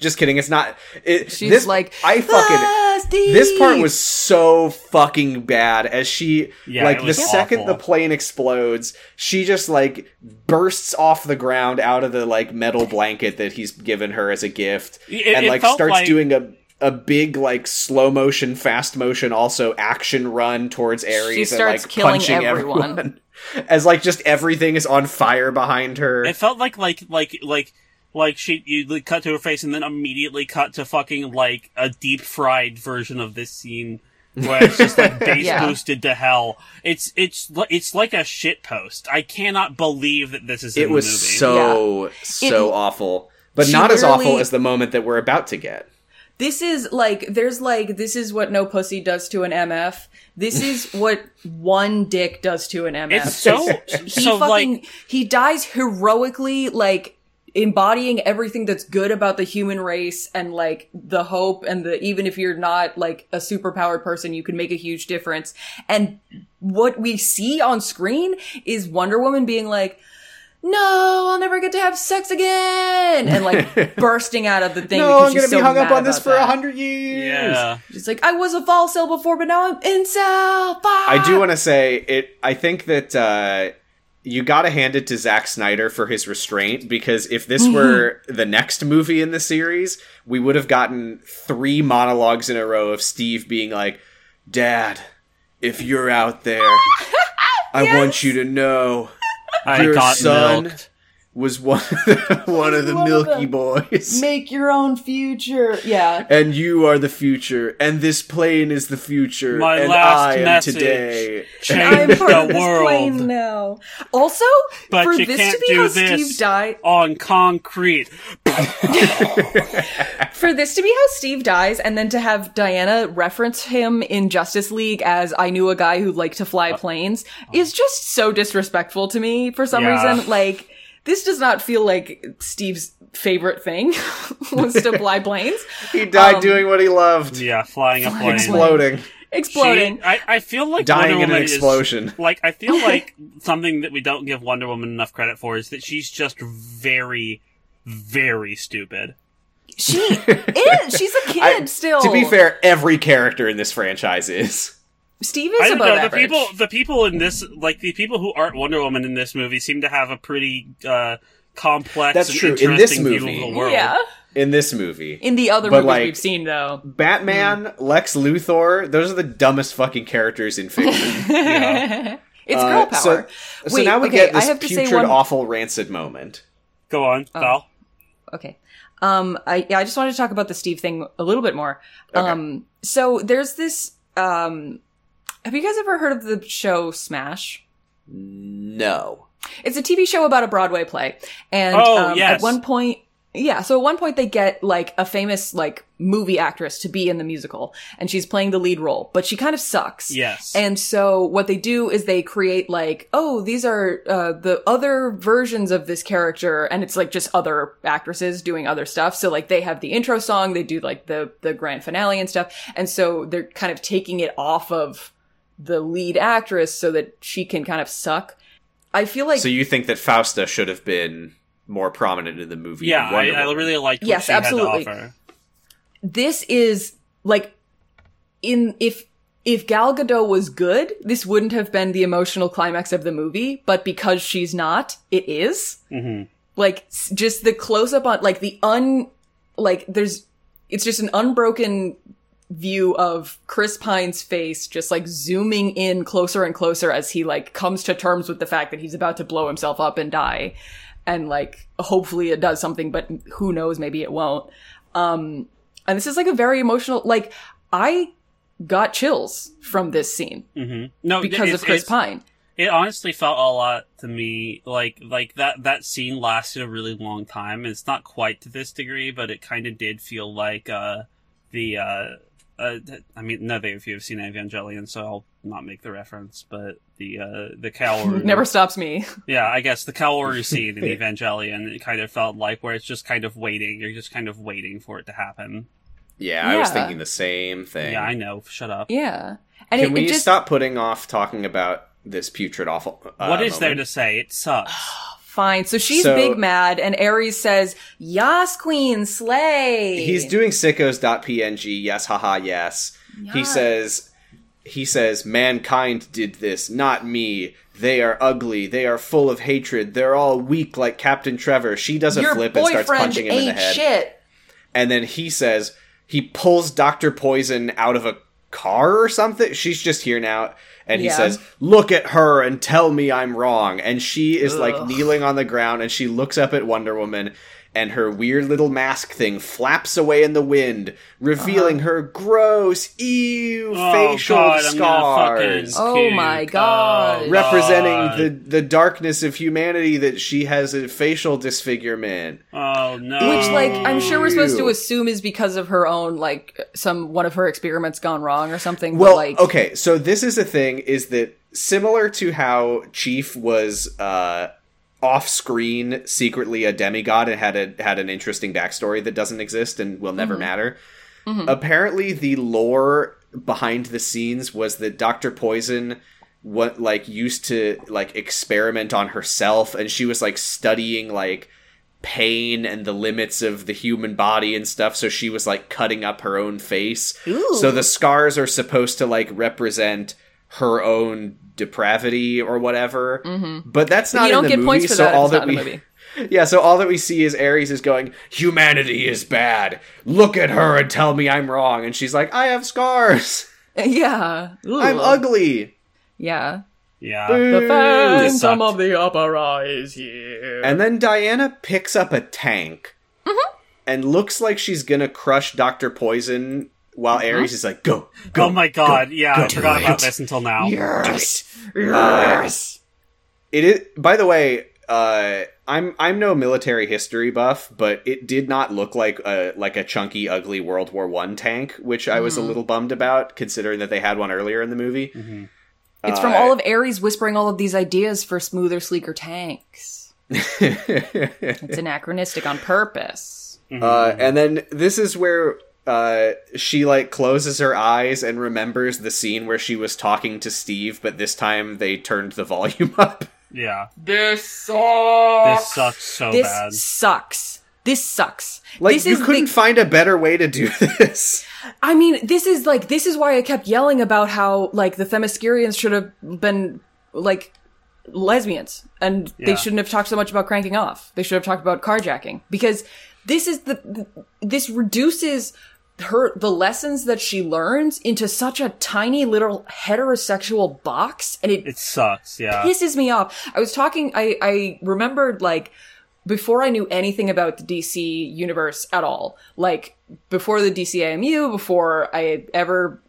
Speaker 2: just kidding. It's not." It,
Speaker 3: She's
Speaker 2: this,
Speaker 3: like,
Speaker 2: "I fucking."
Speaker 3: "Ah, Steve!"
Speaker 2: This part was so fucking bad as she
Speaker 1: Yeah,
Speaker 2: like
Speaker 1: it
Speaker 2: the
Speaker 1: was
Speaker 2: second
Speaker 1: awful.
Speaker 2: the plane explodes, she just like bursts off the ground out of the like metal blanket that he's given her as a gift
Speaker 1: It-
Speaker 2: and
Speaker 1: it
Speaker 2: like
Speaker 1: felt
Speaker 2: starts
Speaker 1: like-
Speaker 2: doing a a big like slow motion, fast motion, also action run towards Ares.
Speaker 3: starts
Speaker 2: and, like,
Speaker 3: killing
Speaker 2: punching
Speaker 3: everyone.
Speaker 2: as like just everything is on fire behind her.
Speaker 1: It felt like like like like like she you like, cut to her face and then immediately cut to fucking like a deep fried version of this scene where it's just like base
Speaker 3: Yeah.
Speaker 1: boosted to hell. It's it's li- it's like a shit post. I cannot believe that this is in
Speaker 2: it was
Speaker 1: the movie.
Speaker 2: so so
Speaker 3: It-
Speaker 2: awful, but
Speaker 3: She
Speaker 2: not as awful
Speaker 3: literally-
Speaker 2: as the moment that we're about to get.
Speaker 3: This is like there's like this is what no pussy does to an MF. This is what one dick does to an MF.
Speaker 1: it's so
Speaker 3: he
Speaker 1: so
Speaker 3: fucking
Speaker 1: like
Speaker 3: he dies heroically like embodying everything that's good about the human race and like the hope and the even if you're not like a superpowered person you can make a huge difference and what we see on screen is wonder woman being like no i'll never get to have sex again and like bursting out of the thing
Speaker 2: No,
Speaker 3: because
Speaker 2: I'm gonna
Speaker 3: she's
Speaker 2: be
Speaker 3: so
Speaker 2: hung up
Speaker 3: mad
Speaker 2: on this
Speaker 3: about
Speaker 2: for
Speaker 3: that.
Speaker 2: a hundred years.
Speaker 1: yeah.
Speaker 3: she's like i was a fall cell before but now i'm incel Fuck.
Speaker 2: I do want to say it. I think that uh, you got to hand it to Zack Snyder for his restraint because if this were the next movie in the series, we would have gotten three monologues in a row of Steve being like, "Dad, if you're out there, I want you to know
Speaker 1: I
Speaker 2: Your
Speaker 1: got
Speaker 2: son-
Speaker 1: milked.
Speaker 2: was one one of the
Speaker 3: One of
Speaker 2: Milky
Speaker 3: the-
Speaker 2: Boys."
Speaker 3: make your own future yeah
Speaker 2: and you are the future, and this plane is the future,
Speaker 1: My
Speaker 2: and
Speaker 1: last
Speaker 2: I am
Speaker 1: message.
Speaker 2: today.
Speaker 1: Change the world
Speaker 3: now. Also,
Speaker 1: But
Speaker 3: for
Speaker 1: you
Speaker 3: this
Speaker 1: can't
Speaker 3: to be
Speaker 1: do
Speaker 3: how
Speaker 1: this.
Speaker 3: Steve died,
Speaker 1: on concrete.
Speaker 3: for this to be how Steve dies, and then to have Diana reference him in Justice League as "I knew a guy who liked to fly
Speaker 1: Uh,
Speaker 3: planes" is just so disrespectful to me for some
Speaker 1: Yeah.
Speaker 3: reason. Like. This does not feel like Steve's favorite thing was to fly planes.
Speaker 2: He died
Speaker 3: Um,
Speaker 2: doing what he loved.
Speaker 1: Yeah, flying a plane.
Speaker 2: Exploding.
Speaker 3: Exploding.
Speaker 1: She- I, I feel like
Speaker 2: Dying
Speaker 1: Wonder
Speaker 2: in an
Speaker 1: Woman
Speaker 2: explosion.
Speaker 1: Is, like I feel like something that we don't give Wonder Woman enough credit for is that she's just very, very stupid.
Speaker 3: She, is. She's a kid
Speaker 2: I-
Speaker 3: still.
Speaker 2: To be fair, every character in this franchise is.
Speaker 3: Steve
Speaker 1: I
Speaker 3: is
Speaker 1: don't
Speaker 3: above
Speaker 1: know.
Speaker 3: average.
Speaker 1: The people, the people in this, like the people who aren't Wonder Woman in this movie, seem to have a pretty uh, complex.
Speaker 2: That's
Speaker 1: and
Speaker 2: true.
Speaker 1: Interesting
Speaker 2: In this
Speaker 1: view
Speaker 2: movie-
Speaker 1: of the world.
Speaker 3: Yeah.
Speaker 2: In this movie,
Speaker 3: In Hmm. the other
Speaker 2: But,
Speaker 3: movies
Speaker 2: like,
Speaker 3: we've seen, though,
Speaker 2: Batman, Lex Luthor, those are the dumbest fucking characters in fiction.
Speaker 3: it's girl
Speaker 2: Uh, so-
Speaker 3: power.
Speaker 2: So,
Speaker 3: Wait,
Speaker 2: now we
Speaker 3: okay,
Speaker 2: get this
Speaker 3: I have to say
Speaker 2: putrid,
Speaker 3: one-
Speaker 2: awful, rancid moment.
Speaker 1: Go on,
Speaker 3: Oh.
Speaker 1: Val.
Speaker 3: Okay. Um, I yeah, I just wanted to talk about the Steve thing a little bit more. Um, so there's this. Um, have you guys ever heard of the show Smash?
Speaker 2: No.
Speaker 3: It's a TV show about a Broadway play, and
Speaker 1: Oh,
Speaker 3: um,
Speaker 1: yes.
Speaker 3: at one point, yeah. So at one point, they get like a famous like movie actress to be in the musical, and she's playing the lead role, but she kind of sucks.
Speaker 1: Yes.
Speaker 3: And so what they do is they create like, oh, these are uh, the other versions of this character, and it's like just other actresses doing other stuff. So like they have the intro song, they do like the the grand finale and stuff, and so they're kind of taking it off of the lead actress so that she can kind of suck. I feel like
Speaker 2: So you think that Fausta should have been more prominent in the movie?
Speaker 1: yeah,
Speaker 2: than Wonder
Speaker 1: I, I
Speaker 2: Woman?
Speaker 1: really liked what
Speaker 3: Yes,
Speaker 1: she had
Speaker 3: absolutely.
Speaker 1: to offer.
Speaker 3: this is like in if if Gal Gadot was good, this wouldn't have been the emotional climax of the movie, but because she's not, it is.
Speaker 1: Mhm.
Speaker 3: like s- just the close up on like the un like there's it's just an unbroken view of Chris Pine's face just like zooming in closer and closer as he like comes to terms with the fact that he's about to blow himself up and die and like hopefully it does something but who knows maybe it won't um and this is like a very emotional like I got chills from this scene
Speaker 1: hmm No,
Speaker 3: because
Speaker 1: it's-
Speaker 3: of Chris
Speaker 1: it's-
Speaker 3: Pine
Speaker 1: It honestly felt a lot to me like like that that scene lasted a really long time. and It's not quite to this degree, but it kind of did feel like uh the uh, uh th- I mean neither of you have seen Evangelion, so I'll not make the reference, but the uh the Kaoru
Speaker 3: never stops me
Speaker 1: yeah, I guess the Kaoru scene in Evangelion it kind of felt like where it's just kind of waiting. You're just kind of waiting for it to happen.
Speaker 2: Yeah, I was
Speaker 3: Yeah.
Speaker 2: thinking the same thing.
Speaker 1: Yeah, I know. Shut up.
Speaker 3: Yeah. And
Speaker 2: Can
Speaker 3: it,
Speaker 2: we
Speaker 3: it just
Speaker 2: stop putting off talking about this putrid awful? Uh,
Speaker 1: what is there
Speaker 2: moment?
Speaker 1: to say? It sucks.
Speaker 3: fine. So she's
Speaker 2: So-
Speaker 3: big mad and Ares says, Yas Queen, slay.
Speaker 2: He's doing sickos.png. Yes, haha, yes. He
Speaker 3: Yes.
Speaker 2: says, he says, mankind did this, not me. They are ugly. They are full of hatred. They're all weak, like Captain Trevor. She does a
Speaker 3: Your
Speaker 2: flip and
Speaker 3: boyfriend
Speaker 2: starts punching him
Speaker 3: ain't
Speaker 2: in the head.
Speaker 3: shit.
Speaker 2: And then he says, he pulls Doctor Poison out of a car or something. She's just here now, and he
Speaker 3: Yeah.
Speaker 2: says, "Look at her and tell me I'm wrong." And she is like
Speaker 3: Ugh.
Speaker 2: kneeling on the ground, and she looks up at Wonder Woman. And her weird little mask thing flaps away in the wind, revealing her gross, ew,
Speaker 1: Uh-huh. Oh,
Speaker 2: facial
Speaker 1: God, I'm gonna fucking
Speaker 2: scars
Speaker 3: Oh my
Speaker 1: puke.
Speaker 3: God.
Speaker 1: Oh,
Speaker 2: representing
Speaker 1: God.
Speaker 2: the, the darkness of humanity that she has a facial disfigurement.
Speaker 1: Oh no.
Speaker 3: Which, like, I'm sure we're supposed to
Speaker 2: Ew.
Speaker 3: assume is because of her own, like, some one of her experiments gone wrong or something.
Speaker 2: Well,
Speaker 3: but, like,
Speaker 2: okay, so this is the thing is that similar to how Chief was uh off screen secretly a demigod and had a had an interesting backstory that doesn't exist and will
Speaker 3: Mm-hmm.
Speaker 2: never matter. Apparently the lore behind the scenes was that Dr. Poison what like used to like experiment on herself and she was like studying like pain and the limits of the human body and stuff so she was like cutting up her own face so the scars are supposed to like represent her own depravity or whatever but that's not
Speaker 3: Mm-hmm. you
Speaker 2: in
Speaker 3: don't
Speaker 2: the
Speaker 3: get
Speaker 2: movie
Speaker 3: points for
Speaker 2: so
Speaker 3: that. if
Speaker 2: all
Speaker 3: it's
Speaker 2: that
Speaker 3: not
Speaker 2: we
Speaker 3: in the movie.
Speaker 2: yeah so all that we see is ares is going humanity is bad look at her and tell me i'm wrong and she's like i have scars
Speaker 3: Yeah.
Speaker 2: i'm
Speaker 3: Ooh.
Speaker 2: ugly
Speaker 3: Yeah.
Speaker 1: Yeah.
Speaker 3: The
Speaker 2: Boo."
Speaker 1: This
Speaker 3: Phantom
Speaker 1: sucked.
Speaker 3: of the Opera is here.
Speaker 2: And then Diana picks up a tank and looks like she's gonna crush Doctor Poison, while Ares is like, "Go, go!"
Speaker 1: oh my god, yeah, I
Speaker 2: do
Speaker 1: forgot about
Speaker 2: it.
Speaker 1: this until now.
Speaker 2: Yes, yes. It is. By the way, uh, I'm I'm no military history buff, but it did not look like a like a chunky, ugly World War One tank, which I was a little bummed about, considering that they had one earlier in the movie.
Speaker 1: Mhm.
Speaker 3: it's from all of Ares whispering all of these ideas for smoother, sleeker tanks.
Speaker 2: of.
Speaker 3: It's anachronistic on purpose.
Speaker 1: Mhm.
Speaker 3: Mm.
Speaker 2: Uh, and then this is where uh, she like closes her eyes and remembers the scene where she was talking to Steve, but this time they turned the volume up.
Speaker 1: yeah.
Speaker 3: This sucks.
Speaker 1: This sucks so
Speaker 3: this
Speaker 1: bad.
Speaker 3: sucks. This sucks.
Speaker 2: Like
Speaker 3: this
Speaker 2: you
Speaker 3: is the-
Speaker 2: couldn't find a better way to do this.
Speaker 3: I mean, this is like this is why I kept yelling about how like the Themyscirians should have been like lesbians and
Speaker 1: Yeah.
Speaker 3: they shouldn't have talked so much about cranking off. They should have talked about carjacking because this is the this reduces her the lessons that she learns into such a tiny little heterosexual box and it
Speaker 1: It sucks, yeah.
Speaker 3: pisses me off. I was talking, I, I remembered like before I knew anything about the DC universe at all, like before the DCAMU, before I ever,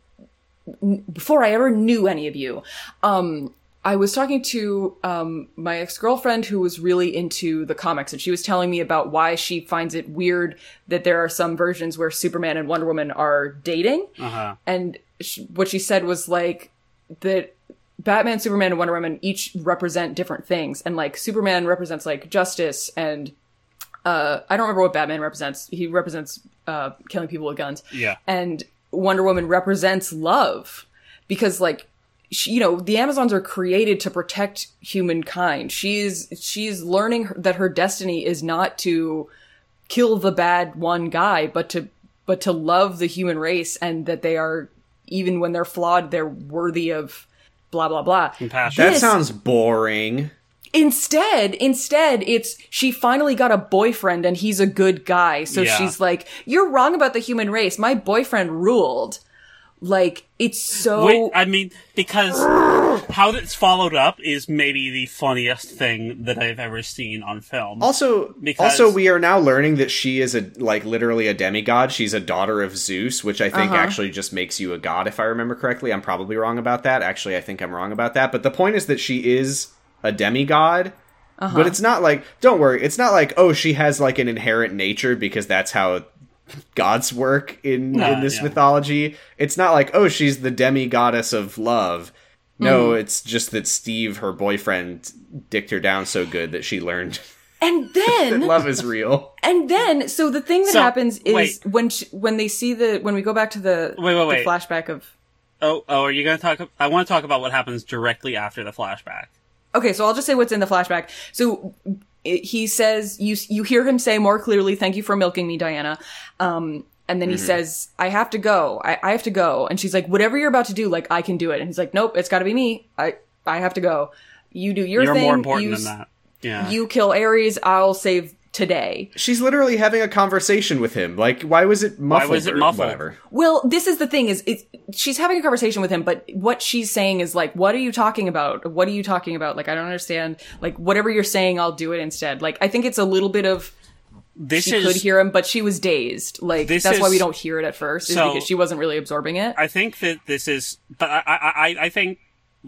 Speaker 3: before I ever knew any of you, um, I was talking to um, my ex girlfriend who was really into the comics, and she was telling me about why she finds it weird that there are some versions where Superman and Wonder Woman are dating
Speaker 1: Uh-huh.
Speaker 3: and sh what she said was like that Batman, Superman, and Wonder Woman each represent different things, and like Superman represents like justice, and uh, I don't remember what Batman represents. He represents uh, killing people with guns,
Speaker 1: Yeah.
Speaker 3: and Wonder Woman represents love because like she, you know the Amazons are created to protect humankind. She's she's learning her- that her destiny is not to kill the bad one guy, but to but to love the human race and that they are even when they're flawed, they're worthy of blah blah blah.
Speaker 1: Compassion.
Speaker 2: That
Speaker 3: Yes.
Speaker 2: sounds boring.
Speaker 3: Instead, instead, it's she finally got a boyfriend and he's a good guy. So
Speaker 1: Yeah.
Speaker 3: she's like, "You're wrong about the human race. My boyfriend ruled." Like it's so
Speaker 1: Wait, I mean, because how that's followed up is maybe the funniest thing that I've ever seen on film.
Speaker 2: Also,
Speaker 1: Because-
Speaker 2: also, we are now learning that she is a like literally a demigod. She's a daughter of Zeus, which I think actually just makes you a god, if I remember correctly. I'm probably wrong about that. Actually, I think I'm wrong about that. But the point is that she is a demigod. But it's not like don't worry, it's not like oh she has like an inherent nature because that's how gods work in
Speaker 1: No,
Speaker 2: in this
Speaker 1: yeah.
Speaker 2: mythology. It's not like oh she's the demigoddess of love. No, it's just that Steve, her boyfriend, dicked her down so good that she learned
Speaker 3: And then
Speaker 2: love is real.
Speaker 3: And then, so the thing that
Speaker 1: So,
Speaker 3: happens is
Speaker 1: wait.
Speaker 3: when she, when they see the when we go back to the
Speaker 1: Wait, wait,
Speaker 3: the
Speaker 1: wait.
Speaker 3: flashback of.
Speaker 1: oh, oh, are you going to talk? I want to talk about what happens directly after the flashback.
Speaker 3: Okay, so I'll just say what's in the flashback. So it, he says you you hear him say more clearly, "Thank you for milking me, Diana." Um, and then he
Speaker 1: Mm-hmm.
Speaker 3: says, "I have to go. I, I have to go." And she's like, "Whatever you're about to do, like I can do it." And he's like, "Nope, it's got to be me. I I have to go. You do your
Speaker 1: You're
Speaker 3: thing.
Speaker 1: more important
Speaker 3: you,
Speaker 1: than that. Yeah.
Speaker 3: You kill Ares. I'll save today."
Speaker 2: She's literally having a conversation with him. Like, why was it muffled?
Speaker 1: was it
Speaker 2: or
Speaker 1: muffled?
Speaker 2: Whatever.
Speaker 3: Well, this is the thing is it's, she's having a conversation with him, but what she's saying is like, what are you talking about? What are you talking about? Like, I don't understand. Like, whatever you're saying, I'll do it instead. Like, I think it's a little bit of
Speaker 1: this
Speaker 3: she
Speaker 1: is.
Speaker 3: could hear him, but she was dazed. Like,
Speaker 1: This
Speaker 3: that's why
Speaker 1: is-
Speaker 3: we don't hear it at first is
Speaker 1: So-
Speaker 3: because she wasn't really absorbing it.
Speaker 1: I think that this is, but I, I, I, I think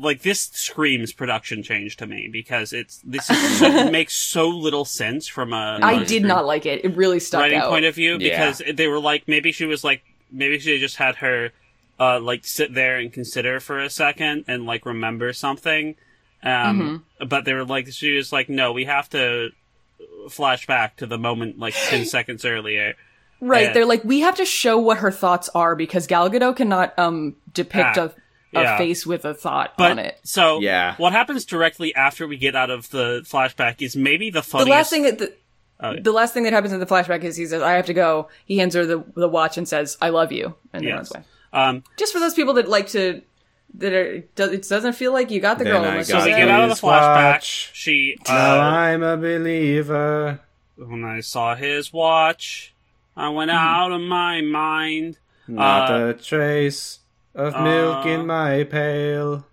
Speaker 1: like this screams production change to me because it's this is so, makes so little sense from a
Speaker 3: I,
Speaker 1: a
Speaker 3: did not like it. It really stuck
Speaker 1: writing
Speaker 3: out.
Speaker 1: point of view
Speaker 2: Yeah.
Speaker 1: because they were like maybe she was like maybe she just had her uh like sit there and consider for a second and like remember something um
Speaker 3: Mm-hmm.
Speaker 1: but they were like she was like no we have to flash back to the moment like 10 seconds earlier
Speaker 3: right.
Speaker 1: Yeah.
Speaker 3: They're like, we have to show what her thoughts are because Gal Gadot cannot, um, depict
Speaker 1: Ah,
Speaker 3: a, a
Speaker 1: yeah.
Speaker 3: face with a thought
Speaker 1: but
Speaker 3: on it.
Speaker 1: so
Speaker 2: Yeah.
Speaker 1: what happens directly after we get out of the flashback is maybe the
Speaker 3: the
Speaker 1: funniest
Speaker 3: last thing that the,
Speaker 1: Oh, yeah.
Speaker 3: the last thing that happens in the flashback is he says, "I have to go." He hands her the the watch and says, "I love you," and then
Speaker 1: Yes.
Speaker 3: runs away.
Speaker 1: um
Speaker 3: Just for those people that like to that are does, it doesn't feel like you got the
Speaker 2: Then
Speaker 3: girl.
Speaker 2: I
Speaker 3: unless
Speaker 2: got
Speaker 1: so
Speaker 3: you
Speaker 1: we
Speaker 2: Uh,
Speaker 1: get
Speaker 3: say-
Speaker 1: out of
Speaker 2: his
Speaker 1: the flashback
Speaker 2: watch.
Speaker 1: she
Speaker 2: now
Speaker 1: uh,
Speaker 2: I'm a believer.
Speaker 1: when I saw his watch, I went
Speaker 3: Hmm.
Speaker 1: out of my mind.
Speaker 2: Not
Speaker 1: Uh,
Speaker 2: a trace of milk in my pail.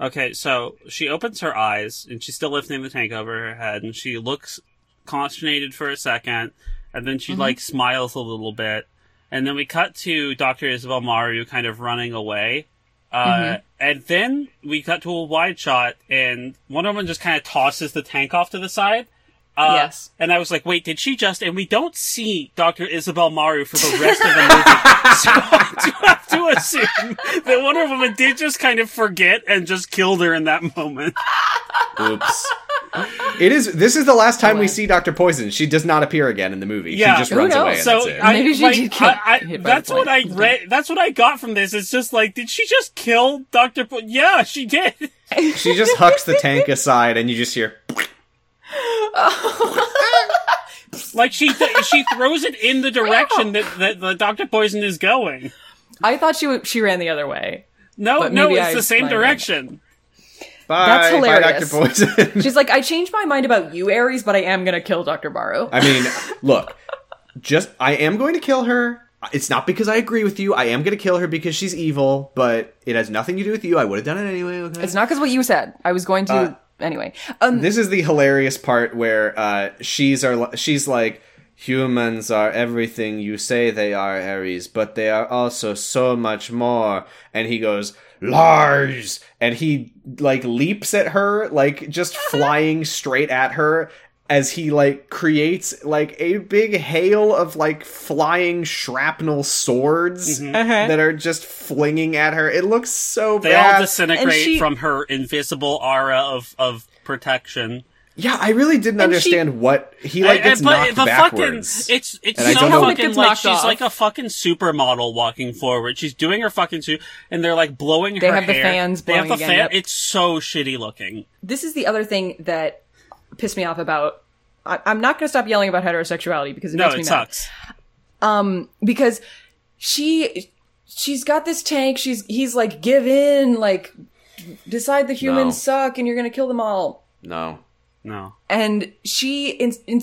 Speaker 1: Okay, so she opens her eyes and she's still lifting the tank over her head and she looks consternated for a second and then she like smiles a little bit. And then we cut to Dr. Isabel Maru kind of running away. Uh, And then we cut to a wide shot and Wonder Woman just kind of tosses the tank off to the side. Uh,
Speaker 3: Yes.
Speaker 1: And I was like, wait, did she just? And we don't see Dr. Isabel Maru for the rest of the movie. so I do have to assume that Wonder Woman did just kind of forget and just killed her in that moment.
Speaker 2: Oops. it is. This is the last time we
Speaker 3: Away.
Speaker 2: see Doctor Poison. She does not appear again in the movie.
Speaker 1: Yeah.
Speaker 2: She just
Speaker 1: Who
Speaker 2: runs
Speaker 3: knows?
Speaker 2: away. And
Speaker 1: So
Speaker 2: that's it.
Speaker 1: I,
Speaker 3: Maybe she
Speaker 1: like,
Speaker 3: did get
Speaker 1: I, I,
Speaker 3: hit by the
Speaker 1: that's what I
Speaker 3: plane.
Speaker 1: read. That's what I got from this. It's just like, did she just kill Doctor? Po- yeah, she did.
Speaker 2: she just hucks the tank aside, and you just hear.
Speaker 1: Like she th- she throws it in the direction that that the Doctor Poison is going.
Speaker 3: I thought she w- she ran the other way.
Speaker 1: No,
Speaker 3: But
Speaker 1: no,
Speaker 3: maybe
Speaker 1: it's
Speaker 3: I
Speaker 1: the same
Speaker 3: might have.
Speaker 1: direction.
Speaker 2: Bye,
Speaker 3: That's hilarious.
Speaker 2: Bye, Doctor Poison.
Speaker 3: She's like, "I changed my mind about you, Aries, but I am gonna kill Doctor Baru."
Speaker 2: I mean, look, just I am going to kill her. It's not because I agree with you. I am going to kill her because she's evil, but it has nothing to do with you. I would have done it anyway. Okay.
Speaker 3: it's not because what you said. I was going to
Speaker 2: Uh,
Speaker 3: anyway. Um,
Speaker 2: this is the hilarious part where uh, she's are she's like humans are everything you say they are, Ares, but they are also so much more. And he goes Lars, and he like leaps at her, like just flying straight at her. As he like creates like a big hail of like flying shrapnel swords that are just flinging at her, it looks so
Speaker 1: Uh-huh. They
Speaker 2: bad.
Speaker 1: all disintegrate
Speaker 3: she-
Speaker 1: from her invisible aura of of protection.
Speaker 2: Yeah, I really didn't
Speaker 3: And she-
Speaker 2: understand what he like gets
Speaker 1: And- but
Speaker 2: knocked
Speaker 1: the
Speaker 2: backwards.
Speaker 1: fucking it's it's
Speaker 2: And I
Speaker 1: so
Speaker 2: don't know-
Speaker 1: fucking
Speaker 3: Gets
Speaker 1: like
Speaker 3: knocked
Speaker 1: she's
Speaker 3: off.
Speaker 1: like a fucking supermodel walking forward. She's doing her fucking suit, and they're like blowing
Speaker 3: They
Speaker 1: her
Speaker 3: have the
Speaker 1: hair.
Speaker 3: fans
Speaker 1: They have
Speaker 3: blowing
Speaker 1: the
Speaker 3: again, yep.
Speaker 1: It's so shitty looking.
Speaker 3: this is the other thing that pissed me off about. I, I'm not going to stop yelling about heterosexuality because it
Speaker 1: No,
Speaker 3: makes me
Speaker 1: it
Speaker 3: mad.
Speaker 1: sucks.
Speaker 3: because she she's got this tank she's he's like give in like decide the humans
Speaker 2: No.
Speaker 3: suck and you're gonna kill them all
Speaker 2: No.
Speaker 1: No.
Speaker 3: and she in, in,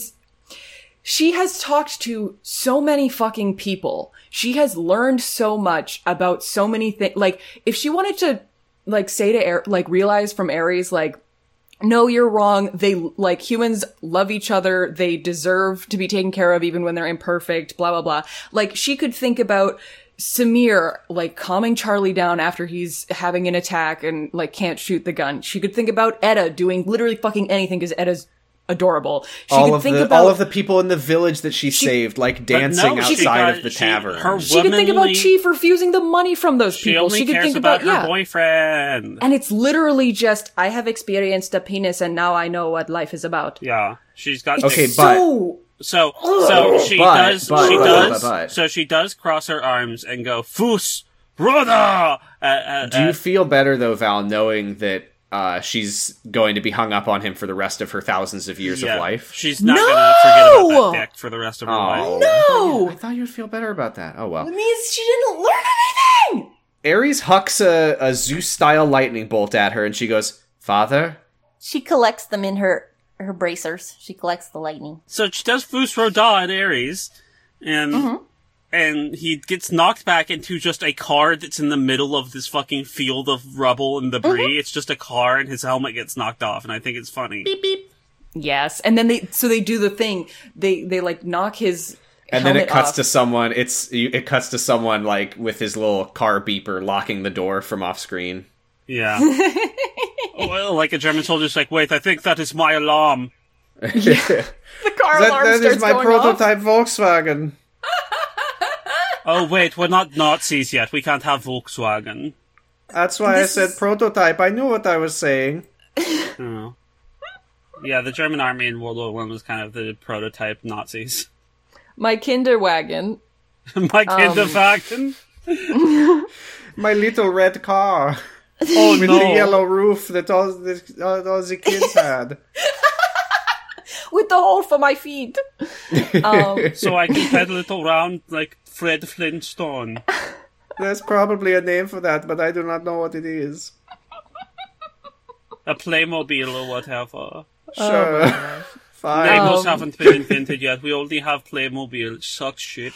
Speaker 3: she has talked to so many fucking people. She has learned so much about so many things. Like if she wanted to like say to Air, like realize from Aries like no you're wrong they like humans love each other they deserve to be taken care of even when they're imperfect blah blah blah like she could think about Samir like calming Charlie down after he's having an attack and like can't shoot the gun. She could think about Etta doing literally fucking anything because Etta's adorable. She
Speaker 2: all
Speaker 3: could
Speaker 2: of
Speaker 3: think
Speaker 2: the
Speaker 3: about
Speaker 2: all of the people in the village that she, saved, like
Speaker 1: But
Speaker 2: dancing
Speaker 1: no, she
Speaker 2: outside
Speaker 1: got-
Speaker 2: of the
Speaker 1: she-
Speaker 2: tavern.
Speaker 1: her
Speaker 3: she could think about
Speaker 1: womanly-
Speaker 3: Chief refusing the money from those
Speaker 1: She
Speaker 3: people.
Speaker 1: only
Speaker 3: She could
Speaker 1: cares
Speaker 3: think
Speaker 1: about,
Speaker 3: about,
Speaker 1: her
Speaker 3: yeah.
Speaker 1: boyfriend.
Speaker 3: And it's literally just I have experienced a penis and now I know what life is about.
Speaker 1: yeah, she's got
Speaker 3: It's
Speaker 2: Okay,
Speaker 1: dick.
Speaker 2: but-
Speaker 3: so
Speaker 1: so so she
Speaker 2: But-
Speaker 1: does
Speaker 2: but-
Speaker 1: she
Speaker 2: but-
Speaker 1: does
Speaker 2: but- but-
Speaker 1: so she does cross her arms and go foos brother. Uh, uh,
Speaker 2: Do you
Speaker 1: uh,
Speaker 2: feel better though, Val, knowing that uh, she's going to be hung up on him for the rest of her thousands of years
Speaker 1: yeah.
Speaker 2: of life?
Speaker 1: She's not
Speaker 3: No!
Speaker 1: gonna forget about that dick for the rest of her life.
Speaker 2: No,
Speaker 3: No!
Speaker 2: I thought you'd feel better about that. Oh well.
Speaker 3: it means she didn't learn anything.
Speaker 2: Ares hucks a, a Zeus style lightning bolt at her, and she goes, "Father."
Speaker 4: She collects them in her her bracers. She collects the lightning.
Speaker 1: So she does foos roda at Ares, and. And he gets knocked back into just a car that's in the middle of this fucking field of rubble and debris. It's just a car, and his helmet gets knocked off, and I think it's funny.
Speaker 3: Yes, and then they so they do the thing. They they like knock his
Speaker 2: And then it
Speaker 3: helmet
Speaker 2: cuts
Speaker 3: off.
Speaker 2: to someone. It's you- it cuts to someone like with his little car beeper locking the door from off screen.
Speaker 1: Yeah. well, like a German soldier's like, wait, I think that is my alarm.
Speaker 3: the car alarm starts going off.
Speaker 2: Volkswagen.
Speaker 1: Oh, wait, we're not Nazis yet. We can't have Volkswagen.
Speaker 2: That's why
Speaker 3: This is-
Speaker 2: prototype. I knew what I was saying.
Speaker 1: Oh. Yeah, the German army in World War One was kind of the prototype Nazis.
Speaker 3: My Kinder wagon.
Speaker 1: my Kinderwagen?
Speaker 2: My little red car
Speaker 1: oh, no.
Speaker 2: roof that all the, all, all the kids had.
Speaker 3: with the hole for my feet. Um,
Speaker 1: So I can pedal it around like Fred Flintstone.
Speaker 2: There's probably a name for that, but I do not know what it is.
Speaker 1: A Playmobil or whatever.
Speaker 3: Oh
Speaker 2: Sure. Fine.
Speaker 1: Legos
Speaker 3: Um.
Speaker 1: haven't been invented yet. We only have Playmobil. Sucks shit.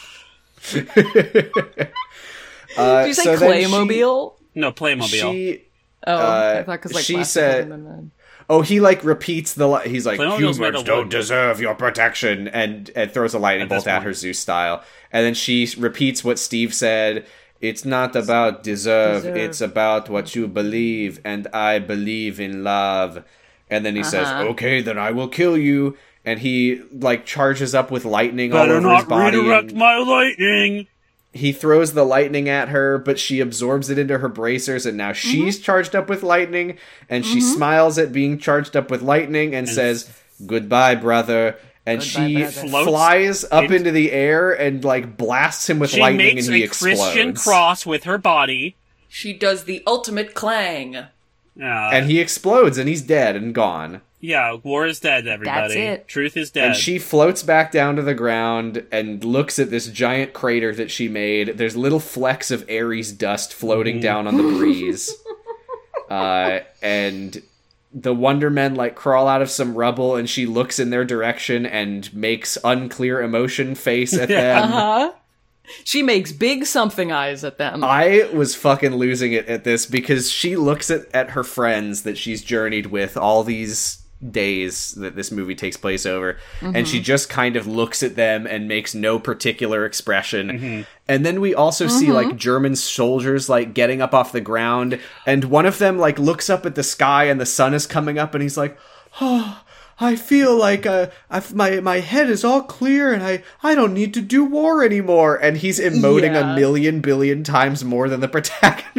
Speaker 2: Uh,
Speaker 3: did you say
Speaker 2: so then she-
Speaker 3: claymobile?
Speaker 1: No, Playmobil.
Speaker 2: She,
Speaker 3: oh,
Speaker 2: uh,
Speaker 3: I thought because like
Speaker 2: she
Speaker 3: plastic
Speaker 2: said-
Speaker 3: and then-
Speaker 2: oh, he like repeats the. Li- he's like,
Speaker 1: Playmobil's
Speaker 2: humans
Speaker 1: made of
Speaker 2: don't
Speaker 1: wood."
Speaker 2: deserve your protection, and, and throws a lightning
Speaker 1: At this
Speaker 2: bolt at
Speaker 1: point.
Speaker 2: her Zeus style, and then she repeats what Steve said. It's not about deserve,
Speaker 3: Deserve.
Speaker 2: It's about what you believe, and I believe in love. And then he says,
Speaker 3: Uh-huh.
Speaker 2: "Okay, then I will kill you." And he like charges up with lightning all
Speaker 1: Better
Speaker 2: over his
Speaker 1: not
Speaker 2: body.
Speaker 1: redirect
Speaker 2: and-
Speaker 1: my lightning.
Speaker 2: he throws the lightning at her, but she absorbs it into her bracers, and now she's charged up with lightning, and she smiles at being charged up with lightning and, says, Goodbye, brother. And she
Speaker 3: brother.
Speaker 1: Floats
Speaker 2: flies up
Speaker 1: in-
Speaker 2: into the air and like blasts him with
Speaker 1: She
Speaker 2: lightning,
Speaker 1: makes
Speaker 2: and he
Speaker 1: a Christian
Speaker 2: explodes.
Speaker 1: cross with her body.
Speaker 3: she does the ultimate clang.
Speaker 1: Yeah,
Speaker 2: and he explodes, and he's dead and gone.
Speaker 1: Uh, yeah, war is dead, everybody.
Speaker 4: That's it.
Speaker 1: Truth is dead.
Speaker 2: And she floats back down to the ground and looks at this giant crater that she made. There's little flecks of Ares dust floating down on the breeze. uh, and the Wonder Men like crawl out of some rubble and she looks in their direction and makes unclear emotion face at them.
Speaker 3: Huh? She makes big something eyes at them.
Speaker 2: I was fucking losing it at this because she looks at, at her friends that she's journeyed with all these days that this movie takes place over and she just kind of looks at them and makes no particular expression and then we also see like german soldiers like getting up off the ground and one of them like looks up at the sky and the sun is coming up and he's like oh i feel like uh, I've, my my head is all clear and i i don't need to do war anymore and he's emoting a
Speaker 3: Yeah.
Speaker 2: million billion times more than the protagonist.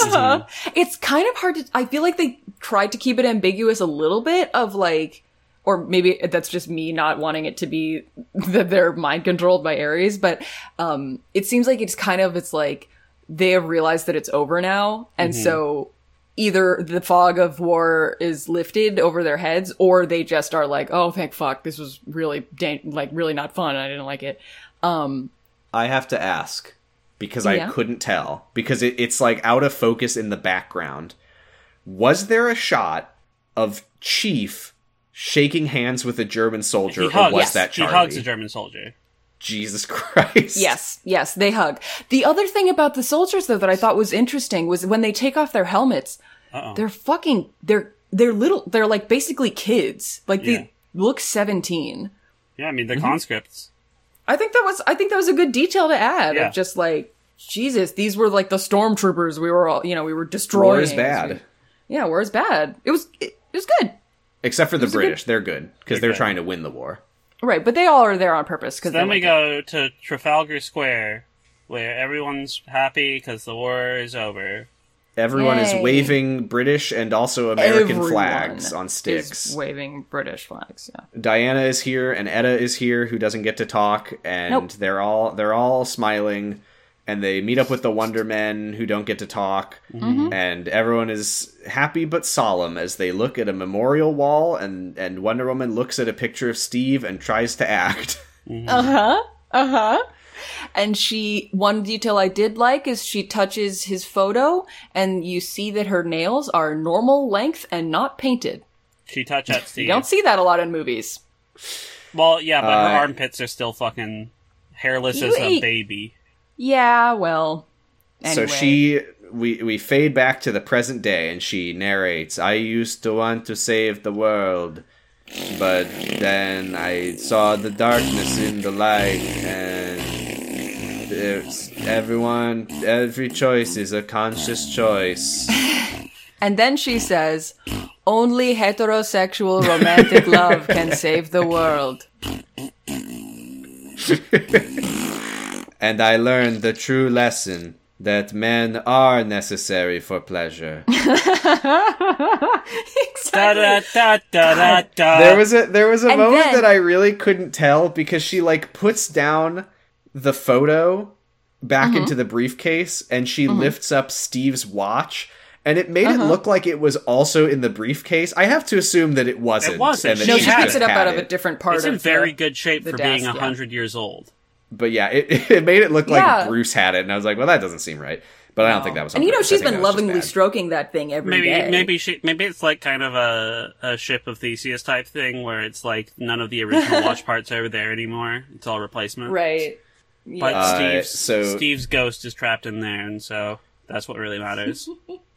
Speaker 3: Uh-huh. It's kind of hard to. I feel like they tried to keep it ambiguous a little bit of like, or maybe that's just me not wanting it to be that they're mind controlled by Aries. But um, it seems like it's kind of it's like they have realized that it's over now, and so either the fog of war is lifted over their heads, or they just are like, oh thank fuck, this was really dan- like really not fun. I didn't like it. Um,
Speaker 2: I have to ask because I
Speaker 3: Yeah.
Speaker 2: couldn't tell because it, it's like out of focus in the background. Was there a shot of chief shaking hands with a German soldier,
Speaker 1: he
Speaker 2: or
Speaker 1: hugs.
Speaker 2: was
Speaker 3: Yes,
Speaker 2: that
Speaker 1: he
Speaker 2: Charlie?
Speaker 1: hugs a German soldier.
Speaker 2: Jesus Christ!
Speaker 3: Yes, yes, they hug. The other thing about the soldiers though that I thought was interesting was when they take off their helmets,
Speaker 1: Uh oh.
Speaker 3: they're fucking they're they're little they're like basically kids. Like they
Speaker 1: Yeah.
Speaker 3: look 17.
Speaker 1: Yeah, I mean they're
Speaker 2: Mm-hmm.
Speaker 1: conscripts.
Speaker 3: I think that was I think that was a good detail to add
Speaker 1: Yeah.
Speaker 3: of just like Jesus, these were like the stormtroopers we were all, you know, we were destroying.
Speaker 2: war is bad,
Speaker 3: Yeah, war is bad. It was it, it was good.
Speaker 2: except for the
Speaker 3: It's a good-
Speaker 2: British. They're good because they're
Speaker 1: Exactly.
Speaker 2: trying to win the war.
Speaker 3: Right, but they all are there on purpose cuz
Speaker 1: Then we go to Trafalgar Square, where everyone's happy because the war is over.
Speaker 2: Everyone
Speaker 4: Yay.
Speaker 2: is waving British and also American flags on sticks.
Speaker 3: waving British flags, yeah.
Speaker 2: Diana is here and Etta is here who doesn't get to talk and
Speaker 3: Nope.
Speaker 2: they're all they're all smiling and they meet up with the Wonder Men who don't get to talk and everyone is happy but solemn as they look at a memorial wall and and Wonder Woman looks at a picture of Steve and tries to act.
Speaker 3: Uh huh. Uh huh. And she, one detail I did like is she touches his photo and you see that her nails are normal length and not painted.
Speaker 1: She touch up Steve.
Speaker 3: You don't see that a lot in movies.
Speaker 1: Well, yeah, but
Speaker 2: Uh,
Speaker 1: her armpits are still fucking hairless
Speaker 3: You
Speaker 1: as a
Speaker 3: ate-
Speaker 1: baby.
Speaker 3: Yeah, well.
Speaker 2: So
Speaker 3: Anyway.
Speaker 2: she we we fade back to the present day and she narrates, I used to want to save the world, but then I saw the darkness in the light and there's everyone every choice is a conscious choice.
Speaker 3: And then she says, only heterosexual romantic love can save the world.
Speaker 2: and I learned the true lesson that men are necessary for pleasure.
Speaker 1: Da da da da da da.
Speaker 2: there was a there was a
Speaker 3: Uh, And
Speaker 2: moment
Speaker 3: then-
Speaker 2: that I really couldn't tell because she like puts down the photo back
Speaker 3: Mm-hmm.
Speaker 2: into the briefcase and she lifts up Steve's watch and it made
Speaker 3: Uh-huh.
Speaker 2: it look like it was also in the briefcase. I have to assume that it wasn't.
Speaker 1: wasn't.
Speaker 2: and that
Speaker 1: No,
Speaker 3: No,
Speaker 1: she
Speaker 3: she
Speaker 1: had
Speaker 3: picks
Speaker 2: just
Speaker 3: it up
Speaker 2: had
Speaker 3: out of a different part
Speaker 1: It's
Speaker 3: of
Speaker 1: in very
Speaker 3: the-
Speaker 1: good shape
Speaker 3: the
Speaker 1: for
Speaker 3: desk,
Speaker 1: being a
Speaker 3: yeah.
Speaker 1: hundred years old.
Speaker 2: But yeah, it, it made it look like
Speaker 3: Yeah.
Speaker 2: Bruce had it, and I was like, well, that doesn't seem right. But I don't think that was. on
Speaker 3: And you know,
Speaker 2: purpose. I
Speaker 3: she's
Speaker 2: think
Speaker 3: been
Speaker 2: that was just
Speaker 3: lovingly
Speaker 2: bad.
Speaker 3: stroking that thing every
Speaker 1: Maybe
Speaker 3: day.
Speaker 1: maybe she maybe it's like kind of a a ship of Theseus type thing where it's like none of the original watch parts are there anymore. It's all replacement.
Speaker 3: Right. Yeah.
Speaker 1: But
Speaker 2: Uh,
Speaker 1: Steve's
Speaker 2: so-
Speaker 1: Steve's ghost is trapped in there, and so that's what really matters.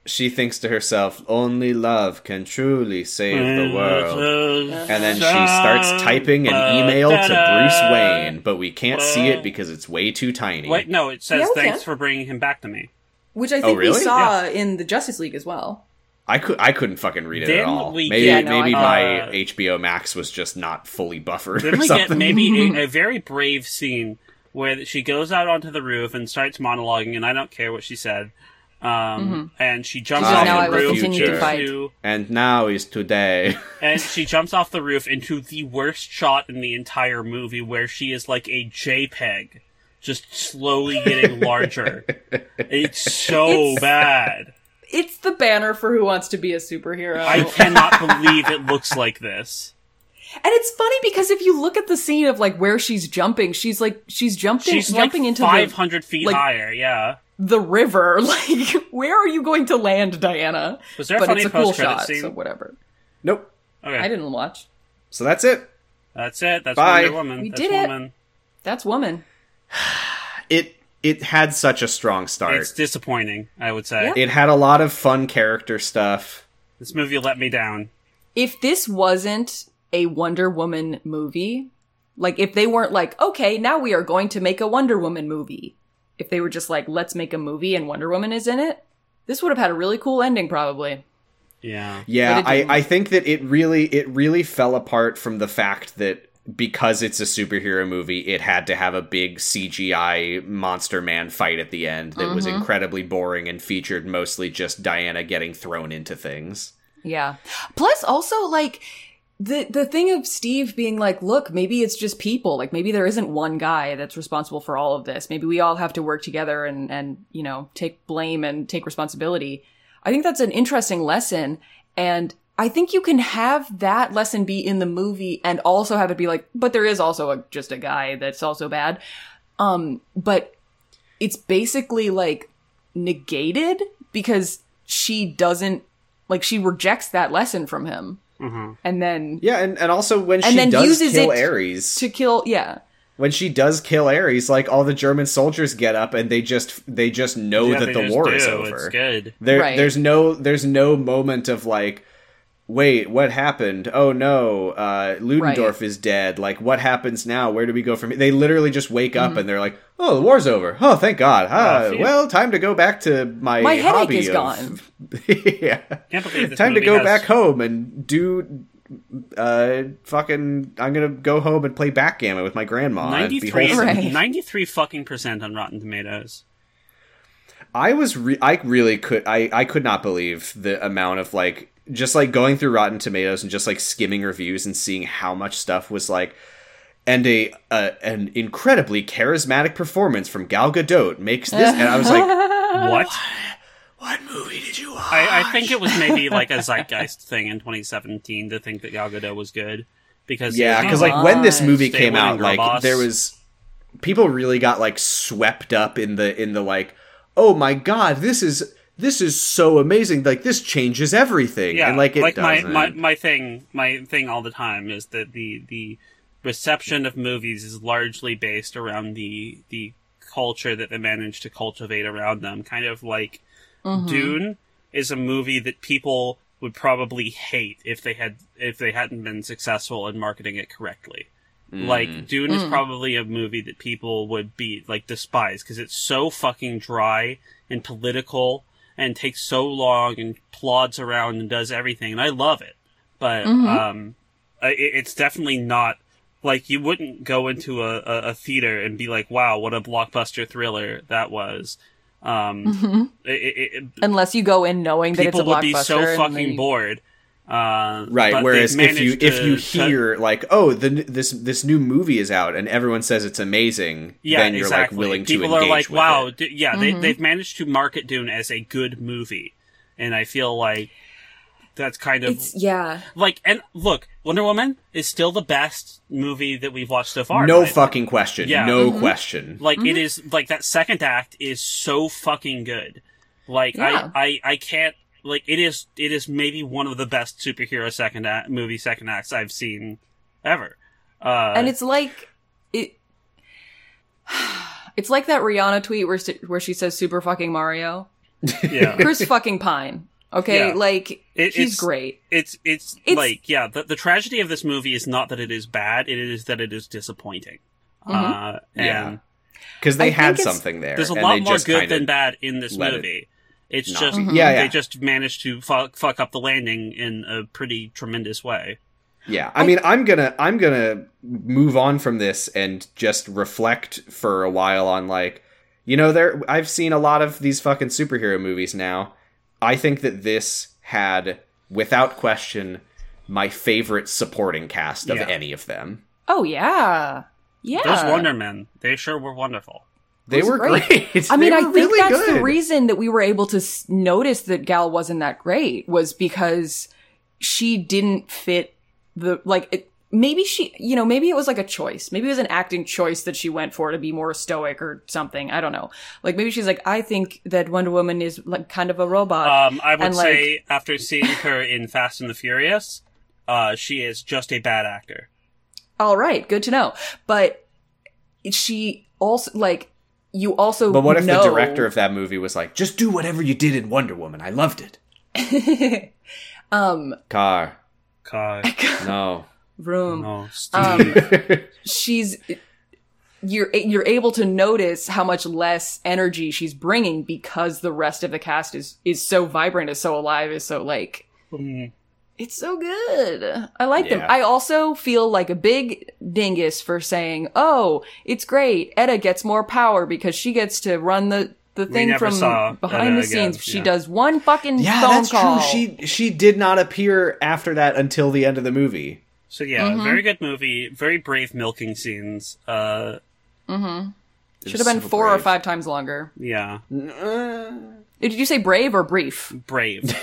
Speaker 2: She thinks to herself, "Only love can truly save the world." And then she starts typing an email to Bruce Wayne, but we can't see it because it's way too tiny.
Speaker 1: Wait, no, it says
Speaker 3: Yeah, we
Speaker 1: thanks
Speaker 3: can.
Speaker 1: for bringing him back to me.
Speaker 3: Which I think we
Speaker 2: Oh, really?
Speaker 3: saw in the Justice League as well.
Speaker 2: I could I couldn't fucking read it at
Speaker 1: Didn't
Speaker 2: all.
Speaker 1: we
Speaker 2: Maybe
Speaker 3: get- Yeah, no, I
Speaker 2: maybe
Speaker 3: know.
Speaker 2: my
Speaker 1: Uh,
Speaker 2: HBO Max was just not fully buffered
Speaker 1: Then
Speaker 2: or
Speaker 1: we
Speaker 2: something.
Speaker 1: get maybe a, a very brave scene where she goes out onto the roof and starts monologuing, and I don't care what she said. Um,
Speaker 3: Mm-hmm.
Speaker 1: And she jumps
Speaker 2: She says,
Speaker 1: off
Speaker 2: "Now I
Speaker 1: the
Speaker 2: will
Speaker 1: roof
Speaker 2: continue to
Speaker 3: fight."
Speaker 1: into-
Speaker 2: and now is today.
Speaker 1: and she jumps off the roof into the worst shot in the entire movie, where she is like a JPEG, just slowly getting larger. it's so
Speaker 3: It's-
Speaker 1: bad.
Speaker 3: It's the banner for Who Wants to Be a Superhero.
Speaker 1: I cannot believe it looks like this.
Speaker 3: and it's funny because if you look at the scene of like where she's jumping, she's like she's jumped in,
Speaker 1: She's
Speaker 3: jumping
Speaker 1: like
Speaker 3: into
Speaker 1: five
Speaker 3: the,
Speaker 1: hundred feet
Speaker 3: like-
Speaker 1: higher. Yeah.
Speaker 3: the river. Like, where are you going to land, Diana?
Speaker 1: Was there a
Speaker 3: but
Speaker 1: funny
Speaker 3: it's a cool
Speaker 1: post-credit
Speaker 3: shot,
Speaker 1: scene?
Speaker 3: so whatever.
Speaker 2: nope.
Speaker 1: Okay.
Speaker 3: I didn't watch.
Speaker 2: So that's it.
Speaker 1: That's it. That's
Speaker 2: Bye.
Speaker 1: Wonder Woman.
Speaker 3: We
Speaker 1: That's
Speaker 3: did it.
Speaker 1: Woman.
Speaker 3: That's woman.
Speaker 2: It it had such a strong start.
Speaker 1: It's disappointing, I would say.
Speaker 3: Yeah.
Speaker 2: It had a lot of fun character stuff.
Speaker 1: This movie let me down.
Speaker 3: If this wasn't a Wonder Woman movie, like if they weren't like, okay, now we are going to make a Wonder Woman movie. If they were just like, let's make a movie and Wonder Woman is in it, this would have had a really cool ending probably.
Speaker 1: Yeah.
Speaker 2: Yeah,
Speaker 3: But it
Speaker 2: I,
Speaker 3: didn't.
Speaker 2: I think that it really it really fell apart from the fact that because it's a superhero movie, it had to have a big CGI monster man fight at the end that
Speaker 3: Mm-hmm.
Speaker 2: was incredibly boring and featured mostly just Diana getting thrown into things.
Speaker 3: Yeah. Plus also like the the thing of Steve being like, look, maybe it's just people. Like maybe there isn't one guy that's responsible for all of this. Maybe we all have to work together and and you know, take blame and take responsibility. I think that's an interesting lesson and I think you can have that lesson be in the movie and also have it be like, but there is also a, just a guy that's also bad. Um, but it's basically like negated because she doesn't like she rejects that lesson from him
Speaker 1: Mhm.
Speaker 3: and then
Speaker 2: Yeah, and, and also when
Speaker 3: And
Speaker 2: she
Speaker 3: then
Speaker 2: does
Speaker 3: uses
Speaker 2: kill
Speaker 3: it
Speaker 2: Ares,
Speaker 3: to kill yeah
Speaker 2: when she does kill Ares, like all the German soldiers get up and they just they just know
Speaker 1: Yeah,
Speaker 2: that
Speaker 1: they
Speaker 2: the
Speaker 1: just
Speaker 2: war
Speaker 1: do.
Speaker 2: is
Speaker 1: It's
Speaker 2: over.
Speaker 1: good.
Speaker 2: There,
Speaker 3: Right.
Speaker 2: there's no there's no moment of like, wait, what happened? Oh no, uh, Ludendorff is dead. Like, what happens now? Where do we go from? here? They literally just wake
Speaker 3: Mm-hmm.
Speaker 2: up and they're like, oh, the war's over. Oh, thank God. Ah,
Speaker 1: phew.
Speaker 2: well, time to go back to my
Speaker 3: My headache
Speaker 2: hobby
Speaker 3: is
Speaker 2: of-
Speaker 3: gone.
Speaker 2: yeah,
Speaker 1: Can't believe this
Speaker 2: time to
Speaker 1: movie
Speaker 2: go
Speaker 1: has-
Speaker 2: back home and do uh fucking i'm gonna go home and play backgammon with my grandma and be
Speaker 1: 93,
Speaker 2: wholesome.
Speaker 3: Right.
Speaker 1: 93 fucking percent on Rotten Tomatoes.
Speaker 2: i was re- i really could i i could not believe the amount of like just like going through rotten tomatoes and just like skimming reviews and seeing how much stuff was like and a uh, an incredibly charismatic performance from gal gadot makes this and i was like
Speaker 3: Oh,
Speaker 1: What?
Speaker 2: what movie did you watch
Speaker 1: I, I think it was maybe like a zeitgeist thing in 2017 to think that Gal Gadot was good because he
Speaker 2: Yeah,
Speaker 1: was
Speaker 2: because
Speaker 1: being
Speaker 2: like when this
Speaker 3: Gosh.
Speaker 2: movie
Speaker 1: Stay
Speaker 2: came out,
Speaker 1: winning, girl
Speaker 2: like
Speaker 1: boss.
Speaker 2: there was people really got like swept up in the in the like, oh my god, this is this is so amazing. Like this changes everything.
Speaker 1: yeah,
Speaker 2: and like it
Speaker 1: my,
Speaker 2: doesn't.
Speaker 1: my my thing my thing all the time is that the the reception of movies is largely based around the the culture that they manage to cultivate around them. Kind of like Dune is a movie that people would probably hate if they had if they hadn't been successful in marketing it correctly.
Speaker 2: Mm.
Speaker 1: Like Dune is probably a movie that people would be like despise because it's so fucking dry and political and takes so long and plods around and does everything and I love it, but
Speaker 3: Mm-hmm.
Speaker 1: um, I- it, it's definitely not like you wouldn't go into a, a, a theater and be like, "Wow, what a blockbuster thriller that was." Um, it, it, it,
Speaker 3: unless you go in knowing Mm-hmm. that it's a
Speaker 1: people
Speaker 3: blockbuster
Speaker 1: would be so
Speaker 3: and
Speaker 1: fucking
Speaker 3: then you-
Speaker 1: bored. Uh, but
Speaker 2: Right.
Speaker 1: they've
Speaker 2: Whereas if you
Speaker 1: managed
Speaker 2: if you
Speaker 1: to- to-
Speaker 2: hear like oh the n- this this new movie is out and everyone says it's amazing,
Speaker 1: yeah,
Speaker 2: then you're
Speaker 1: exactly.
Speaker 2: like willing
Speaker 1: people
Speaker 2: to engage
Speaker 1: are like,
Speaker 2: with
Speaker 1: wow,
Speaker 2: it.
Speaker 1: d- yeah, they,
Speaker 3: Mm-hmm.
Speaker 1: they've managed to market Dune as a good movie, and I feel like that's kind of
Speaker 3: it's yeah
Speaker 1: like. And look, Wonder Woman is still the best movie that we've watched so far.
Speaker 2: No
Speaker 1: right?
Speaker 2: fucking question.
Speaker 1: Yeah.
Speaker 2: No question.
Speaker 1: Like
Speaker 3: Mm-hmm.
Speaker 1: it is like that second act is so fucking good. Like
Speaker 3: Yeah.
Speaker 1: I, I I can't like it is it is maybe one of the best superhero second act movie second acts I've seen ever. Uh,
Speaker 3: and it's like it it's like that Rihanna tweet where s- where she says super fucking Mario
Speaker 1: yeah.
Speaker 3: Chris fucking Pine okay
Speaker 1: Yeah.
Speaker 3: like
Speaker 1: It-
Speaker 3: he's
Speaker 1: it's-
Speaker 3: great
Speaker 1: it's it's
Speaker 3: It's-
Speaker 1: like yeah the, the tragedy of this movie is not that it is bad it is that it is disappointing
Speaker 3: Mm-hmm.
Speaker 1: uh and
Speaker 2: Because
Speaker 3: I
Speaker 2: they
Speaker 3: think
Speaker 2: had
Speaker 3: it's-
Speaker 2: something there.
Speaker 1: there's a
Speaker 2: and
Speaker 1: lot
Speaker 2: they
Speaker 1: more
Speaker 2: just
Speaker 1: good
Speaker 2: kinda-
Speaker 1: than bad in this
Speaker 2: let it
Speaker 1: movie it's
Speaker 2: not.
Speaker 1: just
Speaker 3: Mm-hmm.
Speaker 2: Mhm. Yeah, yeah.
Speaker 1: they just managed to fuck, fuck up the landing in a pretty tremendous way
Speaker 2: Yeah, I mean, I'm gonna I'm gonna move on from this and just reflect for a while on like, you know, there I've seen a lot of these fucking superhero movies now. I think that this had, without question, my favorite supporting cast of
Speaker 1: Yeah.
Speaker 2: any of them.
Speaker 3: oh yeah yeah
Speaker 1: those Wonder Men they sure were wonderful
Speaker 2: They
Speaker 3: was
Speaker 2: were
Speaker 3: great.
Speaker 2: great. They
Speaker 3: I mean, I
Speaker 2: were
Speaker 3: think
Speaker 2: really
Speaker 3: that's the
Speaker 2: good.
Speaker 3: reason that we were able to s- notice that Gal wasn't that great was because she didn't fit the like. It, maybe she, you know, maybe it was like a choice. Maybe it was an acting choice that she went for to be more stoic or something. I don't know. Like maybe she's like, I think that Wonder Woman is like kind of a robot.
Speaker 1: um i would
Speaker 3: and,
Speaker 1: say after seeing her in fast and the furious uh she is just a bad actor
Speaker 2: Uh,
Speaker 3: All right, good to know. But she also like you also.
Speaker 2: But what if
Speaker 3: know-
Speaker 2: the director of that movie was like, just do whatever you did in Wonder Woman. I loved it.
Speaker 3: um
Speaker 2: Car,
Speaker 1: God,
Speaker 2: no. Oh,
Speaker 3: room?
Speaker 1: no, Steve.
Speaker 3: Um, she's you're you're able to notice how much less energy she's bringing because the rest of the cast is is so vibrant is so alive is so like
Speaker 1: Mm.
Speaker 3: it's so good i like them
Speaker 2: Yeah.
Speaker 3: i also feel like a big dingus for saying oh it's great edda gets more power because she gets to run the the thing
Speaker 1: never
Speaker 3: from
Speaker 1: saw
Speaker 3: behind
Speaker 1: Edda
Speaker 3: the scenes
Speaker 1: again,
Speaker 3: she
Speaker 1: yeah.
Speaker 3: does one fucking
Speaker 2: yeah,
Speaker 3: phone
Speaker 2: that's
Speaker 3: call
Speaker 2: true. She she did not appear after that until the end of the movie.
Speaker 1: So yeah,
Speaker 3: mm-hmm.
Speaker 1: very good movie, very brave milking scenes. Uh
Speaker 3: should have been four or five times longer
Speaker 1: yeah,
Speaker 3: did you say brave or brief
Speaker 1: brave.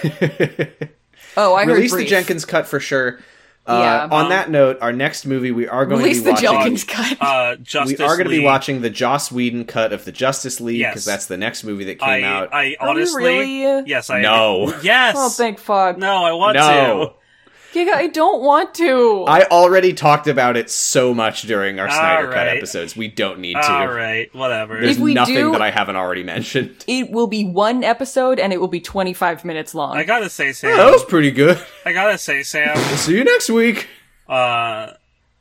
Speaker 3: oh i
Speaker 2: Release
Speaker 3: heard
Speaker 2: the
Speaker 3: brief.
Speaker 2: Jenkins cut for sure.
Speaker 3: Yeah.
Speaker 2: Uh, on that note, our next movie we are going
Speaker 3: Release
Speaker 2: to be
Speaker 3: the
Speaker 2: watching.
Speaker 3: Jenkins cut.
Speaker 1: Uh
Speaker 2: We
Speaker 1: Justice
Speaker 2: are going to be
Speaker 1: League.
Speaker 2: watching the Joss Whedon cut of the Justice League
Speaker 1: Yes.
Speaker 2: because that's the next movie that
Speaker 1: I,
Speaker 2: came out.
Speaker 1: I
Speaker 3: Are we
Speaker 1: honestly
Speaker 3: really?
Speaker 1: Yes, I
Speaker 2: No.
Speaker 1: Yes.
Speaker 3: oh, thank fuck.
Speaker 1: no, I want
Speaker 2: no,
Speaker 3: Giga, I don't want to.
Speaker 2: I already talked about it so much during our Snyder Cut
Speaker 1: Alright.
Speaker 2: episodes. We don't need to.
Speaker 1: All right, whatever.
Speaker 2: There's
Speaker 3: If we
Speaker 2: nothing
Speaker 3: do-
Speaker 2: that I haven't already mentioned.
Speaker 3: it will be one episode and it will be 25 minutes long.
Speaker 1: I gotta say, Sam.
Speaker 2: That was pretty good.
Speaker 1: I gotta say, Sam.
Speaker 2: See you next week.
Speaker 1: Uh,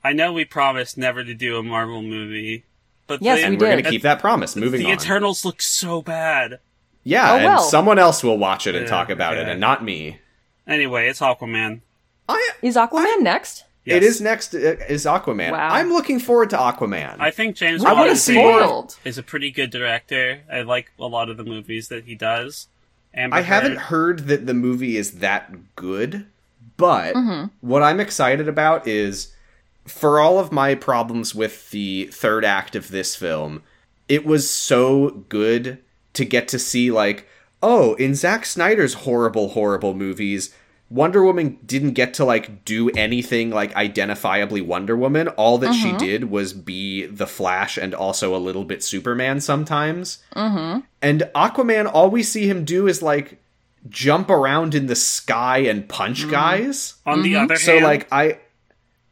Speaker 1: I know we promised never to do a Marvel movie, but
Speaker 3: Yes,
Speaker 1: the,
Speaker 2: And we
Speaker 3: We
Speaker 2: are
Speaker 3: did.
Speaker 2: going to keep that promise. Moving
Speaker 1: the
Speaker 2: on.
Speaker 1: Eternals look so bad.
Speaker 2: yeah,
Speaker 3: Oh, well.
Speaker 2: and someone else will watch it and
Speaker 1: Yeah,
Speaker 2: talk about it,
Speaker 1: okay.
Speaker 2: and not me.
Speaker 1: Anyway, it's Aquaman.
Speaker 2: I.
Speaker 3: Is Aquaman next?
Speaker 1: Yes.
Speaker 2: It is next uh, is Aquaman.
Speaker 3: Wow.
Speaker 2: I'm looking forward to Aquaman.
Speaker 1: I think James
Speaker 2: I
Speaker 1: Wan
Speaker 2: wanna
Speaker 1: is
Speaker 2: see
Speaker 1: a-
Speaker 2: more-
Speaker 3: Spoiled.
Speaker 1: is a pretty good director. I like a lot of the movies that he does. Amber
Speaker 2: I haven't
Speaker 1: Heard-
Speaker 2: heard that the movie is that good, but what I'm excited about is for all of my problems with the third act of this film, it was so good to get to see, like, oh, in Zack Snyder's horrible, horrible movies. Wonder Woman didn't get to like do anything like identifiably Wonder Woman. All that she did was be the Flash and also a little bit Superman sometimes. And Aquaman, all we see him do is like jump around in the sky and punch
Speaker 1: Mm-hmm.
Speaker 2: guys.
Speaker 1: On the other
Speaker 2: Mm-hmm. So
Speaker 1: hand,
Speaker 2: like I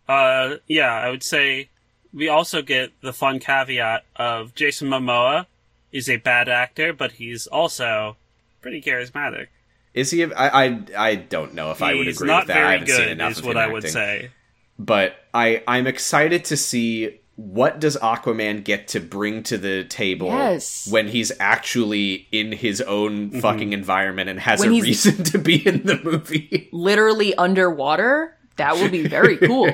Speaker 1: uh, yeah, I would say we also get the fun caveat of Jason Momoa is a bad actor, but he's also pretty charismatic.
Speaker 2: is he? I I, I don't know if I would
Speaker 1: he's
Speaker 2: agree
Speaker 1: not
Speaker 2: with that.
Speaker 1: very
Speaker 2: I haven't
Speaker 1: good,
Speaker 2: seen enough
Speaker 1: is
Speaker 2: of
Speaker 1: what
Speaker 2: him
Speaker 1: I would
Speaker 2: acting. Oh,
Speaker 1: say.
Speaker 2: But I I'm excited to see what does Aquaman get to bring to the table
Speaker 3: Yes.
Speaker 2: when he's actually in his own
Speaker 1: Mm-hmm.
Speaker 2: fucking environment and has
Speaker 3: When
Speaker 2: a
Speaker 3: he's-
Speaker 2: reason to be in the movie.
Speaker 3: Literally underwater? That would be very cool.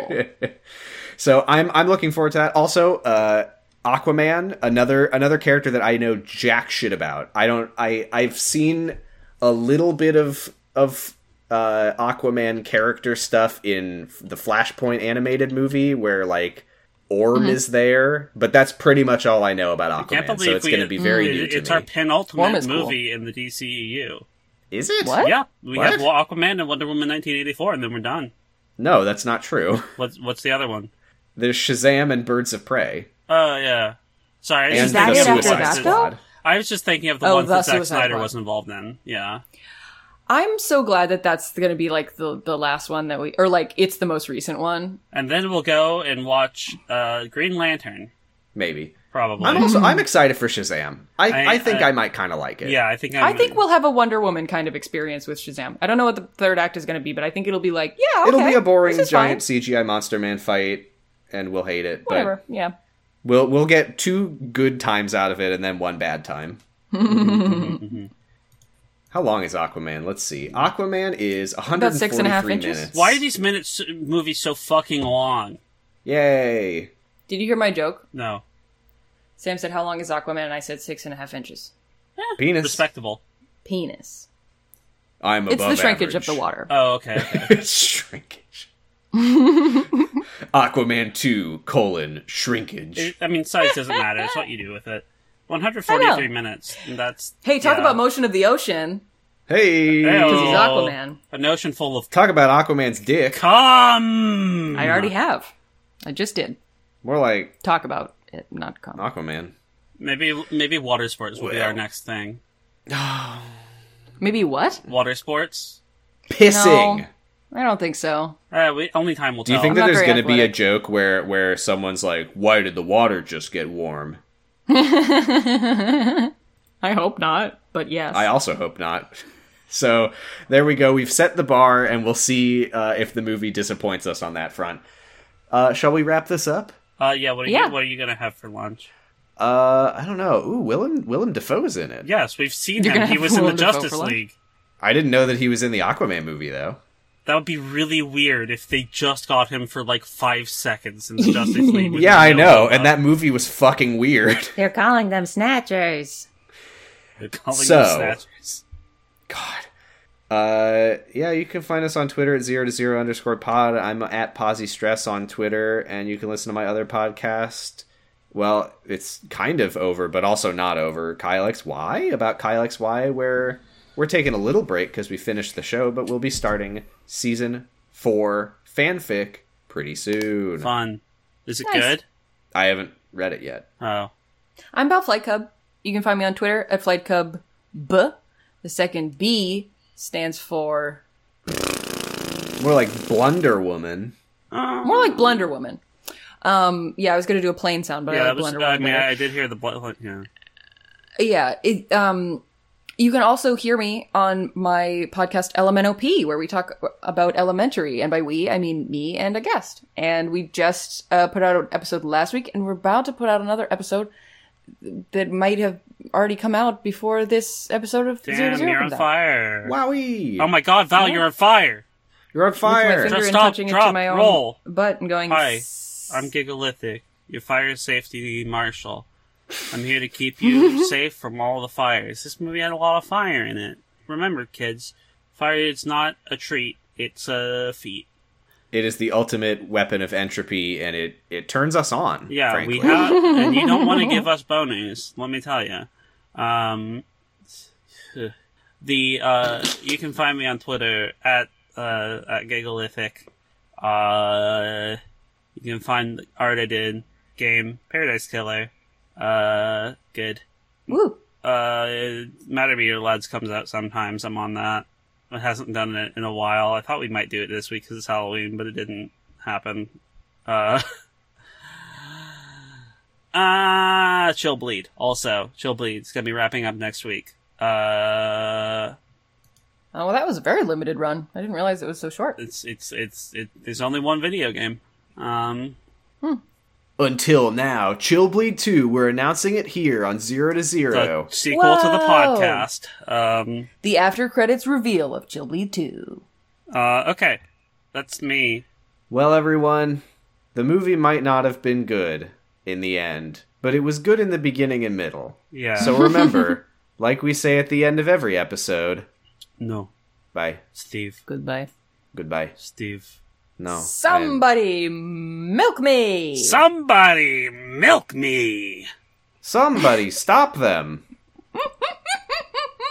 Speaker 2: So I'm I'm looking forward to that. Also, uh, Aquaman, another another character that I know jack shit about. I don't I I've seen a little bit of of uh, Aquaman character stuff in the Flashpoint animated movie where like Orm is there, but that's pretty much all I know about
Speaker 1: Can't
Speaker 2: Aquaman.
Speaker 1: believe
Speaker 2: So it's
Speaker 1: we-
Speaker 2: going to be very
Speaker 1: it-
Speaker 2: new to
Speaker 1: It's
Speaker 2: me.
Speaker 1: our
Speaker 3: Form
Speaker 1: penultimate
Speaker 3: is cool.
Speaker 1: movie in the DCEU.
Speaker 2: is it?
Speaker 3: What?
Speaker 1: Yeah, we
Speaker 2: What?
Speaker 1: have Aquaman and Wonder Woman 1984, and then we're done.
Speaker 2: No, that's not true.
Speaker 1: What's what's the other one?
Speaker 2: There's Shazam and Birds of Prey
Speaker 1: Oh yeah, sorry. I
Speaker 2: and
Speaker 1: was
Speaker 3: Is
Speaker 1: just
Speaker 3: that
Speaker 2: the
Speaker 3: it
Speaker 1: thinking of the
Speaker 3: after
Speaker 2: Suicide
Speaker 1: ones
Speaker 3: that,
Speaker 1: that-
Speaker 2: Squad.
Speaker 1: I was just thinking of the
Speaker 3: Oh,
Speaker 1: ones
Speaker 3: the
Speaker 1: that Zack
Speaker 3: Suicide
Speaker 1: Snyder
Speaker 3: Squad.
Speaker 1: was involved in. Yeah,
Speaker 3: I'm so glad that that's going to be like the, the last one that we, or like it's the most recent one.
Speaker 1: and then we'll go and watch uh, Green Lantern
Speaker 2: Maybe.
Speaker 1: probably.
Speaker 2: I'm also I'm excited for Shazam. I, I,
Speaker 1: I-
Speaker 2: think
Speaker 1: I-
Speaker 2: I might kind of like it.
Speaker 1: yeah, I think I'm,
Speaker 3: I think we'll have a Wonder Woman kind of experience with Shazam. I don't know what the third act is going to be, but I think it'll be like, yeah, okay,
Speaker 2: it'll be a boring
Speaker 3: this
Speaker 2: giant
Speaker 3: is fine.
Speaker 2: CGI monster man fight, and we'll hate it.
Speaker 3: Whatever. Yeah.
Speaker 2: But we'll we'll get two good times out of it, and then one bad time. How long is Aquaman? Let's see. Aquaman is 143
Speaker 3: six and a half inches.
Speaker 2: minutes.
Speaker 1: Why are these minutes movies so fucking long?
Speaker 2: Yay!
Speaker 3: Did you hear my joke?
Speaker 1: No,
Speaker 3: Sam said, "How long is Aquaman?" And I said, six and a half inches."
Speaker 2: Penis.
Speaker 1: respectable.
Speaker 3: Penis. Uh,
Speaker 2: I'm above
Speaker 3: It's the shrinkage of
Speaker 2: average.
Speaker 3: the water.
Speaker 1: Oh okay. okay.
Speaker 2: it's shrinkage. Aquaman two colon shrinkage.
Speaker 1: It- I mean, size doesn't matter. It's what you do with it. 143
Speaker 3: I know.
Speaker 1: minutes. and That's
Speaker 3: Hey, talk
Speaker 1: yeah.
Speaker 3: about motion of the ocean
Speaker 2: hey,
Speaker 1: Hey-o.
Speaker 3: because he's
Speaker 1: Oh.
Speaker 3: Aquaman.
Speaker 1: an ocean full of
Speaker 2: talk about Aquaman's dick.
Speaker 1: cum.
Speaker 3: I already have. I just did
Speaker 2: More like
Speaker 3: talk about it, not comment.
Speaker 2: Aquaman.
Speaker 1: Maybe maybe water sports will be
Speaker 2: Well.
Speaker 1: our next thing.
Speaker 3: Maybe what?
Speaker 1: Water sports.
Speaker 2: Pissing.
Speaker 3: No. I don't think so.
Speaker 1: Uh, we, only time will
Speaker 2: Do you
Speaker 1: tell.
Speaker 2: think that
Speaker 3: not
Speaker 2: there's
Speaker 3: very
Speaker 2: going to be a
Speaker 3: athletic.
Speaker 2: joke where where someone's like, "Why did the water just get warm?"
Speaker 3: I hope not, but yes.
Speaker 2: I also hope not. So there we go. We've set the bar, and we'll see uh, if the movie disappoints us on that front. Uh, shall we wrap this up?
Speaker 1: uh, yeah. What are
Speaker 3: Yeah.
Speaker 1: you What are you gonna have for lunch?
Speaker 2: Uh, I don't know. Ooh, Willem Willem Dafoe's in it.
Speaker 1: Yes, we've seen
Speaker 3: You're
Speaker 1: him.
Speaker 3: gonna
Speaker 1: He
Speaker 3: have
Speaker 1: was in the
Speaker 3: Willem Dafoe
Speaker 1: Justice
Speaker 3: for lunch?
Speaker 1: League.
Speaker 2: I didn't know that he was in the Aquaman movie though.
Speaker 1: That would be really weird if they just got him for like five seconds in the Justice League. with
Speaker 2: Yeah, I
Speaker 1: no
Speaker 2: know.
Speaker 1: build-up.
Speaker 2: And that movie was fucking weird.
Speaker 4: They're calling them snatchers.
Speaker 1: They're calling them
Speaker 2: So-
Speaker 1: snatchers.
Speaker 2: God. Uh, yeah, you can find us on Twitter at zero to zero underscore pod. I'm at Posy Stress on Twitter, and you can listen to my other podcast. Well, it's kind of over, but also not over. Kyle XY about Kyle XY, where we're taking a little break because we finished the show, but we'll be starting season four fanfic pretty soon.
Speaker 1: Fun. Is it
Speaker 3: Nice. Uh,
Speaker 1: good?
Speaker 2: I haven't read it yet.
Speaker 1: Oh,
Speaker 3: I'm about Flight Cub. You can find me on Twitter at Flight Cub B. The second B stands for
Speaker 2: More like Blunder Woman.
Speaker 1: Uh,
Speaker 3: More like Blunder Woman. Um, yeah, I was gonna do a plain sound, but
Speaker 1: yeah,
Speaker 3: I
Speaker 1: that
Speaker 3: like
Speaker 1: was,
Speaker 3: Blender
Speaker 1: I
Speaker 3: Woman.
Speaker 1: mean,
Speaker 3: better.
Speaker 1: I did hear the blood. Yeah.
Speaker 3: yeah it, um you can also hear me on my podcast LMNOP, where we talk about elementary. And by we, I mean me and a guest. And we just uh, put out an episode last week, and we're about to put out another episode that might have already come out before this episode of Zero to
Speaker 1: Damn,
Speaker 3: Zero
Speaker 1: you're on
Speaker 3: comes out.
Speaker 1: fire.
Speaker 2: Wowie!
Speaker 1: Oh my god, Val, you're on fire.
Speaker 2: You're on
Speaker 3: With my
Speaker 2: fire!
Speaker 3: finger
Speaker 1: Just
Speaker 3: and
Speaker 1: stop,
Speaker 3: touching it to
Speaker 1: drop,
Speaker 3: my own
Speaker 1: roll.
Speaker 3: butt and going,
Speaker 1: Hi,
Speaker 3: "S-
Speaker 1: I'm Gigalithic, your fire safety marshal. I'm here to keep you safe from all the fires. This movie had a lot of fire in it. Remember, kids, fire is not a treat, it's a feat.
Speaker 2: It is the ultimate weapon of entropy, and it, it turns us on.
Speaker 1: Yeah,
Speaker 2: frankly.
Speaker 1: we have, and you don't want to give us bonus. Let me tell you. Um, the uh, you can find me on Twitter at uh, at Gigalithic. Uh, you can find the art I did, game Paradise Killer. Uh, good.
Speaker 3: Woo.
Speaker 1: Uh, Matter Meter Lads comes out sometimes. I'm on that. I hasn't done it in a while. I thought we might do it this week because it's Halloween, but it didn't happen. Uh, ah, Chill Bleed. Also, Chill Bleed. It's gonna be wrapping up next week. Uh,
Speaker 3: Oh, well, that was a very limited run. I didn't realize it was so short.
Speaker 1: it's it's it's it, there's only one video game. Um,
Speaker 2: Until now, Chillbleed 2, we're announcing it here on Zero to
Speaker 1: the
Speaker 2: Zero.
Speaker 1: sequel to the
Speaker 3: Whoa.
Speaker 1: podcast. Um,
Speaker 3: The after credits reveal of Chillbleed 2.
Speaker 1: uh, okay, that's me.
Speaker 2: Well, everyone, the movie might not have been good in the end, but it was good in the beginning and middle.
Speaker 1: Yeah.
Speaker 2: So remember, like we say at the end of every episode,
Speaker 1: no,
Speaker 2: bye,
Speaker 1: Steve.
Speaker 3: Goodbye.
Speaker 2: goodbye.
Speaker 1: Steve.
Speaker 2: No. I am-
Speaker 3: Somebody milk me.
Speaker 1: Somebody milk me!
Speaker 2: somebody stop them.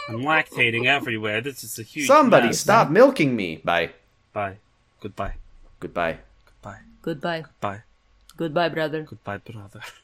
Speaker 1: I'm lactating everywhere. This is a huge.
Speaker 2: Somebody
Speaker 1: mess.
Speaker 2: stop milking me. Bye.
Speaker 1: Bye. Goodbye.
Speaker 2: Goodbye.
Speaker 1: Goodbye.
Speaker 3: Goodbye.
Speaker 1: Bye.
Speaker 3: Goodbye, brother.
Speaker 1: Goodbye, brother.